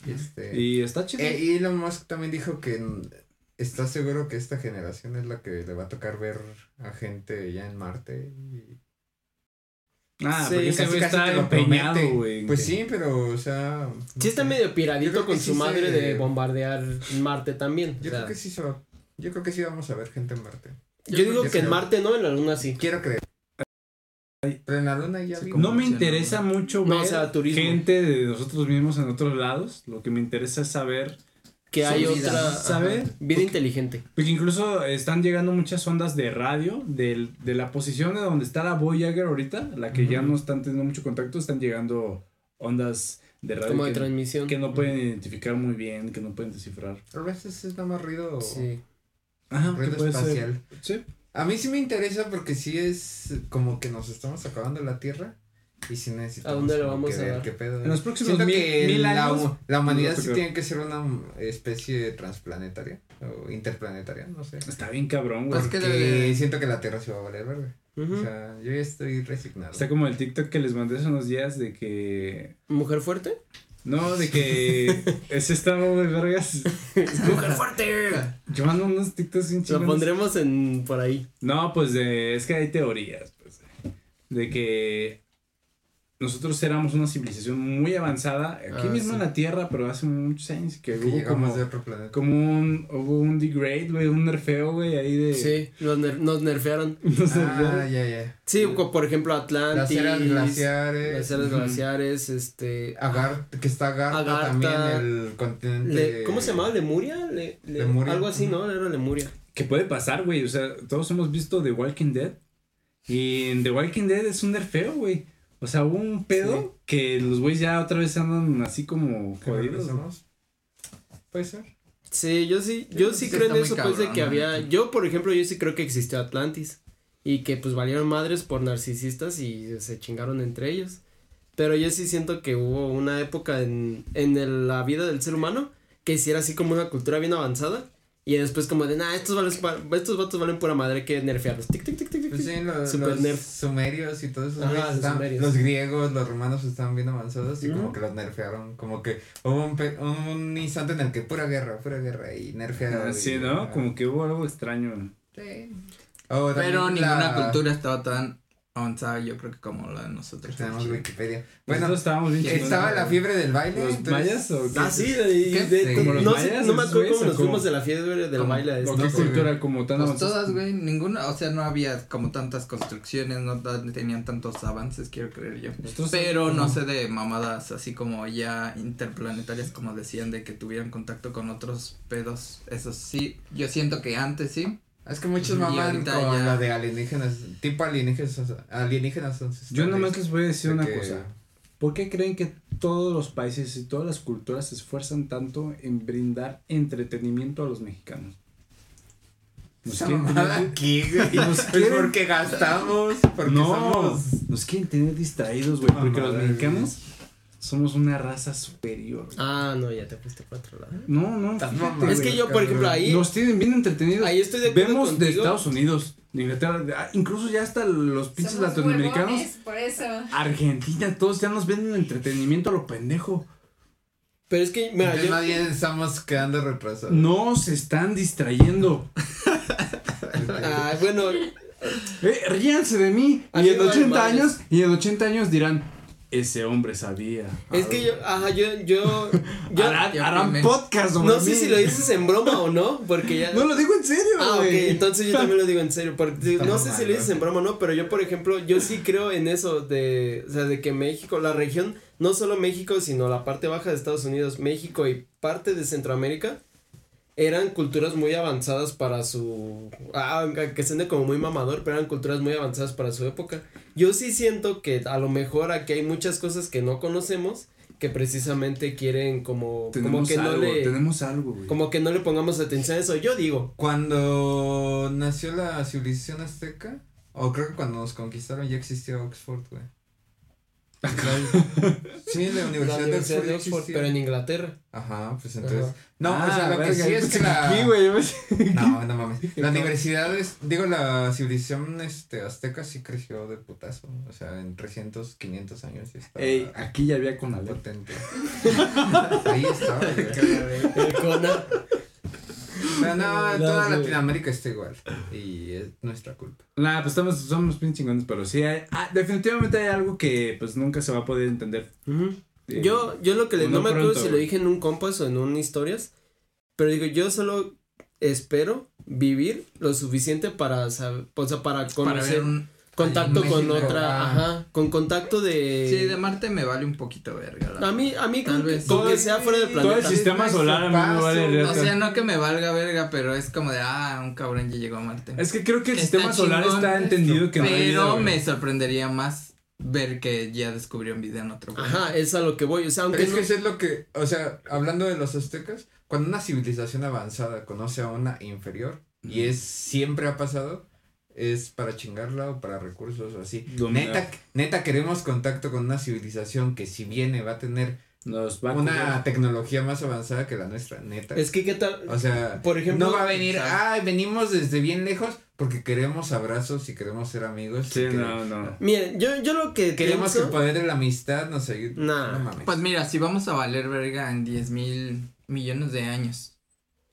Speaker 4: Sí.
Speaker 3: Este,
Speaker 1: Y está chido.
Speaker 3: Eh, y Elon Musk también dijo que n- está seguro que esta generación es la que le va a tocar ver a gente ya en Marte. y-
Speaker 1: ah,
Speaker 4: sí,
Speaker 1: porque ese
Speaker 3: casi,
Speaker 1: güey
Speaker 3: casi
Speaker 1: está
Speaker 3: te lo promete.
Speaker 1: empeñado, güey.
Speaker 3: Pues sí, pero, o sea. no
Speaker 4: Sí está
Speaker 3: sé.
Speaker 4: medio
Speaker 3: Yo
Speaker 4: piradito
Speaker 3: creo que
Speaker 4: con su
Speaker 3: sí
Speaker 4: madre
Speaker 3: se-
Speaker 4: de bombardear Marte también. o
Speaker 3: Yo
Speaker 4: sea,
Speaker 3: creo que sí se va. Yo creo que sí vamos a ver gente en Marte.
Speaker 4: yo
Speaker 3: yo
Speaker 4: digo
Speaker 3: creo
Speaker 4: que en
Speaker 3: que-
Speaker 4: Marte no, en la Luna sí.
Speaker 3: Quiero creer. Pero en la luna ya
Speaker 2: Se
Speaker 3: vimos.
Speaker 1: No me interesa mucho
Speaker 4: No,
Speaker 1: ver
Speaker 4: o sea, turismo.
Speaker 1: gente de nosotros mismos en otros lados. Lo que me interesa es saber.
Speaker 4: Que hay
Speaker 2: Su vida,
Speaker 4: otra
Speaker 2: ¿no?
Speaker 4: ajá,
Speaker 1: Saber.
Speaker 4: vida inteligente.
Speaker 1: Porque incluso están llegando muchas ondas de radio del, de la posición de donde está la Voyager ahorita, la que ya no están teniendo mucho contacto, están llegando ondas de radio
Speaker 4: Como de
Speaker 1: que-
Speaker 4: transmisión.
Speaker 1: que no pueden identificar muy bien, que no pueden descifrar.
Speaker 3: A veces es nada más ruido.
Speaker 4: Sí.
Speaker 1: Ajá, ¿qué
Speaker 3: Ruido
Speaker 1: puede ser?
Speaker 3: espacial.
Speaker 1: Sí.
Speaker 3: A mí sí me interesa porque sí es como que nos estamos acabando la Tierra. Y sí necesitamos.
Speaker 4: ¿A dónde lo
Speaker 3: como
Speaker 4: vamos
Speaker 3: que
Speaker 4: a
Speaker 3: ver
Speaker 4: dar?
Speaker 3: ¿Qué pedo?
Speaker 1: En los próximos
Speaker 3: Siento
Speaker 1: mil,
Speaker 3: que
Speaker 1: mil
Speaker 3: la,
Speaker 1: años.
Speaker 3: hu- la humanidad
Speaker 1: nos va a
Speaker 3: sí
Speaker 1: tocar.
Speaker 3: tiene que ser una especie transplanetaria o interplanetaria, no sé.
Speaker 1: Está bien cabrón, güey.
Speaker 2: Pues que
Speaker 3: Porque
Speaker 2: debe-
Speaker 3: siento que la Tierra se va a valer verga.
Speaker 4: Ujú.
Speaker 3: O sea, yo ya estoy resignado.
Speaker 1: Está como el TikTok que les mandé hace unos días de que.
Speaker 4: Mujer fuerte.
Speaker 1: No, de que. es esta de vergas.
Speaker 4: Mujer fuerte.
Speaker 1: Yo mando unos TikToks sin
Speaker 4: Lo pondremos en por ahí.
Speaker 1: No, pues de, es que hay teorías. Pues, de que. Nosotros éramos una civilización muy avanzada. Aquí
Speaker 4: Ah,
Speaker 1: mismo
Speaker 4: sí.
Speaker 1: en la Tierra, pero hace muchos años que,
Speaker 3: que
Speaker 1: hubo
Speaker 3: llegamos
Speaker 1: como.
Speaker 3: de otro planeta.
Speaker 1: Como un. Hubo un degrade, güey. Un nerfeo, güey, ahí de.
Speaker 4: Sí, los ner- nos nerfearon.
Speaker 1: No sé,
Speaker 3: Ah, ya, ya.
Speaker 4: Sí, co- por ejemplo,
Speaker 3: Las
Speaker 4: Atlantis.
Speaker 3: eras
Speaker 4: Las
Speaker 3: glaciares.
Speaker 4: eras
Speaker 1: Ujú.
Speaker 4: glaciares, este.
Speaker 3: Agar- que está Agartha,
Speaker 4: Agartha.
Speaker 3: también, el continente.
Speaker 4: Le- ¿Cómo se llamaba? ¿Lemuria? Le- le-
Speaker 3: Lemuria.
Speaker 4: Algo así, ¿no? Era Lemuria.
Speaker 1: que puede pasar, güey. O sea, todos hemos visto The Walking Dead. Y en The Walking Dead es un nerfeo, güey. O sea, hubo un pedo que los güeyes ya otra vez andan así como
Speaker 3: Que
Speaker 1: jodidos. ¿no?
Speaker 3: regresamos. Puede ser.
Speaker 4: Sí, yo sí, yo sí,
Speaker 2: Sí,
Speaker 4: creo
Speaker 2: está
Speaker 4: en
Speaker 2: muy
Speaker 4: eso, pues, de que
Speaker 2: cabrón,
Speaker 4: había, yo, por ejemplo, yo sí creo que existió Atlantis y que, pues, valieron madres por narcisistas y se chingaron entre ellos, pero yo sí siento que hubo una época en, en el- la vida del ser humano que sí era así como una cultura bien avanzada y después como de, nah, estos, vales pa- estos vatos valen pura madre, hay que nerfearlos, tic, tic, tic, tic, tic,
Speaker 3: Pues sí, lo-
Speaker 4: Super
Speaker 3: los
Speaker 4: nerf.
Speaker 3: sumerios y todos esos
Speaker 4: Ajá,
Speaker 3: güeyes
Speaker 4: los
Speaker 3: estaban-
Speaker 4: sumerios.
Speaker 3: los griegos, los romanos estaban bien avanzados y como
Speaker 4: Ujú.
Speaker 3: que los nerfearon, como que hubo un, pe- un instante en el que pura guerra, pura guerra y nerfearon.
Speaker 1: Así, Ah, ¿no? Como que hubo algo extraño.
Speaker 3: Oh,
Speaker 2: Pero ninguna cultura estaba tan avanzada, yo creo que como la de nosotros.
Speaker 3: Tenemos Wikipedia.
Speaker 1: Bueno,
Speaker 3: Bueno,
Speaker 1: Nosotros estábamos bien chingones.
Speaker 3: estaba la fiebre del baile.
Speaker 1: ¿Los
Speaker 3: entonces-
Speaker 1: mayas o qué?
Speaker 4: Ah, sí, de-
Speaker 2: ¿Qué?
Speaker 4: de-
Speaker 3: Sí.
Speaker 4: como
Speaker 1: los
Speaker 4: no, sé,
Speaker 1: mayas,
Speaker 4: no me
Speaker 1: esos
Speaker 4: acuerdo
Speaker 1: güeyes,
Speaker 4: cómo
Speaker 1: o cómo?
Speaker 4: nos fuimos de la fiebre del
Speaker 2: ¿Cómo?
Speaker 4: baile a este
Speaker 1: ¿O
Speaker 4: esto.
Speaker 1: qué
Speaker 3: No,
Speaker 1: cultura como tan
Speaker 2: Pues
Speaker 1: avanzada?
Speaker 2: todas, güey, ninguna, o sea, no había como tantas construcciones, no tan- tenían tantos avances, quiero creer yo.
Speaker 1: Nosotros-
Speaker 2: Pero no
Speaker 1: Pues Ajá.
Speaker 2: sé de mamadas así como ya interplanetarias, como decían, de que tuvieran contacto con otros pedos. Eso sí, yo siento que antes sí.
Speaker 3: Es que muchos
Speaker 2: Y
Speaker 3: mamaban con
Speaker 2: ahorita ya-
Speaker 3: la de alienígenas, tipo alienígenas, alienígenas ancestrales.
Speaker 1: Yo nomás les voy a decir
Speaker 3: De
Speaker 1: una
Speaker 3: que-
Speaker 1: cosa. ¿Por qué creen que todos los países y todas las culturas se esfuerzan tanto en brindar entretenimiento a los mexicanos? Nos
Speaker 3: Esa
Speaker 1: quieren
Speaker 3: mamada
Speaker 1: tener-
Speaker 3: aquí, güey. Es
Speaker 1: quieren-
Speaker 3: porque gastamos, porque
Speaker 1: no,
Speaker 3: somos.
Speaker 1: nos quieren tener distraídos, güey, porque los
Speaker 3: Mamada,
Speaker 1: mexicanos somos una raza superior. güey.
Speaker 4: Ah, no, ya te fuiste para otro lado.
Speaker 1: No, no. fíjate,
Speaker 4: Es que
Speaker 1: güey.
Speaker 4: yo, por ejemplo, ahí,
Speaker 1: Nos tienen bien entretenidos.
Speaker 4: ahí estoy de acuerdo
Speaker 1: Vemos de
Speaker 4: contigo.
Speaker 1: Estados Unidos, de Inglaterra, de- ah, incluso ya hasta los pinches
Speaker 5: Somos
Speaker 1: latinoamericanos.
Speaker 5: huevones, Por eso.
Speaker 1: Argentina, todos ya nos venden entretenimiento a lo pendejo.
Speaker 4: Pero es que, mira,
Speaker 3: Entonces,
Speaker 4: yo,
Speaker 3: más bien estamos quedando retrasados.
Speaker 1: No se están distrayendo.
Speaker 3: Este,
Speaker 4: ah, bueno,
Speaker 1: Eh, ríanse de mí.
Speaker 4: A
Speaker 1: y
Speaker 4: mí
Speaker 1: en
Speaker 4: me vale
Speaker 1: 80
Speaker 4: madres.
Speaker 1: años, y en 80 años dirán, ese hombre sabía.
Speaker 4: es que yo, ajá, yo, yo,
Speaker 1: [laughs]
Speaker 4: yo,
Speaker 1: harán,
Speaker 2: yo
Speaker 1: harán
Speaker 2: firmé.
Speaker 1: podcast sobre
Speaker 4: no sé
Speaker 1: mí.
Speaker 4: si lo dices en broma o no, porque ya,
Speaker 1: No lo digo en serio,
Speaker 4: Ah, ok,
Speaker 1: güey.
Speaker 4: entonces yo también lo digo en serio,
Speaker 1: [laughs]
Speaker 4: porque no
Speaker 3: Estamos
Speaker 4: sé
Speaker 3: mal,
Speaker 4: si lo
Speaker 3: ¿no?
Speaker 4: dices en broma o no, pero yo, por ejemplo, yo sí creo en eso de, o sea, de que México, la región, no solo México, sino la parte baja de Estados Unidos, México y parte de Centroamérica, eran culturas muy avanzadas para su, ah, aunque suene como muy mamador, pero eran culturas muy avanzadas para su época. Yo sí siento que a lo mejor aquí hay muchas cosas que no conocemos, que precisamente
Speaker 1: [laughs]
Speaker 4: quieren como, como
Speaker 1: Tenemos
Speaker 4: que
Speaker 1: algo,
Speaker 4: no le...
Speaker 1: tenemos algo, güey.
Speaker 4: Como que no le pongamos atención a eso, yo digo.
Speaker 3: Cuando nació la civilización azteca, o creo que cuando nos conquistaron ya existía Oxford, güey. Sí, la Universidad,
Speaker 4: la
Speaker 3: de
Speaker 4: Universidad
Speaker 3: Oxford,
Speaker 4: de Oxford,
Speaker 3: ya existía.
Speaker 4: pero en Inglaterra.
Speaker 3: Ajá, pues entonces.
Speaker 4: Ajá.
Speaker 3: No,
Speaker 1: Ah,
Speaker 3: o sea, lo que
Speaker 1: verga,
Speaker 3: sí
Speaker 1: yo
Speaker 3: es
Speaker 1: pensé
Speaker 3: que la.
Speaker 1: aquí, güey, yo pensé-
Speaker 3: [laughs] No, no mames. La universidad es, digo, la civilización este, azteca sí creció de putazo. O sea, en 300, 500 años sí estaba
Speaker 1: Ey, aquí ya había con alerta.
Speaker 3: [laughs] potente. Ahí estaba, güey.
Speaker 4: El Cona.
Speaker 3: Pero no,
Speaker 1: No,
Speaker 3: toda
Speaker 1: sí.
Speaker 3: Latinoamérica está igual. Y es nuestra culpa.
Speaker 1: Nah, pues estamos, somos bien chingones, pero sí, hay- ah, definitivamente hay algo que pues nunca se va a poder entender. Eh,
Speaker 4: Yo, yo lo que le,
Speaker 1: Uno
Speaker 4: no me acuerdo
Speaker 1: pronto,
Speaker 4: si lo
Speaker 1: güey.
Speaker 4: dije en un compas o en un historias, pero digo, yo solo espero vivir lo suficiente para saber, o sea, para
Speaker 2: Para
Speaker 4: conocer
Speaker 2: ver un.
Speaker 4: contacto
Speaker 2: en
Speaker 4: con
Speaker 2: México,
Speaker 4: otra,
Speaker 2: ah.
Speaker 4: ajá, con contacto
Speaker 1: eh,
Speaker 4: de,
Speaker 2: Sí, de Marte me vale un poquito verga. la
Speaker 4: a mí, a mí
Speaker 2: Tal
Speaker 4: con, que-
Speaker 2: vez.
Speaker 4: con
Speaker 1: Todo
Speaker 4: que
Speaker 1: el-
Speaker 4: sea fuera del
Speaker 1: todo el
Speaker 4: planeta.
Speaker 1: sistema solar a mí me vale
Speaker 2: verdad.
Speaker 1: verga.
Speaker 2: O sea, no que me valga verga, pero es como de, ah, un cabrón ya llegó a Marte.
Speaker 1: Es que creo que el
Speaker 2: Está
Speaker 1: sistema solar
Speaker 2: chingón,
Speaker 1: está entendido que no hay vida,
Speaker 2: Pero
Speaker 1: güey.
Speaker 2: me sorprendería más ver que ya descubrió un vida en otro güey.
Speaker 4: Ajá, es a lo que voy, o sea,
Speaker 3: Pero
Speaker 4: aunque
Speaker 3: es que
Speaker 4: no-
Speaker 3: eso es lo que, o sea, hablando de los aztecas, cuando una civilización avanzada conoce a una inferior, y es siempre ha pasado, es para chingarla o para recursos o así.
Speaker 1: Dominar.
Speaker 3: Neta, neta queremos contacto con una civilización que si viene va a tener
Speaker 1: Nos va a
Speaker 3: una tecnología más avanzada que la nuestra, neta.
Speaker 4: es que qué tal,
Speaker 3: o sea,
Speaker 4: por ejemplo,
Speaker 3: no va a venir,
Speaker 2: ¿sabes?
Speaker 3: ay, venimos desde bien lejos porque queremos abrazos y queremos ser amigos. y
Speaker 1: Sí,
Speaker 3: quere-
Speaker 1: no, no.
Speaker 4: miren, yo, yo lo que
Speaker 3: Queremos que el
Speaker 4: pienso-
Speaker 3: poder de la amistad nos ayude.
Speaker 4: Nah.
Speaker 3: No mames.
Speaker 2: Pues mira, si vamos a valer verga en 10 mil millones de años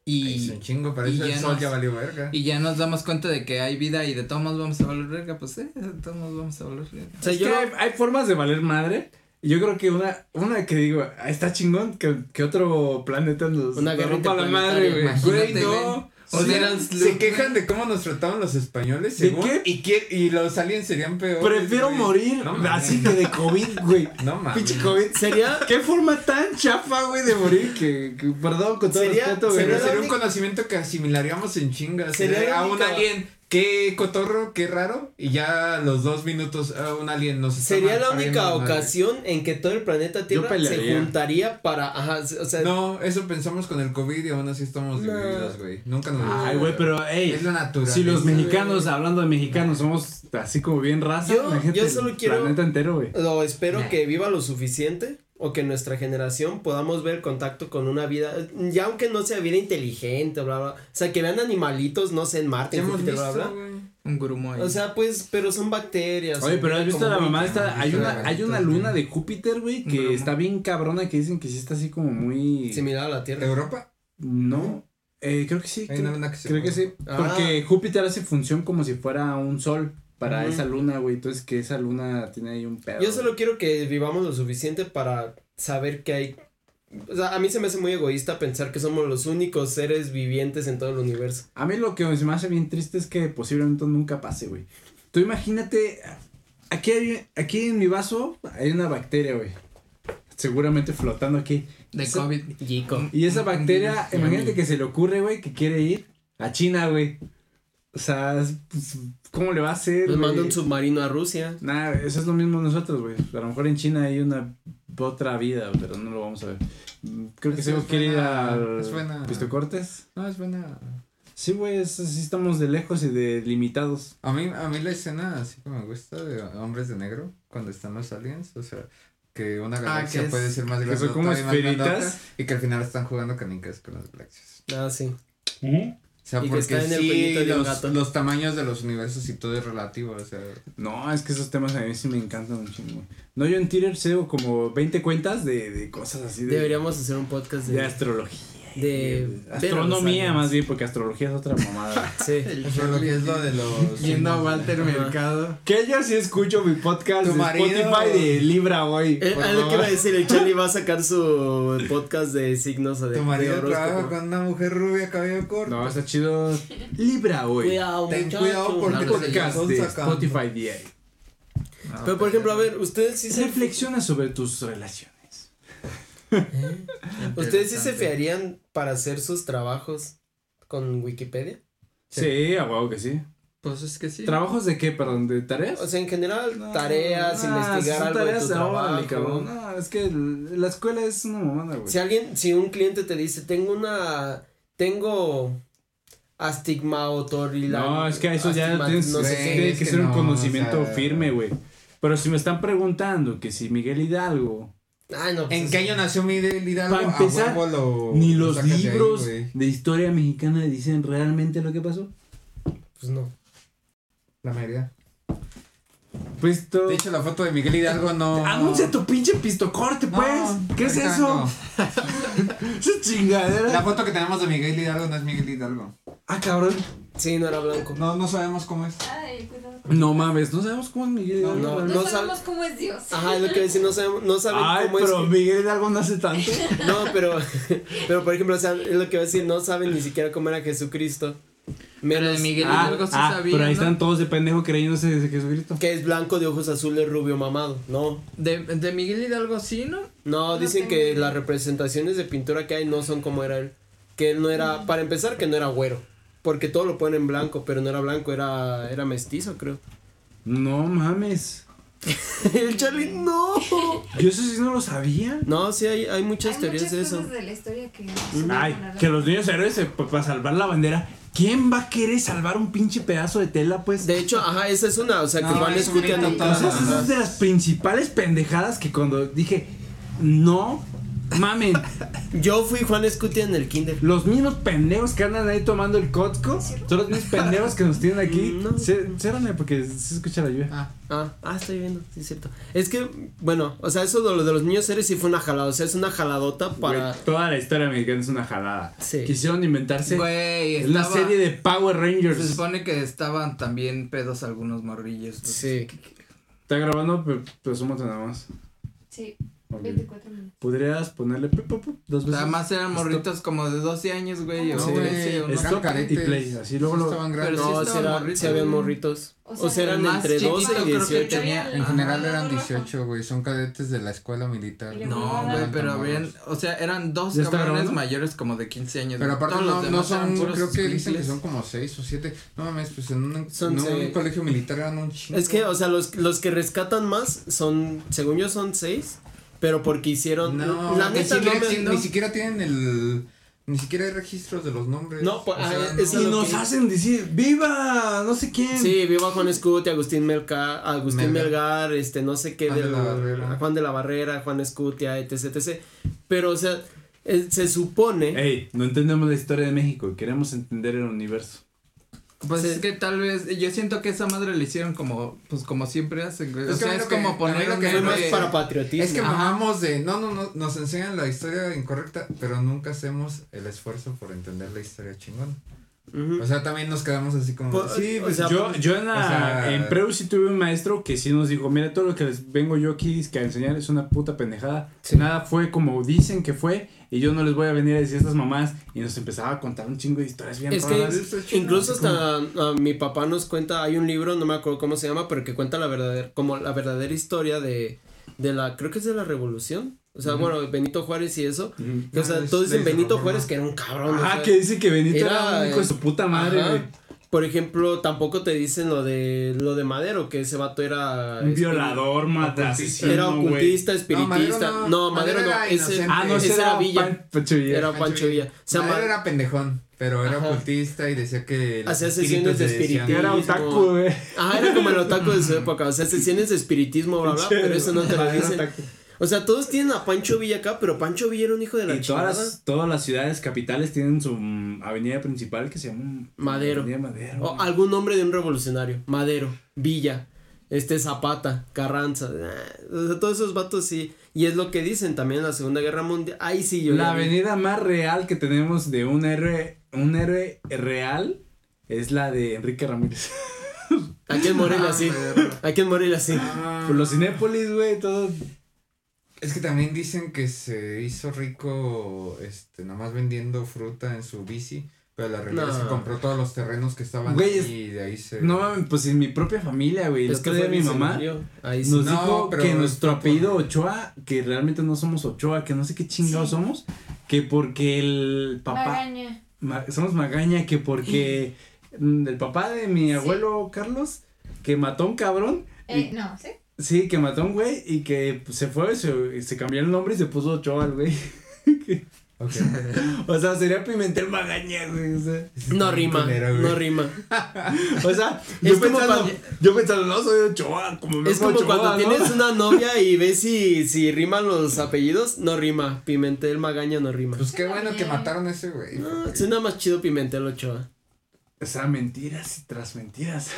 Speaker 3: Es
Speaker 2: y,
Speaker 3: un chingo, para
Speaker 2: y
Speaker 3: eso el
Speaker 2: ya
Speaker 3: sol
Speaker 2: nos-
Speaker 3: ya valió verga.
Speaker 2: y ya nos damos cuenta de que hay vida y de todos modos vamos a valer verga, pues eh, de todos modos vamos a valer verga.
Speaker 4: o sea,
Speaker 1: Es
Speaker 4: yo
Speaker 1: que
Speaker 4: lo-
Speaker 1: hay, hay formas de valer madre. Y yo creo que una, una que digo, "Ah, está chingón que, que otro planeta nos
Speaker 4: Una guerra
Speaker 1: rompa la madre,
Speaker 4: interplanetaria,
Speaker 1: güey.
Speaker 2: imagínate,
Speaker 1: Güey, no.
Speaker 2: O
Speaker 3: Sí,
Speaker 2: sea,
Speaker 3: se quejan de cómo nos trataban los españoles,
Speaker 1: ¿De
Speaker 3: según,
Speaker 1: qué?
Speaker 3: Y, que, y los aliens serían peores.
Speaker 1: Prefiero
Speaker 3: güey.
Speaker 1: morir
Speaker 3: No mames.
Speaker 1: así que de COVID, güey.
Speaker 3: No mames.
Speaker 1: Pinche COVID.
Speaker 4: sería
Speaker 1: Qué forma tan chafa, güey, de morir que, que- perdón, con todo
Speaker 4: Sería-
Speaker 1: respeto, güey.
Speaker 4: sería
Speaker 3: Pero
Speaker 4: la
Speaker 3: sería un
Speaker 4: única-
Speaker 3: conocimiento que asimilaríamos en chingas.
Speaker 4: Sería
Speaker 3: eh,
Speaker 4: la
Speaker 3: A un
Speaker 4: única-
Speaker 3: alien, qué cotorro, qué raro. Y ya a los dos minutos, a un alien nos está
Speaker 4: Sería la
Speaker 3: pariendo
Speaker 4: única
Speaker 3: madre.
Speaker 4: ocasión en que todo el planeta Tierra se
Speaker 1: pelearía.
Speaker 4: juntaría para, ajá, o sea,
Speaker 3: No, eso pensamos con el COVID y aún así estamos
Speaker 4: No.
Speaker 3: divididos, güey. Nunca nos.
Speaker 1: Ay, güey, pero, ey.
Speaker 3: Es la naturaleza.
Speaker 1: Si los mexicanos, hablando de mexicanos, somos así como bien raza,
Speaker 4: Yo-
Speaker 1: imagínate
Speaker 4: yo solo
Speaker 1: el
Speaker 4: quiero-
Speaker 1: planeta entero, güey.
Speaker 4: lo espero
Speaker 2: Nah.
Speaker 4: que viva lo suficiente o que nuestra generación podamos ver contacto con una vida, ya aunque no sea vida inteligente, bla, bla, o sea, que vean animalitos, no sé, en Marte,
Speaker 3: Ya
Speaker 4: en
Speaker 3: hemos
Speaker 4: Júpiter, bla, bla,
Speaker 3: visto, güey.
Speaker 2: un grumo ahí.
Speaker 4: O sea, pues, pero son bacterias.
Speaker 1: Oye,
Speaker 4: o
Speaker 1: pero has visto
Speaker 4: como
Speaker 1: la
Speaker 4: muy-
Speaker 1: mamá esta, hay
Speaker 3: visto la
Speaker 1: una, hay
Speaker 3: galleta,
Speaker 1: una
Speaker 3: güey.
Speaker 1: luna de Júpiter, güey, que
Speaker 2: Broma.
Speaker 1: está bien cabrona, que dicen que sí está así como muy...
Speaker 4: similar a la Tierra.
Speaker 3: ¿Europa?
Speaker 1: No, eh, creo que sí,
Speaker 3: Hay
Speaker 1: creo,
Speaker 3: una luna que se
Speaker 1: creo que
Speaker 3: mueve.
Speaker 1: sí,
Speaker 4: Ah.
Speaker 1: porque Júpiter hace función como si fuera un sol para
Speaker 4: Ujú.
Speaker 1: esa luna, güey, entonces que esa luna tiene ahí un pedo.
Speaker 4: Yo solo quiero que vivamos lo suficiente para saber que hay o sea, a mí se me hace muy egoísta pensar que somos los únicos seres vivientes en todo el universo.
Speaker 1: A mí lo que se me hace bien triste es que posiblemente nunca pase, güey. Tú imagínate, aquí, hay- aquí en mi vaso hay una bacteria, güey. Seguramente flotando aquí.
Speaker 2: de
Speaker 1: esa-
Speaker 2: COVID.
Speaker 4: Gico.
Speaker 1: Y esa bacteria,
Speaker 2: Sí,
Speaker 1: imagínate
Speaker 2: amigo.
Speaker 1: que se le ocurre, güey, que quiere ir a China, güey. O sea, es- pues, ¿cómo le va a hacer?
Speaker 4: Nos manda
Speaker 1: güey?
Speaker 4: un submarino a Rusia.
Speaker 1: Nah, eso es lo mismo nosotros, güey. A lo mejor en China hay una otra vida, pero no lo vamos a ver. Mm, Creo que
Speaker 3: Eso
Speaker 1: Sego
Speaker 3: es
Speaker 1: quiere ir
Speaker 3: buena-
Speaker 1: al
Speaker 3: es buena-
Speaker 1: Pistocortes.
Speaker 3: No, es buena.
Speaker 1: Sí, güey, es- sí estamos de lejos y de limitados.
Speaker 3: A mí, a mí la escena así que me gusta de Hombres de Negro, cuando están los aliens, o sea, que una galaxia
Speaker 2: que es-
Speaker 3: puede ser más
Speaker 1: Ah, Que
Speaker 3: grande
Speaker 1: son como esferitas.
Speaker 3: y que al final están jugando canicas con las galaxias.
Speaker 4: Ah, sí.
Speaker 3: O sea,
Speaker 4: Y que
Speaker 3: porque
Speaker 4: está en el
Speaker 3: sí,
Speaker 4: cuellito de un
Speaker 3: los,
Speaker 4: gato.
Speaker 3: los tamaños de los universos y todo es relativo, o sea,
Speaker 1: No, es que esos temas a mí sí me encantan un chingo. No, yo en Twitter sigo como 20 cuentas de, de cosas así. De,
Speaker 4: Deberíamos hacer un podcast
Speaker 1: De
Speaker 4: de.
Speaker 1: astrología.
Speaker 4: de- ver a los
Speaker 1: Astronomía,
Speaker 4: aliens.
Speaker 1: más bien, porque astrología es otra
Speaker 4: [laughs]
Speaker 1: mamada.
Speaker 4: Sí.
Speaker 2: El
Speaker 3: eso es lo que es lo [laughs] de los...
Speaker 2: Yendo a Walter
Speaker 4: Ajá.
Speaker 2: Mercado.
Speaker 1: que yo sí escucho mi podcast
Speaker 3: Tu
Speaker 1: de
Speaker 3: marido.
Speaker 1: Spotify de Libra hoy.
Speaker 4: Eh,
Speaker 1: por
Speaker 4: ah, lo que iba a
Speaker 1: favor.
Speaker 4: decir, el Charlie va a sacar su podcast de signos o de,
Speaker 3: Tu
Speaker 4: de
Speaker 3: marido trabaja
Speaker 4: horóscopo.
Speaker 3: con una mujer rubia, cabello corto.
Speaker 1: No, está chido. Libra hoy.
Speaker 4: ah, Cuidado,
Speaker 3: Ten
Speaker 4: muchacho.
Speaker 3: cuidado porque
Speaker 1: Un
Speaker 2: no,
Speaker 3: te
Speaker 1: podcast
Speaker 3: están
Speaker 1: de
Speaker 3: sacando.
Speaker 1: Spotify DA.
Speaker 4: Pero por ejemplo, a ver, ustedes sí se
Speaker 1: Reflexiona sobre tus relaciones.
Speaker 4: ¿Eh? ustedes sí se
Speaker 2: Interesante.
Speaker 4: fiarían para hacer sus trabajos con Wikipedia.
Speaker 1: Sí, a huevo que sí.
Speaker 2: Pues es que sí.
Speaker 1: ¿Trabajos de qué, perdón? ¿De tareas?
Speaker 4: O sea, en general,
Speaker 1: No,
Speaker 4: tareas,
Speaker 1: no, si
Speaker 4: investigar
Speaker 1: son
Speaker 4: algo de tu
Speaker 1: ah, órale,
Speaker 4: trabajo.
Speaker 1: cabrón. No, es que l- la escuela es una mamada, güey.
Speaker 4: Si alguien, si un cliente te dice, tengo una, tengo astigma o
Speaker 1: no, es que a eso ya tienes,
Speaker 4: no sé
Speaker 3: Sí.
Speaker 4: qué.
Speaker 1: tiene
Speaker 3: es
Speaker 1: que
Speaker 3: que
Speaker 1: ser un
Speaker 3: no,
Speaker 1: conocimiento
Speaker 3: o sea-
Speaker 1: firme, güey. Pero si me están preguntando que si Miguel Hidalgo,
Speaker 4: Ay, no, pues
Speaker 3: ¿En
Speaker 4: es-
Speaker 3: qué año nació Miguel Hidalgo?
Speaker 1: Para
Speaker 3: A
Speaker 1: empezar,
Speaker 3: huevo lo-
Speaker 1: ni
Speaker 3: lo
Speaker 1: los
Speaker 3: sacas de ahí,
Speaker 1: libros
Speaker 3: güey.
Speaker 1: de historia mexicana dicen realmente lo que pasó.
Speaker 4: Pues no.
Speaker 3: La mayoría.
Speaker 1: Pues to-
Speaker 3: De hecho, la foto de Miguel Hidalgo no...
Speaker 1: Anuncia tu pinche pistocorte,
Speaker 3: No,
Speaker 1: pues. ¿Qué es
Speaker 3: ahorita
Speaker 1: eso?
Speaker 3: no.
Speaker 1: Esa chingadera.
Speaker 3: La foto que tenemos de Miguel Hidalgo no es Miguel Hidalgo.
Speaker 1: Ah, cabrón.
Speaker 4: Sí, no era blanco.
Speaker 3: No, no sabemos cómo es.
Speaker 5: Ay, cuidado.
Speaker 1: No mames, no sabemos cómo es Miguel Hidalgo.
Speaker 4: No,
Speaker 5: No,
Speaker 1: realmente.
Speaker 4: no
Speaker 5: sabemos cómo es Dios.
Speaker 4: Ajá, es lo que iba a decir, no sabemos, no saben
Speaker 1: Ay,
Speaker 4: cómo
Speaker 1: pero
Speaker 4: es. que-
Speaker 1: Miguel Hidalgo no hace tanto.
Speaker 4: No, pero, [laughs] pero por ejemplo, o sea, es lo que iba a decir, no saben ni siquiera cómo era Jesucristo.
Speaker 2: Pero
Speaker 4: Menos
Speaker 2: de Miguel Hidalgo sí sabía.
Speaker 1: Ah, pero ahí
Speaker 2: ¿no?
Speaker 1: están todos de pendejo creyéndose de Jesucristo.
Speaker 4: que es blanco de ojos azules, rubio mamado. No,
Speaker 2: De, de Miguel Hidalgo sí, ¿no?
Speaker 4: no,
Speaker 5: No
Speaker 4: dicen
Speaker 5: tengo
Speaker 4: que
Speaker 5: idea.
Speaker 4: las representaciones de pintura que hay no son como era él. Que él no era, para empezar, que no era güero. Porque todo lo ponen en blanco, pero no era blanco, era, era mestizo, creo. [laughs]
Speaker 1: No mames.
Speaker 4: El Charlie, no.
Speaker 1: Yo eso sí no lo sabía.
Speaker 4: No, sí, hay, hay muchas
Speaker 5: Hay
Speaker 4: teorías
Speaker 5: muchas
Speaker 4: de eso.
Speaker 5: cosas de la historia que.
Speaker 1: Ay, que los niños héroes se- pa- para salvar la bandera. ¿Quién va a querer salvar un pinche pedazo de tela, pues?
Speaker 4: De hecho, ajá, esa es una, o sea, que
Speaker 3: No,
Speaker 4: van
Speaker 3: es un mito
Speaker 4: escuchando.
Speaker 1: O sea, esa
Speaker 3: Ajá.
Speaker 1: es de las principales pendejadas que cuando dije, no mamen,
Speaker 4: Yo fui Juan Escutia en el kinder.
Speaker 1: los mismos pendejos que andan ahí tomando el Cotco son los mismos pendejos que nos tienen aquí.
Speaker 4: No.
Speaker 1: Cé- Ciérrale porque se escucha la lluvia.
Speaker 3: Ah,
Speaker 4: Ah, ah, estoy viendo, sí es cierto. Es que, bueno, o sea, eso de lo de los niños héroes sí fue una jalada, o sea, es una jaladota para...
Speaker 1: Güey, toda la historia mexicana es una jalada.
Speaker 4: Sí.
Speaker 1: Quisieron inventarse
Speaker 2: Güey,
Speaker 1: Es Ah, la
Speaker 2: estaba-
Speaker 1: serie de Power
Speaker 2: Se
Speaker 1: Rangers.
Speaker 2: supone que estaban también pedos algunos morrillos. pues.
Speaker 4: Sí.
Speaker 1: Está grabando, pero, pero súmate nada más.
Speaker 5: Sí,
Speaker 1: Ok.
Speaker 5: 24 minutos.
Speaker 1: Podrías ponerle pu, pu, pu, dos veces.
Speaker 3: Pues,
Speaker 2: Además eran morritos como de 12 años, güey. o
Speaker 3: No,
Speaker 1: Sí,
Speaker 3: güey,
Speaker 2: 13 o no.
Speaker 1: es-
Speaker 3: eran
Speaker 1: Stop y
Speaker 3: caretes.
Speaker 1: play, así luego lo-
Speaker 3: estaban
Speaker 2: Pero
Speaker 3: grandes.
Speaker 2: sí
Speaker 4: No,
Speaker 2: estaban
Speaker 4: sí, era-
Speaker 2: morritos.
Speaker 4: sí habían morritos.
Speaker 5: O
Speaker 4: O
Speaker 5: sea,
Speaker 4: sea, eran
Speaker 2: el más
Speaker 4: entre
Speaker 2: chiquito
Speaker 4: 12 y
Speaker 2: creo que
Speaker 4: 18.
Speaker 2: tenía-
Speaker 3: En general
Speaker 5: Ah,
Speaker 3: eran
Speaker 5: rojo.
Speaker 3: 18, güey. Son cadetes de la escuela militar.
Speaker 2: No,
Speaker 5: No,
Speaker 2: güey,
Speaker 5: no,
Speaker 2: pero
Speaker 3: tan
Speaker 2: habían,
Speaker 3: morros.
Speaker 2: o sea, eran dos
Speaker 1: ¿Ya está
Speaker 2: cabrones
Speaker 1: grabando?
Speaker 2: mayores como de 15 años. güey.
Speaker 3: Pero aparte
Speaker 2: Todos
Speaker 3: no,
Speaker 2: los
Speaker 3: no
Speaker 2: demás eran
Speaker 3: son,
Speaker 2: puros
Speaker 3: creo que dicen que
Speaker 2: escuincles.
Speaker 3: son como 6 o 7. No mames, pues en un,
Speaker 4: Son
Speaker 3: en un
Speaker 4: seis.
Speaker 3: colegio militar eran un chingo.
Speaker 4: Es que, o sea, los, los que rescatan más son, según yo, son seis, pero porque hicieron...
Speaker 3: No,
Speaker 4: la
Speaker 3: ni,
Speaker 4: neta no
Speaker 3: siquiera,
Speaker 4: me...
Speaker 3: exi- ni siquiera tienen el... Ni siquiera hay registros de los nombres.
Speaker 4: No, pues,
Speaker 3: O sea,
Speaker 4: ah,
Speaker 3: no-
Speaker 4: es
Speaker 1: y
Speaker 4: lo
Speaker 1: nos
Speaker 4: que-
Speaker 1: hacen decir, ¡Viva! No sé quién.
Speaker 4: Sí, viva Juan Escutia, Agustín Melgar, Agustín
Speaker 3: Melgar.
Speaker 4: Melgar, este, no sé qué,
Speaker 3: Juan de
Speaker 4: del-
Speaker 3: la Barrera.
Speaker 4: Juan de la Barrera, Juan Escutia, etc, etc. Pero, o sea, eh, se supone,
Speaker 1: Ey, no entendemos la historia de México. Queremos entender el universo.
Speaker 2: Pues
Speaker 4: Sí.
Speaker 2: es que tal vez, yo siento que esa madre le hicieron como, pues como siempre hacen, güey.
Speaker 3: Es
Speaker 2: O
Speaker 3: que
Speaker 2: sea,
Speaker 3: a mí
Speaker 2: es
Speaker 3: lo que- a
Speaker 2: como
Speaker 3: mí
Speaker 2: poner
Speaker 3: lo
Speaker 2: un
Speaker 3: que
Speaker 4: fue
Speaker 3: me-
Speaker 4: más
Speaker 2: héroe.
Speaker 4: para patriotismo.
Speaker 3: Es que
Speaker 2: Ajá.
Speaker 3: mamamos de, no, no, no, nos enseñan la historia incorrecta, pero nunca hacemos el esfuerzo por entender la historia chingona.
Speaker 4: Ujú.
Speaker 3: O sea, también nos quedamos así como...
Speaker 4: Pues,
Speaker 3: sí,
Speaker 4: o
Speaker 3: pues,
Speaker 4: sea,
Speaker 1: Yo, yo en, la,
Speaker 3: o sea-
Speaker 1: en Preu sí tuve un maestro que sí nos dijo, mira, todo lo que les vengo yo aquí es que a enseñar es una puta pendejada.
Speaker 4: Sí.
Speaker 1: Nada fue como dicen que fue y yo no les voy a venir a decir estas mamás. Y nos empezaba a contar un chingo de historias bien
Speaker 4: Es
Speaker 1: raras.
Speaker 4: que incluso hasta ah, mi papá nos cuenta, hay un libro, no me acuerdo cómo se llama, pero que cuenta la verdadera, como la verdadera historia de, de la, creo que es de la revolución. O sea, bueno, Benito Juárez y eso.
Speaker 1: Ujú.
Speaker 4: O sea,
Speaker 3: Ah, es
Speaker 4: todos dicen
Speaker 3: de
Speaker 4: Benito
Speaker 3: Reforma.
Speaker 4: Juárez que era un cabrón. o
Speaker 1: Ah,
Speaker 4: sea,
Speaker 1: que dice que Benito era,
Speaker 4: era,
Speaker 1: un hijo de
Speaker 4: eh,
Speaker 1: su puta madre,
Speaker 4: ajá.
Speaker 1: güey.
Speaker 4: Por ejemplo, tampoco te dicen lo de lo de Madero, que ese vato Ah, era este,
Speaker 1: Un violador, mata, asesino,
Speaker 4: Era
Speaker 1: güey.
Speaker 4: ocultista, espiritista.
Speaker 3: Madero
Speaker 4: No,
Speaker 3: no.
Speaker 4: Madero,
Speaker 3: Madero
Speaker 4: no.
Speaker 3: era
Speaker 4: Ese,
Speaker 3: inocente.
Speaker 1: Ah, no,
Speaker 4: ese
Speaker 1: ese
Speaker 4: era
Speaker 1: era
Speaker 4: Villa.
Speaker 1: Pan- Pancho Villa.
Speaker 4: Era Pancho Villa. O sea,
Speaker 3: Madero
Speaker 4: Ma-
Speaker 3: era pendejón, pero era
Speaker 4: Ajá.
Speaker 3: ocultista y decía que. los
Speaker 4: Hacía sesiones
Speaker 3: espíritus
Speaker 4: de
Speaker 3: le decían-
Speaker 4: espiritismo.
Speaker 6: Era otaku, güey.
Speaker 4: Ajá, era como el otaku de su época. O sea, sesiones de espiritismo, bla, bla, pero eso no te lo
Speaker 1: Era
Speaker 4: dicen.
Speaker 1: otaku.
Speaker 4: O sea, todos tienen a Pancho Villa acá, pero Pancho Villa era un hijo de la
Speaker 1: Y todas
Speaker 4: chingada.
Speaker 1: las, todas las ciudades capitales tienen su mm, avenida principal que se llama
Speaker 4: Madero. Oh,
Speaker 1: Avenida Madero.
Speaker 4: O algún nombre de un revolucionario. Madero, Villa, este Zapata, Carranza. eh, O sea, todos esos vatos sí. Y es lo que dicen también en la Segunda Guerra Mundial. Ahí sí yo.
Speaker 1: La
Speaker 4: ya vi.
Speaker 1: avenida más real que tenemos de un R, un R real es la de Enrique Ramírez.
Speaker 4: Aquí en Morelia sí. Aquí en Morelia sí.
Speaker 3: Ah,
Speaker 1: Ah, Por los Cinépolis, güey, todo.
Speaker 3: Es que también dicen que se hizo rico, este, nomás vendiendo fruta en su bici, pero la realidad es que
Speaker 4: No.
Speaker 3: compró todos los terrenos que estaban
Speaker 1: Güey, es-
Speaker 3: ahí y de ahí se...
Speaker 1: No mames, pues en mi propia familia, güey. El
Speaker 4: Es
Speaker 1: otro
Speaker 4: Pues fue
Speaker 1: día mi mamá
Speaker 4: visionario. Ahí sí.
Speaker 1: nos
Speaker 3: No,
Speaker 1: dijo
Speaker 3: pero
Speaker 1: que
Speaker 3: es
Speaker 1: nuestro
Speaker 3: por-
Speaker 1: apellido Ochoa, que realmente no somos Ochoa, que no sé qué chingados
Speaker 5: Sí.
Speaker 1: somos, que porque el papá.
Speaker 5: Magaña.
Speaker 1: Ma- somos magaña que
Speaker 5: [laughs]
Speaker 1: porque mm, el papá de mi abuelo Carlos que mató a un cabrón
Speaker 5: Eh, no, ¿sí?
Speaker 1: y- sí que mató a un güey y que pues, se fue se, se cambió el nombre y se puso Ochoa al güey [laughs]
Speaker 3: Ok.
Speaker 1: o sea sería Pimentel Magaña güey o sea,
Speaker 4: No rima.
Speaker 3: Culero, güey.
Speaker 4: No rima.
Speaker 1: o
Speaker 4: [laughs]
Speaker 1: sea,
Speaker 4: Es
Speaker 1: yo,
Speaker 4: como
Speaker 1: pensando,
Speaker 4: cuando-
Speaker 1: yo pensando no soy Ochoa como me
Speaker 4: Es
Speaker 1: fue
Speaker 4: como
Speaker 1: Ochoa,
Speaker 4: cuando
Speaker 1: ¿no?
Speaker 4: tienes una novia y ves si, si riman los apellidos. No rima. Pimentel Magaña no rima.
Speaker 3: Pues qué bueno que
Speaker 5: Bien.
Speaker 3: mataron a ese güey.
Speaker 4: No, suena más chido Pimentel Ochoa.
Speaker 1: o sea mentiras y tras mentiras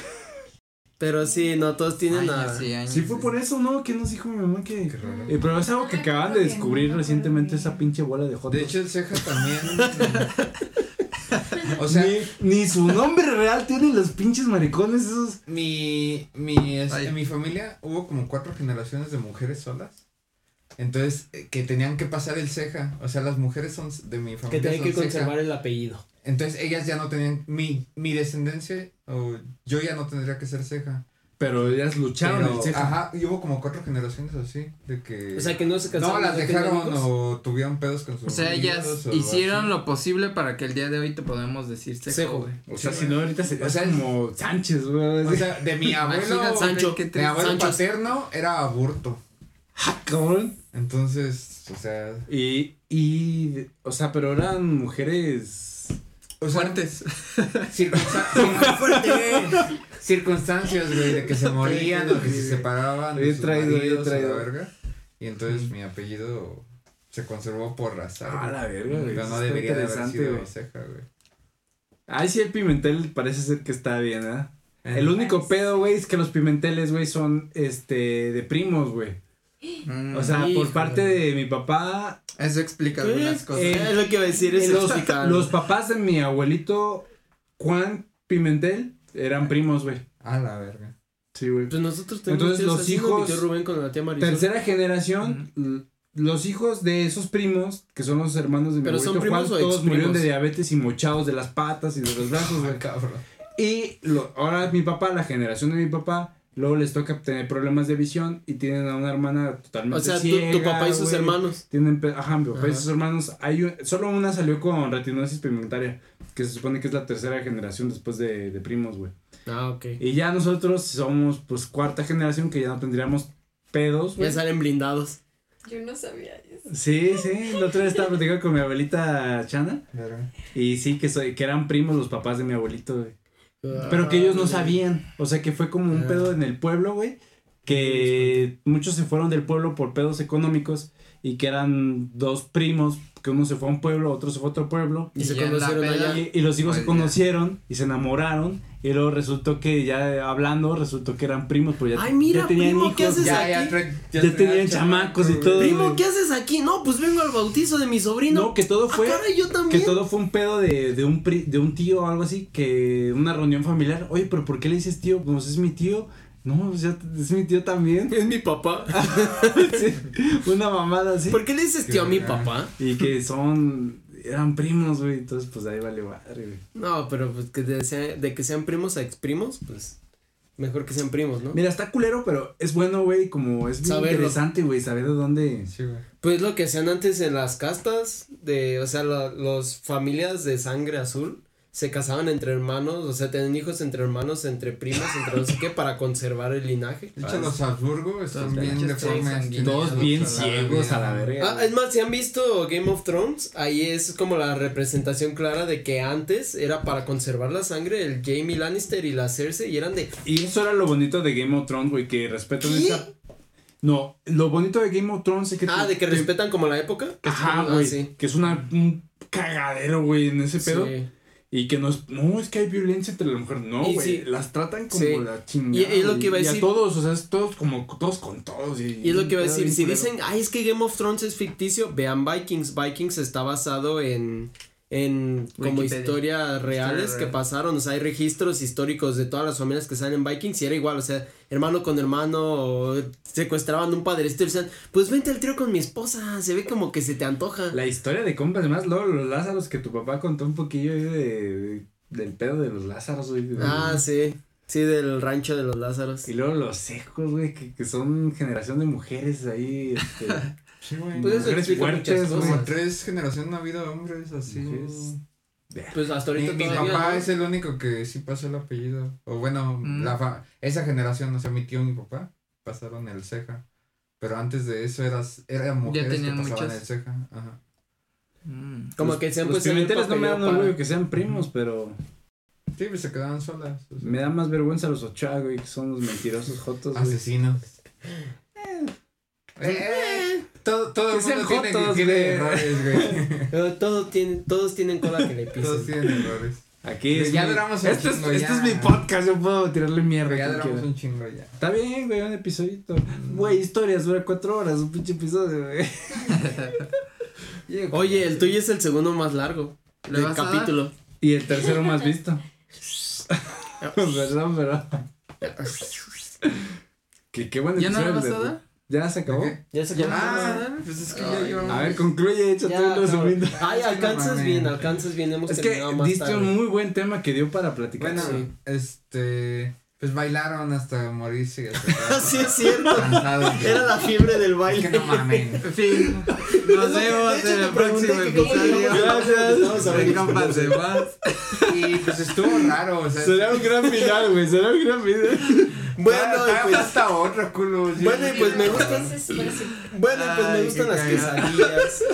Speaker 4: Pero sí, no, todos tienen
Speaker 2: Años
Speaker 4: a.
Speaker 2: y años.
Speaker 1: sí fue por eso no que nos dijo mi mamá que
Speaker 3: Qué raro.
Speaker 1: Eh, pero es algo que
Speaker 5: Ay,
Speaker 1: acaban
Speaker 5: creo
Speaker 1: de
Speaker 5: que no,
Speaker 1: descubrir
Speaker 5: no, no,
Speaker 1: recientemente
Speaker 5: no.
Speaker 1: esa pinche bola de hot
Speaker 3: De
Speaker 1: dogs.
Speaker 3: hecho, el ceja también... eh, o sea,
Speaker 1: ni, ni su nombre real tienen los pinches maricones esos.
Speaker 3: mi, mi, este,
Speaker 2: Ay.
Speaker 3: mi familia hubo como cuatro generaciones de mujeres solas. Entonces, eh, que tenían que pasar el ceja. O sea, las mujeres son de mi
Speaker 4: Que
Speaker 3: familia.
Speaker 4: tienen que
Speaker 3: son ceja.
Speaker 4: conservar el apellido.
Speaker 3: Entonces ellas ya no tenían mi, mi descendencia o yo ya no tendría que ser ceja.
Speaker 1: Pero ellas lucharon
Speaker 3: Pero,
Speaker 1: el ceja.
Speaker 3: Ajá, y hubo como cuatro generaciones así de que
Speaker 4: O sea, que no se casaron.
Speaker 3: no las
Speaker 4: tenían
Speaker 3: dejaron
Speaker 4: hijos.
Speaker 3: o tuvieron pedos con sus
Speaker 2: O sea, ellas
Speaker 3: maridos o algo
Speaker 2: hicieron
Speaker 3: así.
Speaker 2: lo posible para que el día de hoy te podemos decir
Speaker 4: Seco.
Speaker 2: seco, güey.
Speaker 1: O sea, si no, ahorita sería
Speaker 3: O sea,
Speaker 1: como Sánchez, güey.
Speaker 3: O sea, de mi abuelo,
Speaker 2: Imagínate,
Speaker 4: Sancho.
Speaker 2: qué
Speaker 3: mi
Speaker 2: triste.
Speaker 3: abuelo
Speaker 4: Sancho.
Speaker 3: paterno era aburto. Entonces, o sea,
Speaker 1: ah, Y, y, o sea, pero eran mujeres.
Speaker 3: o sea,
Speaker 2: Fuertes.
Speaker 1: [laughs]
Speaker 3: circunsta- circunstancias, güey, de que se morían o que se separaban. de
Speaker 1: Bien
Speaker 3: sus
Speaker 1: traído, bien
Speaker 3: maridos o la
Speaker 1: traído.
Speaker 3: verga. Y entonces mi apellido se conservó por raza.
Speaker 1: Ah,
Speaker 3: güey.
Speaker 1: la verga, güey.
Speaker 3: Pero
Speaker 1: Eso
Speaker 3: no
Speaker 1: está
Speaker 3: debería de haber
Speaker 1: interesante,
Speaker 3: sido
Speaker 1: güey.
Speaker 3: ceja, güey.
Speaker 1: Ay, sí, el Pimentel parece ser que está bien, ¿eh? El único pedo, güey, es que los Pimenteles, güey, son, este, de primos, güey.
Speaker 2: Mm,
Speaker 1: O sea,
Speaker 4: Híjole.
Speaker 1: por parte de mi papá,
Speaker 2: eso explica
Speaker 4: ¿Qué?
Speaker 2: algunas cosas.
Speaker 4: Eh, es lo que iba a decir, es
Speaker 1: Eh, los,
Speaker 4: explicar.
Speaker 1: los papás de mi abuelito Juan Pimentel eran primos, güey.
Speaker 3: A ah, la verga.
Speaker 1: Sí, güey.
Speaker 4: Pues nosotros tenemos
Speaker 1: Entonces,
Speaker 4: tíos
Speaker 1: los
Speaker 4: así, ¿no? Mi tío
Speaker 1: hijos-
Speaker 4: Rubén con la tía Marisol.
Speaker 1: Tercera generación, l- los hijos de esos primos, que son los hermanos de mi
Speaker 4: ¿Pero son
Speaker 1: abuelito Juan,
Speaker 4: primos o
Speaker 1: todos
Speaker 4: exprimos?
Speaker 1: murieron de diabetes y mochados de las patas y de los brazos, güey. [laughs]
Speaker 3: Ah, cabrón.
Speaker 1: Y lo- ahora mi papá, la generación de mi papá, luego les toca tener problemas de visión y tienen a una hermana
Speaker 4: O
Speaker 1: totalmente
Speaker 4: sea, tu,
Speaker 1: ciega,
Speaker 4: tu papá y sus
Speaker 1: güey.
Speaker 4: hermanos.
Speaker 1: Tienen, pe- ajá, mi papá y
Speaker 4: Ajá.
Speaker 1: sus hermanos. Hay un- solo una salió con retinosis pigmentaria, que se supone que es la tercera generación después de, de primos, güey.
Speaker 4: Ah, ok.
Speaker 1: Y ya nosotros somos, pues, cuarta generación que ya no tendríamos pedos,
Speaker 4: Ya
Speaker 1: güey.
Speaker 4: salen blindados.
Speaker 5: Yo no sabía eso.
Speaker 1: Sí, sí, la otra vez estaba platicando con mi abuelita Chana
Speaker 3: Verga.
Speaker 1: y sí que soy, que eran primos los papás de mi abuelito, güey. Pero que
Speaker 4: Ah,
Speaker 1: ellos no sabían, o sea, que fue como un pedo en el pueblo, güey, que muchos se fueron del pueblo por pedos económicos y que eran dos primos, que uno se fue a un pueblo, otro se fue a otro pueblo.
Speaker 4: Y se
Speaker 2: Y en la
Speaker 4: conocieron
Speaker 2: peda-
Speaker 4: allá.
Speaker 1: Y, y los hijos
Speaker 2: Pues
Speaker 1: se
Speaker 2: ya.
Speaker 1: conocieron y se enamoraron y luego resultó que ya hablando resultó que eran primos, pues ya,
Speaker 4: Ay, mira,
Speaker 1: ya tenían
Speaker 4: primo,
Speaker 1: hijos,
Speaker 4: ¿qué haces
Speaker 1: ya,
Speaker 3: Ya, ya,
Speaker 4: aquí?
Speaker 3: tra-
Speaker 1: ya
Speaker 3: traía
Speaker 1: tenían
Speaker 3: chamaco,
Speaker 1: chamacos y
Speaker 3: güey.
Speaker 1: todo.
Speaker 4: Primo,
Speaker 1: güey.
Speaker 4: ¿qué haces aquí? No, pues vengo al bautizo de mi sobrino.
Speaker 1: Mm. No, que todo
Speaker 4: Ah,
Speaker 1: fue
Speaker 4: caray, yo
Speaker 1: que
Speaker 4: también.
Speaker 1: todo fue un pedo de, de un pri- de un tío o algo así, que una reunión familiar, oye, pero ¿por qué le dices tío? Pues es mi tío. No, pues ya es mi tío también. [laughs]
Speaker 4: Es mi papá.
Speaker 1: Sí, Una mamada así.
Speaker 4: Ah, ¿Por qué le dices tío a mi papá?
Speaker 1: Y que son eran primos, güey, entonces pues ahí vale madre, güey.
Speaker 4: No, pero pues que de, sea- de que sean primos a exprimos, pues mejor que sean primos, ¿no?
Speaker 1: Mira, está culero, pero es bueno, güey, como es bien
Speaker 4: Saberlo.
Speaker 1: interesante, güey, saber de dónde
Speaker 3: Sí, güey.
Speaker 4: Pues lo que hacían antes en las castas, de, o sea, las familias de sangre azul, se casaban entre hermanos, o sea, tenían hijos entre hermanos, entre primas, entre no sé qué, para conservar el linaje.
Speaker 3: De hecho, los Habsburgo están
Speaker 2: Los
Speaker 3: bien
Speaker 2: pinches
Speaker 3: deformes.
Speaker 2: sanguíneos.
Speaker 1: Dos bien ciegos a la verga.
Speaker 4: Ah, es más, si han visto Game of Thrones, ahí es como la representación clara de que antes era para conservar la sangre el Jamie Lannister y la Cersei y eran de...
Speaker 1: Y eso era lo bonito de Game of Thrones, güey, que respetan
Speaker 4: ¿Qué?
Speaker 1: esa. No, lo bonito de Game of Thrones es que.
Speaker 4: Ah,
Speaker 1: te-
Speaker 4: de
Speaker 1: [laughs]
Speaker 4: que
Speaker 1: te-
Speaker 4: respetan como la época.
Speaker 1: Ajá,
Speaker 4: Ah,
Speaker 1: güey.
Speaker 4: sí.
Speaker 1: Que es una, un cagadero, güey, en ese pedo.
Speaker 4: Sí.
Speaker 1: Y que no es. No, es que hay violencia entre la mujer. No,
Speaker 4: Y
Speaker 1: güey.
Speaker 4: sí.
Speaker 1: Las tratan como
Speaker 4: Sí.
Speaker 1: la chingada.
Speaker 4: Y- y es lo que iba a
Speaker 1: güey,
Speaker 4: decir.
Speaker 1: a todos, o sea, es todos como todos con todos. Y,
Speaker 4: Y es lo que iba a
Speaker 1: está
Speaker 4: decir,
Speaker 1: bien
Speaker 4: si
Speaker 1: culero.
Speaker 4: dicen, ay, es que Game of Thrones es ficticio, vean Vikings. Vikings está basado en, en como
Speaker 2: Wikipedia.
Speaker 4: historias reales
Speaker 2: real.
Speaker 4: que pasaron, o sea, hay registros históricos de todas las familias que salen en Vikings y era igual, o sea, hermano con hermano, o secuestraban un padrecito y decían, pues vente al trío con mi esposa, se ve como que se te antoja.
Speaker 1: La historia de compas, además, luego los Lázaros que tu papá contó un poquillo ahí de, del pedo de los Lázaros, güey. de-
Speaker 4: Ah, sí, sí, del rancho de los Lázaros.
Speaker 1: Y luego los cejos, güey, que, que son generación de mujeres ahí, este,
Speaker 3: Sí,
Speaker 4: [laughs]
Speaker 3: güey.
Speaker 4: Pues eso
Speaker 1: mujeres
Speaker 4: explica
Speaker 1: fuertes,
Speaker 4: muchas
Speaker 1: güey.
Speaker 4: cosas.
Speaker 3: Como tres generaciones no ha habido hombres así.
Speaker 1: Mujeres.
Speaker 4: Pues hasta
Speaker 3: Mi,
Speaker 4: ahorita
Speaker 3: mi
Speaker 4: todavía,
Speaker 3: papá
Speaker 4: ¿no?
Speaker 3: es el único que sí pasó el apellido. O bueno,
Speaker 2: Mm.
Speaker 3: la fa- esa generación, o sea, mi tío y mi papá pasaron el ceja. Pero antes de eso eras, era mujeres que
Speaker 2: tenían
Speaker 3: pasaban
Speaker 2: muchas.
Speaker 3: el ceja. Ajá.
Speaker 2: Mm.
Speaker 4: Como
Speaker 1: Los-
Speaker 4: que se han
Speaker 1: los
Speaker 4: puesto en el
Speaker 1: pimenteles no me
Speaker 4: papeleo
Speaker 1: dan orgullo
Speaker 4: para-
Speaker 1: que sean primos, pero
Speaker 3: Sí, pues se quedaban solas. o sea,
Speaker 1: me da más vergüenza los Ochoa, güey, que son los mentirosos jotos,
Speaker 3: Ah,
Speaker 1: güey.
Speaker 3: asesinos. Eh, eh, todo todo
Speaker 1: Que
Speaker 3: el mundo
Speaker 1: sean
Speaker 3: tiene,
Speaker 1: jotos,
Speaker 3: tiene
Speaker 1: güey.
Speaker 3: errores, güey.
Speaker 4: Pero todo tiene, todos tienen cola [laughs] que le
Speaker 3: Todos
Speaker 4: pisen.
Speaker 3: tienen errores.
Speaker 1: Aquí es
Speaker 3: Ya
Speaker 1: mi-
Speaker 3: duramos un
Speaker 1: este es,
Speaker 3: chingo,
Speaker 1: este
Speaker 3: ya.
Speaker 1: es mi podcast, yo puedo tirarle mierda.
Speaker 3: Pero ya
Speaker 1: a quien
Speaker 3: duramos
Speaker 1: quiera.
Speaker 3: un chingo ya.
Speaker 1: Está bien, güey, un episodito. Güey, historias, dura cuatro horas, un pinche episodio, güey.
Speaker 4: Oye, el tuyo es el segundo más largo
Speaker 2: ¿Le
Speaker 4: del
Speaker 2: vas a dar?
Speaker 4: capítulo.
Speaker 1: Y el tercero más visto. [laughs] perdón, perdón. que qué buen
Speaker 2: ¿Ya no le
Speaker 1: episodio,
Speaker 2: vas a
Speaker 1: güey.
Speaker 2: dar?
Speaker 1: Ya se acabó.
Speaker 3: ¿De
Speaker 4: Ya se
Speaker 2: ¿Ya no
Speaker 4: acabó.
Speaker 2: le vas a
Speaker 3: Ah,
Speaker 2: dar?
Speaker 3: Pues es que
Speaker 2: Ay,
Speaker 3: ya llevamos.
Speaker 1: A ver, concluye, echa
Speaker 4: Ya,
Speaker 1: todo lo
Speaker 4: cabrón.
Speaker 1: subiendo.
Speaker 4: Ay,
Speaker 3: [laughs] Es que no
Speaker 4: alcanzas
Speaker 3: mames.
Speaker 4: bien, alcanzas bien, hemos
Speaker 1: Es que
Speaker 4: terminado más
Speaker 1: diste
Speaker 4: tarde. [laughs]
Speaker 1: un muy buen tema que dio para platicar.
Speaker 3: Bueno,
Speaker 4: Sí.
Speaker 3: este. Pues bailaron hasta
Speaker 4: [laughs]
Speaker 3: morirse. Hasta
Speaker 4: Así es cierto.
Speaker 3: cansados. güey.
Speaker 4: Era la fiebre del
Speaker 3: Es que
Speaker 4: baile.
Speaker 3: no mamen.
Speaker 2: En fin, nos vemos en el próximo episodio.
Speaker 4: Gracias.
Speaker 2: Soy compas de más.
Speaker 3: Y pues estuvo raro, o sea.
Speaker 1: Será un gran final,
Speaker 3: [laughs]
Speaker 1: güey. Será un gran final.
Speaker 4: Bueno,
Speaker 3: está-
Speaker 4: y pues,
Speaker 3: ah, hasta otro culo. sí.
Speaker 4: Bueno, y pues me gusta-
Speaker 5: Entonces, pues, sí.
Speaker 4: bueno, y pues me
Speaker 2: Ay,
Speaker 4: gustan
Speaker 2: qué
Speaker 4: las
Speaker 2: cagado.
Speaker 4: quesadillas.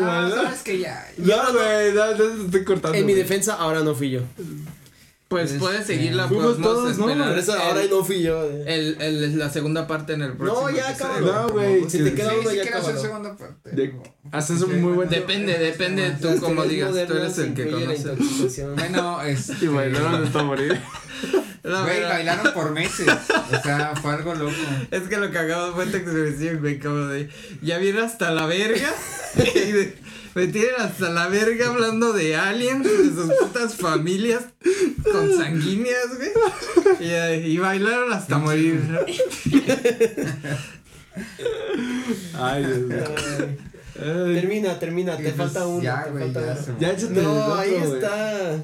Speaker 3: No, sabes que ya.
Speaker 1: No, güey, no, no, te estoy cortando.
Speaker 4: En mi
Speaker 1: güey.
Speaker 4: defensa, ahora no fui yo.
Speaker 2: Pues
Speaker 3: Este,
Speaker 2: puedes seguirla,
Speaker 1: fuimos
Speaker 2: pues no
Speaker 1: todos, ¿no?
Speaker 2: esperar
Speaker 4: Por eso, ahora
Speaker 2: el-
Speaker 4: no fui yo. Ah, eh.
Speaker 2: el- el- la segunda parte en el próximo.
Speaker 4: No, ya
Speaker 2: episodio.
Speaker 4: acabo.
Speaker 1: No, güey.
Speaker 4: Si te queda
Speaker 3: Sí,
Speaker 4: uno,
Speaker 3: sí
Speaker 4: ya
Speaker 3: quiero hacer
Speaker 4: acabalo.
Speaker 3: segunda parte.
Speaker 1: Ya- Haces un muy buen.
Speaker 3: De-
Speaker 2: Depende, depende
Speaker 3: Este
Speaker 2: de
Speaker 4: Las
Speaker 2: tú como
Speaker 4: teorías
Speaker 2: digas. Tú
Speaker 4: modernas
Speaker 2: eres el que
Speaker 4: incluyen la
Speaker 2: conoce.
Speaker 4: intoxicación.
Speaker 3: Bueno, este.
Speaker 1: [laughs] Y bailaron hasta morir.
Speaker 2: No,
Speaker 3: Güey,
Speaker 2: pero-
Speaker 3: bailaron por meses. O sea, fue algo loco.
Speaker 2: Es que lo cagado fue tu expresión, güey, como de, ya viene hasta la
Speaker 4: [laughs]
Speaker 2: verga, y de, me tienen hasta la verga hablando de aliens, de sus putas familias consanguíneas, güey, y, y bailaron hasta morir.
Speaker 1: [laughs] Ay, Dios mío. Ay.
Speaker 4: [laughs] Termina, termina,
Speaker 3: Y
Speaker 4: te
Speaker 3: pues,
Speaker 4: falta uno.
Speaker 3: Ya,
Speaker 4: te
Speaker 3: güey,
Speaker 4: falta
Speaker 3: ya
Speaker 4: uno.
Speaker 3: se
Speaker 1: Ya
Speaker 3: murió.
Speaker 1: échate el
Speaker 4: No,
Speaker 1: otro,
Speaker 4: ahí
Speaker 1: güey.
Speaker 4: está.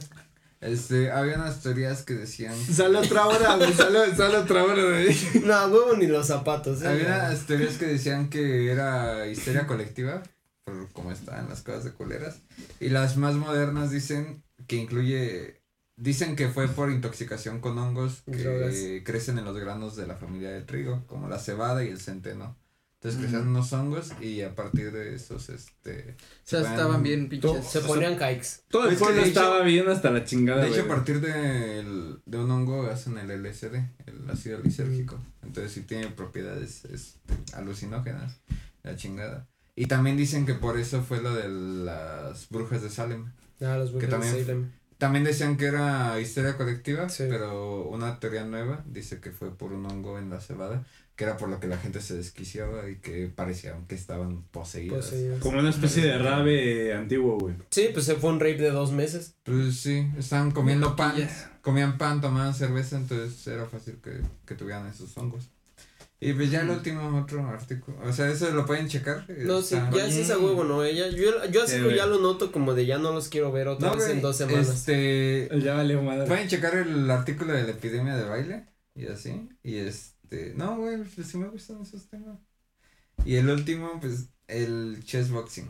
Speaker 3: Este, había unas teorías que decían.
Speaker 1: Sale otra hora, güey. Sale, sale otra hora de ahí.
Speaker 4: No, huevo ni los zapatos. eh.
Speaker 3: Había unas teorías que decían que era histeria colectiva, por cómo están las cosas de culeras. Y las más modernas dicen que incluye. Dicen que fue por intoxicación con hongos que
Speaker 4: Drogas.
Speaker 3: crecen en los granos de la familia del trigo, como la cebada y el centeno. Entonces crecieron unos hongos y a partir de esos, este.
Speaker 2: O sea, estaban bien pinches.
Speaker 4: Se ponían cakes.
Speaker 1: Todo el
Speaker 3: Es que de
Speaker 1: pueblo
Speaker 3: hecho-
Speaker 1: estaba bien hasta la chingada,
Speaker 3: De
Speaker 1: güey.
Speaker 3: hecho, a partir de, el- de un hongo hacen el LSD, el ácido lisérgico. Entonces, sí tiene propiedades este, alucinógenas, la chingada. Y también dicen que por eso fue lo de las brujas de Salem.
Speaker 4: Ah, los
Speaker 3: Que
Speaker 4: Wicked
Speaker 3: también-
Speaker 4: Salem.
Speaker 3: También decían que era histeria colectiva,
Speaker 4: Sí.
Speaker 3: pero una teoría nueva dice que fue por un hongo en la cebada, que era por lo que la gente se desquiciaba y que parecían que estaban poseídas.
Speaker 4: Pues, sí.
Speaker 1: Como una especie de rave antiguo, güey.
Speaker 4: Sí, pues se fue un rape de dos meses.
Speaker 3: Pues sí, estaban comiendo pan,
Speaker 2: Coquillas.
Speaker 3: comían pan, tomaban cerveza, entonces era fácil que, que tuvieran esos hongos. Y pues ya el último, otro artículo, o sea, eso lo pueden checar. eh,
Speaker 4: No, sí,
Speaker 3: está-
Speaker 4: ya sí es a huevo, ¿no? Ella, yo, yo así
Speaker 1: Sí,
Speaker 4: lo- ya
Speaker 1: güey.
Speaker 4: lo noto como de ya no los quiero ver otra
Speaker 3: No,
Speaker 4: vez en
Speaker 3: güey,
Speaker 4: dos semanas.
Speaker 3: Este,
Speaker 1: Ya valió madre.
Speaker 3: pueden checar el artículo de la epidemia de baile y así, y este, no, güey, pues sí me gustan esos temas. Y el último, pues, el chess boxing.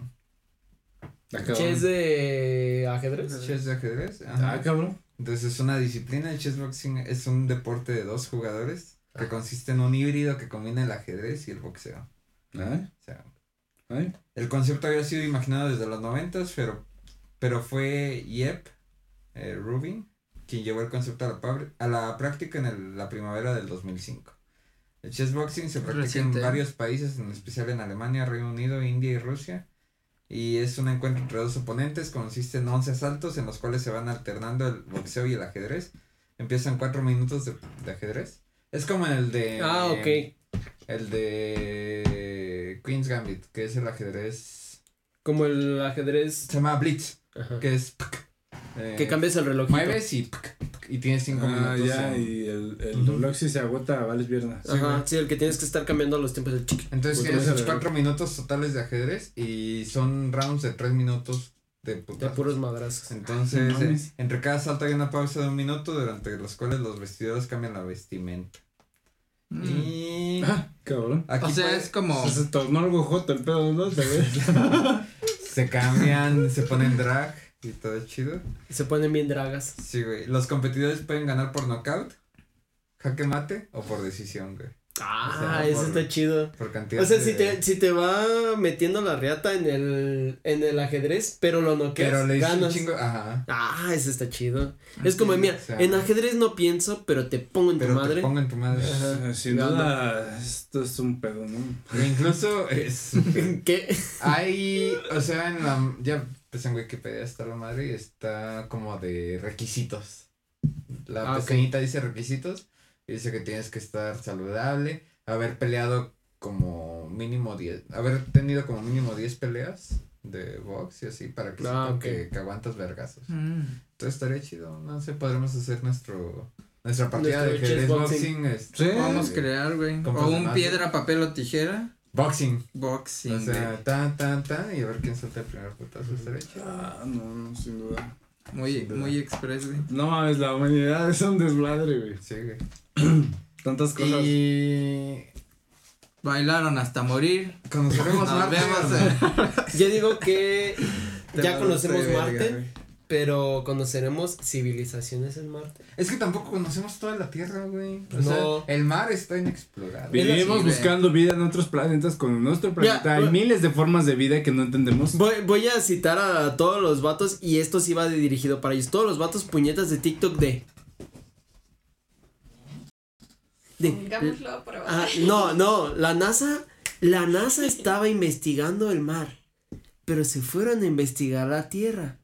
Speaker 1: Ah, cabrón.
Speaker 4: ¿Chess de ajedrez?
Speaker 3: Chess de ajedrez. ajá.
Speaker 1: Ah, cabrón.
Speaker 3: Entonces es una disciplina, el chessboxing es un deporte de dos jugadores que consiste en un híbrido que combina el ajedrez y el boxeo.
Speaker 1: Ay,
Speaker 3: O sea,
Speaker 1: ay.
Speaker 3: el concepto había sido imaginado desde los noventas, pero, pero fue Yep eh, Rubin quien llevó el concepto a la, pabr- a la práctica en el- la primavera del 2005. El chessboxing se practica
Speaker 2: Reciente.
Speaker 3: en varios países, en especial en Alemania, Reino Unido, India y Rusia. Y es un encuentro entre dos oponentes, consiste en 11 asaltos en los cuales se van alternando el boxeo y el ajedrez. Empiezan 4 minutos de, de ajedrez. Es como el de...
Speaker 4: Ah, ok.
Speaker 3: El de Queen's Gambit, que es el ajedrez.
Speaker 4: Como el ajedrez.
Speaker 3: Se llama Blitz,
Speaker 4: Ajá.
Speaker 3: que es. pk, eh,
Speaker 4: Que cambias el reloj.
Speaker 3: Mueves y. pk, pk, y tienes cinco
Speaker 1: Ah,
Speaker 3: minutos.
Speaker 1: ya,
Speaker 3: en-
Speaker 1: y el, el reloj sí se agota, vales piernas.
Speaker 4: Ajá, sí, el que tienes que estar cambiando los tiempos del chiqui.
Speaker 3: Entonces
Speaker 1: Pues
Speaker 3: tienes
Speaker 1: tienes el-
Speaker 3: cuatro minutos totales de ajedrez y son rounds de tres minutos de
Speaker 4: De
Speaker 3: putazos.
Speaker 4: puros madrazos.
Speaker 3: Entonces,
Speaker 1: No mames.
Speaker 3: eh, entre cada salto hay una pausa de un minuto durante los cuales los vestidores cambian la vestimenta.
Speaker 4: Mm.
Speaker 3: Y.
Speaker 1: Ah, cabrón.
Speaker 3: Aquí
Speaker 2: O sea,
Speaker 3: puede-
Speaker 2: es como.
Speaker 1: Se tornó algo joto el pedo, ¿no? Tal vez.
Speaker 3: se cambian, se ponen drag y todo chido.
Speaker 4: Se ponen bien dragas.
Speaker 3: Sí, güey. Los competidores pueden ganar por knockout, jaque mate o por decisión, güey.
Speaker 4: Ah,
Speaker 3: sea,
Speaker 4: eso
Speaker 3: por-
Speaker 4: está chido.
Speaker 3: Por cantidad.
Speaker 4: O sea,
Speaker 3: de-
Speaker 4: si te, si te va metiendo la reata en el, en el ajedrez, pero lo noqueas,
Speaker 3: Pero le dices un
Speaker 4: ganas.
Speaker 3: chingo. Ajá.
Speaker 4: Ah, eso está chido. Es como,
Speaker 3: Sí,
Speaker 4: mira,
Speaker 3: o sea,
Speaker 4: en ajedrez no pienso, pero te pongo en tu
Speaker 3: Pero te
Speaker 4: madre.
Speaker 3: pongo en tu madre.
Speaker 1: Eh, Sin duda, esto es un pedo, ¿no?
Speaker 3: E incluso es.
Speaker 4: [laughs] ¿Qué?
Speaker 3: Hay. O sea, en la. Ya, pues en Wikipedia está la madre y está como de requisitos. La
Speaker 4: Ah, ok.
Speaker 3: pestañita dice requisitos. Y dice que tienes que estar saludable, haber peleado como mínimo 10. Haber tenido como mínimo 10 peleas de box y así para que
Speaker 4: Ah,
Speaker 3: sepan
Speaker 4: ok.
Speaker 3: que, que aguantas vergazos.
Speaker 2: Mm.
Speaker 3: Entonces estaría chido, no sé, podremos hacer nuestro nuestra partida
Speaker 4: Nuestro
Speaker 3: de ajedrez
Speaker 4: chessboxing.
Speaker 3: boxing. este,
Speaker 1: Sí.
Speaker 2: Vamos a crear, güey.
Speaker 3: Con
Speaker 2: O un
Speaker 3: personaje.
Speaker 2: piedra, papel o tijera.
Speaker 3: Boxing.
Speaker 2: Boxing.
Speaker 3: o
Speaker 2: güey.
Speaker 3: sea, tan, tan, tan, y a ver quién suelta el primer putazo, estaría chido.
Speaker 1: Ah, no, no, sin duda.
Speaker 2: muy,
Speaker 3: sin duda.
Speaker 2: muy express, güey.
Speaker 1: No mames, la humanidad es un desmadre, güey.
Speaker 3: Sí, güey.
Speaker 1: Tantas cosas.
Speaker 3: Y
Speaker 2: Bailaron hasta morir.
Speaker 3: conoceremos
Speaker 2: Nos
Speaker 3: Marte,
Speaker 2: vemos.
Speaker 3: ¿no?
Speaker 2: eh.
Speaker 4: Yo digo que ya conocemos
Speaker 2: Te mandaste
Speaker 4: Marte,
Speaker 2: de verga, güey.
Speaker 4: pero conoceremos civilizaciones en Marte.
Speaker 3: [laughs] Es que tampoco conocemos toda la Tierra, güey. O
Speaker 4: No.
Speaker 3: sea, el mar está inexplorado.
Speaker 1: Vivimos
Speaker 2: sí, güey.
Speaker 1: buscando vida en otros planetas con nuestro planeta. Hay
Speaker 4: pero-
Speaker 1: miles de formas de vida que no entendemos.
Speaker 4: Voy, voy a citar a todos los vatos y esto sí va de- dirigido para ellos. Todos los vatos puñetas de TikTok de. de
Speaker 5: Pongámoslo a probar.
Speaker 4: Ah, no, no, la NASA, la NASA estaba investigando el mar, pero se fueron a investigar la Tierra.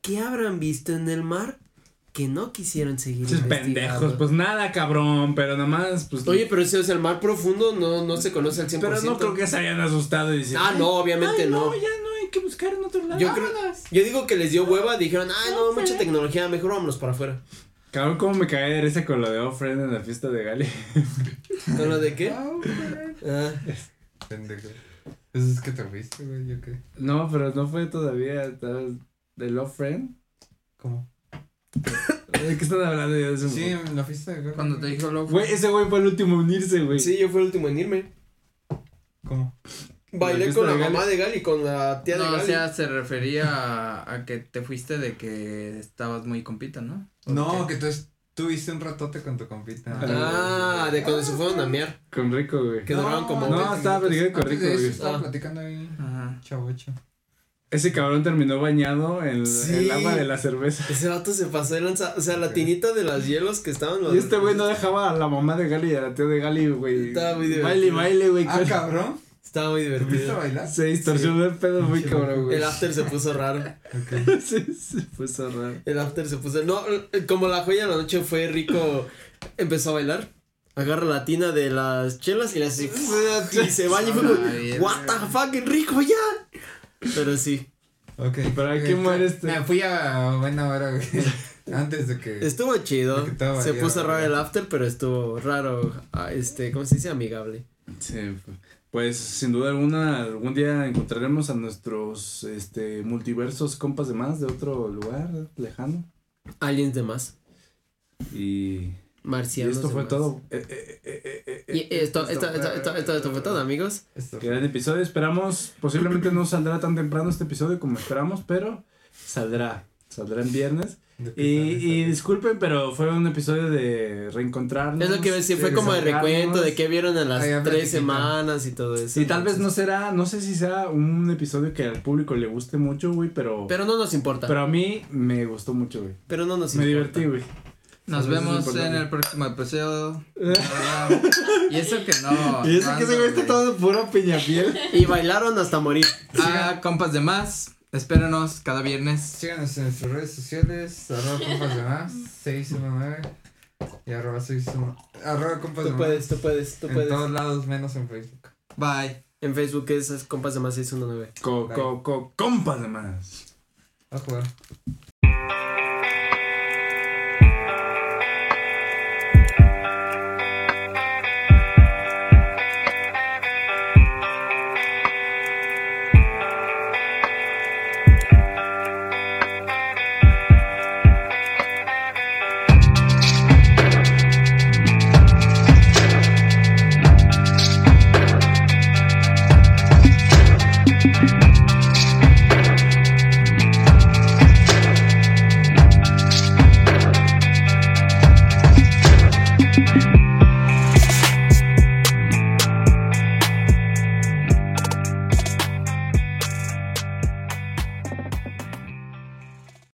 Speaker 4: ¿Qué habrán visto en el mar que no quisieron seguir
Speaker 1: Pinches pendejos, pues nada, cabrón, pero nada más, pues.
Speaker 4: Oye, pero si es el mar profundo, no, no se conoce al 100%.
Speaker 1: pero no creo que se hayan asustado y decir.
Speaker 4: Ah, no, obviamente
Speaker 1: "Ay,
Speaker 4: no.
Speaker 1: ya no hay que buscar en otro lado.
Speaker 4: Yo creo- Yo digo que les dio hueva, dijeron, ah, no, mucha tecnología, mejor vámonos para afuera.
Speaker 1: Cabrón, cómo me caí de risa con lo de Offred en la fiesta de Gali.
Speaker 4: ¿Con lo de qué? Ah,
Speaker 3: Pendejo. Pues es que te fuiste, güey, yo qué.
Speaker 1: No, pero no fue todavía estaba del Offred.
Speaker 3: ¿Cómo?
Speaker 1: ¿De qué están hablando yo de eso?
Speaker 3: Sí, en la fiesta de
Speaker 2: Cuando te dijo loco.
Speaker 1: Güey, ese güey fue el último a unirse, güey.
Speaker 4: sí, yo fui el último en irme.
Speaker 3: ¿Cómo?
Speaker 4: Bailé
Speaker 1: fiesta
Speaker 4: con la
Speaker 1: de Gali?
Speaker 4: mamá de Gali, con la tía de
Speaker 2: No, o
Speaker 4: Gali.
Speaker 2: sea, se refería a, a que te fuiste de que estabas muy compita, ¿no? ¿O
Speaker 3: No,
Speaker 2: qué?
Speaker 3: que tú estuviste un ratote con tu compita.
Speaker 4: Ah, de cuando se fueron a mear.
Speaker 1: Con Rico, güey.
Speaker 4: Que duraron como.
Speaker 1: No, estaba platicando con
Speaker 3: Antes
Speaker 1: Rico,
Speaker 3: de eso
Speaker 1: güey.
Speaker 3: estaba
Speaker 4: Ah.
Speaker 3: platicando ahí.
Speaker 2: Ajá.
Speaker 3: Chavocho.
Speaker 1: Ese cabrón terminó bañado en
Speaker 4: Sí.
Speaker 1: el agua de la cerveza.
Speaker 4: Ese vato se pasó de lanza. O sea, la tinita de las hielos que estaban los.
Speaker 1: Y este güey no dejaba a la mamá de Gali y a la tía de Gali, güey.
Speaker 4: Estaba muy divertido.
Speaker 1: Baile, baile, güey.
Speaker 4: pues,
Speaker 3: Ah, cabrón.
Speaker 4: Estaba muy
Speaker 3: ¿Te fuiste a
Speaker 4: divertido.
Speaker 3: bailar?
Speaker 1: Se distorsionó el pedo muy cabrón, güey.
Speaker 4: El after se puso raro.
Speaker 1: sí, se puso raro.
Speaker 4: El after se puso. No, como la joya de la noche fue rico. Empezó a bailar. Agarra la tina de las chelas y le hace. Y se baña y fue
Speaker 1: Ah,
Speaker 4: como,
Speaker 2: Ay,
Speaker 4: What the fuck, rico ya. Pero sí. [laughs]
Speaker 3: Ok.
Speaker 1: Pero hay
Speaker 3: Ok,
Speaker 1: que
Speaker 3: fue-
Speaker 1: mover este.
Speaker 3: Me fui a buena hora, güey. Antes de que.
Speaker 4: Estuvo chido.
Speaker 3: Que estaba
Speaker 4: Se
Speaker 3: ya,
Speaker 4: puso raro
Speaker 3: ya.
Speaker 4: el after, pero estuvo raro. ah, Este, ¿cómo se dice? Amigable.
Speaker 1: Sí, pues sin duda alguna, algún día encontraremos a nuestros este, multiversos compas de más de otro lugar lejano.
Speaker 4: Aliens de más.
Speaker 1: Y, y
Speaker 4: Marcianos.
Speaker 1: esto
Speaker 4: de
Speaker 1: fue
Speaker 4: más.
Speaker 1: todo. Eh, eh, eh, eh, eh,
Speaker 4: Y E-, esto, esto, esto, esto, esto, esto fue todo, amigos.
Speaker 3: Esto
Speaker 1: Gran episodio. Esperamos, posiblemente no saldrá tan temprano este episodio como esperamos, pero saldrá. Saldrá en viernes.
Speaker 3: de
Speaker 1: Y,
Speaker 3: pistones,
Speaker 1: y
Speaker 3: ¿sabes?
Speaker 1: disculpen, pero fue un episodio de reencontrarnos.
Speaker 4: Es lo que iba a decir, fue como el
Speaker 1: desahogarnos.
Speaker 4: recuento de qué vieron en las
Speaker 3: Ahí habla
Speaker 4: tres
Speaker 3: chiquita.
Speaker 4: semanas y todo eso.
Speaker 1: Y tal vez no será, no sé si sea un episodio que al público le guste mucho, güey, pero, pero,
Speaker 4: Pero no nos importa. Pero,
Speaker 1: a mí me gustó mucho, güey.
Speaker 4: no nos
Speaker 1: Me
Speaker 4: importa.
Speaker 1: divertí, güey.
Speaker 2: Nos
Speaker 1: Eso es
Speaker 2: vemos en
Speaker 1: importante.
Speaker 2: el próximo
Speaker 1: [laughs]
Speaker 2: episodio. Ah, y eso que no.
Speaker 1: Y eso que
Speaker 2: ando,
Speaker 1: se güey está
Speaker 2: güey.
Speaker 1: todo puro piñapiel.
Speaker 4: Y bailaron hasta morir.
Speaker 2: Ah, compas de más. Espérenos cada viernes.
Speaker 3: Síganos en nuestras redes sociales, arroba compas de más, 619 y arroba 619. Arroba compas de
Speaker 4: Tú
Speaker 3: más.
Speaker 4: puedes, tú puedes, tú
Speaker 3: en
Speaker 4: puedes.
Speaker 3: todos lados menos en Facebook.
Speaker 2: Bye.
Speaker 4: En Facebook es compas de más 619.
Speaker 1: Co, co, co, compas de más.
Speaker 3: A jugar.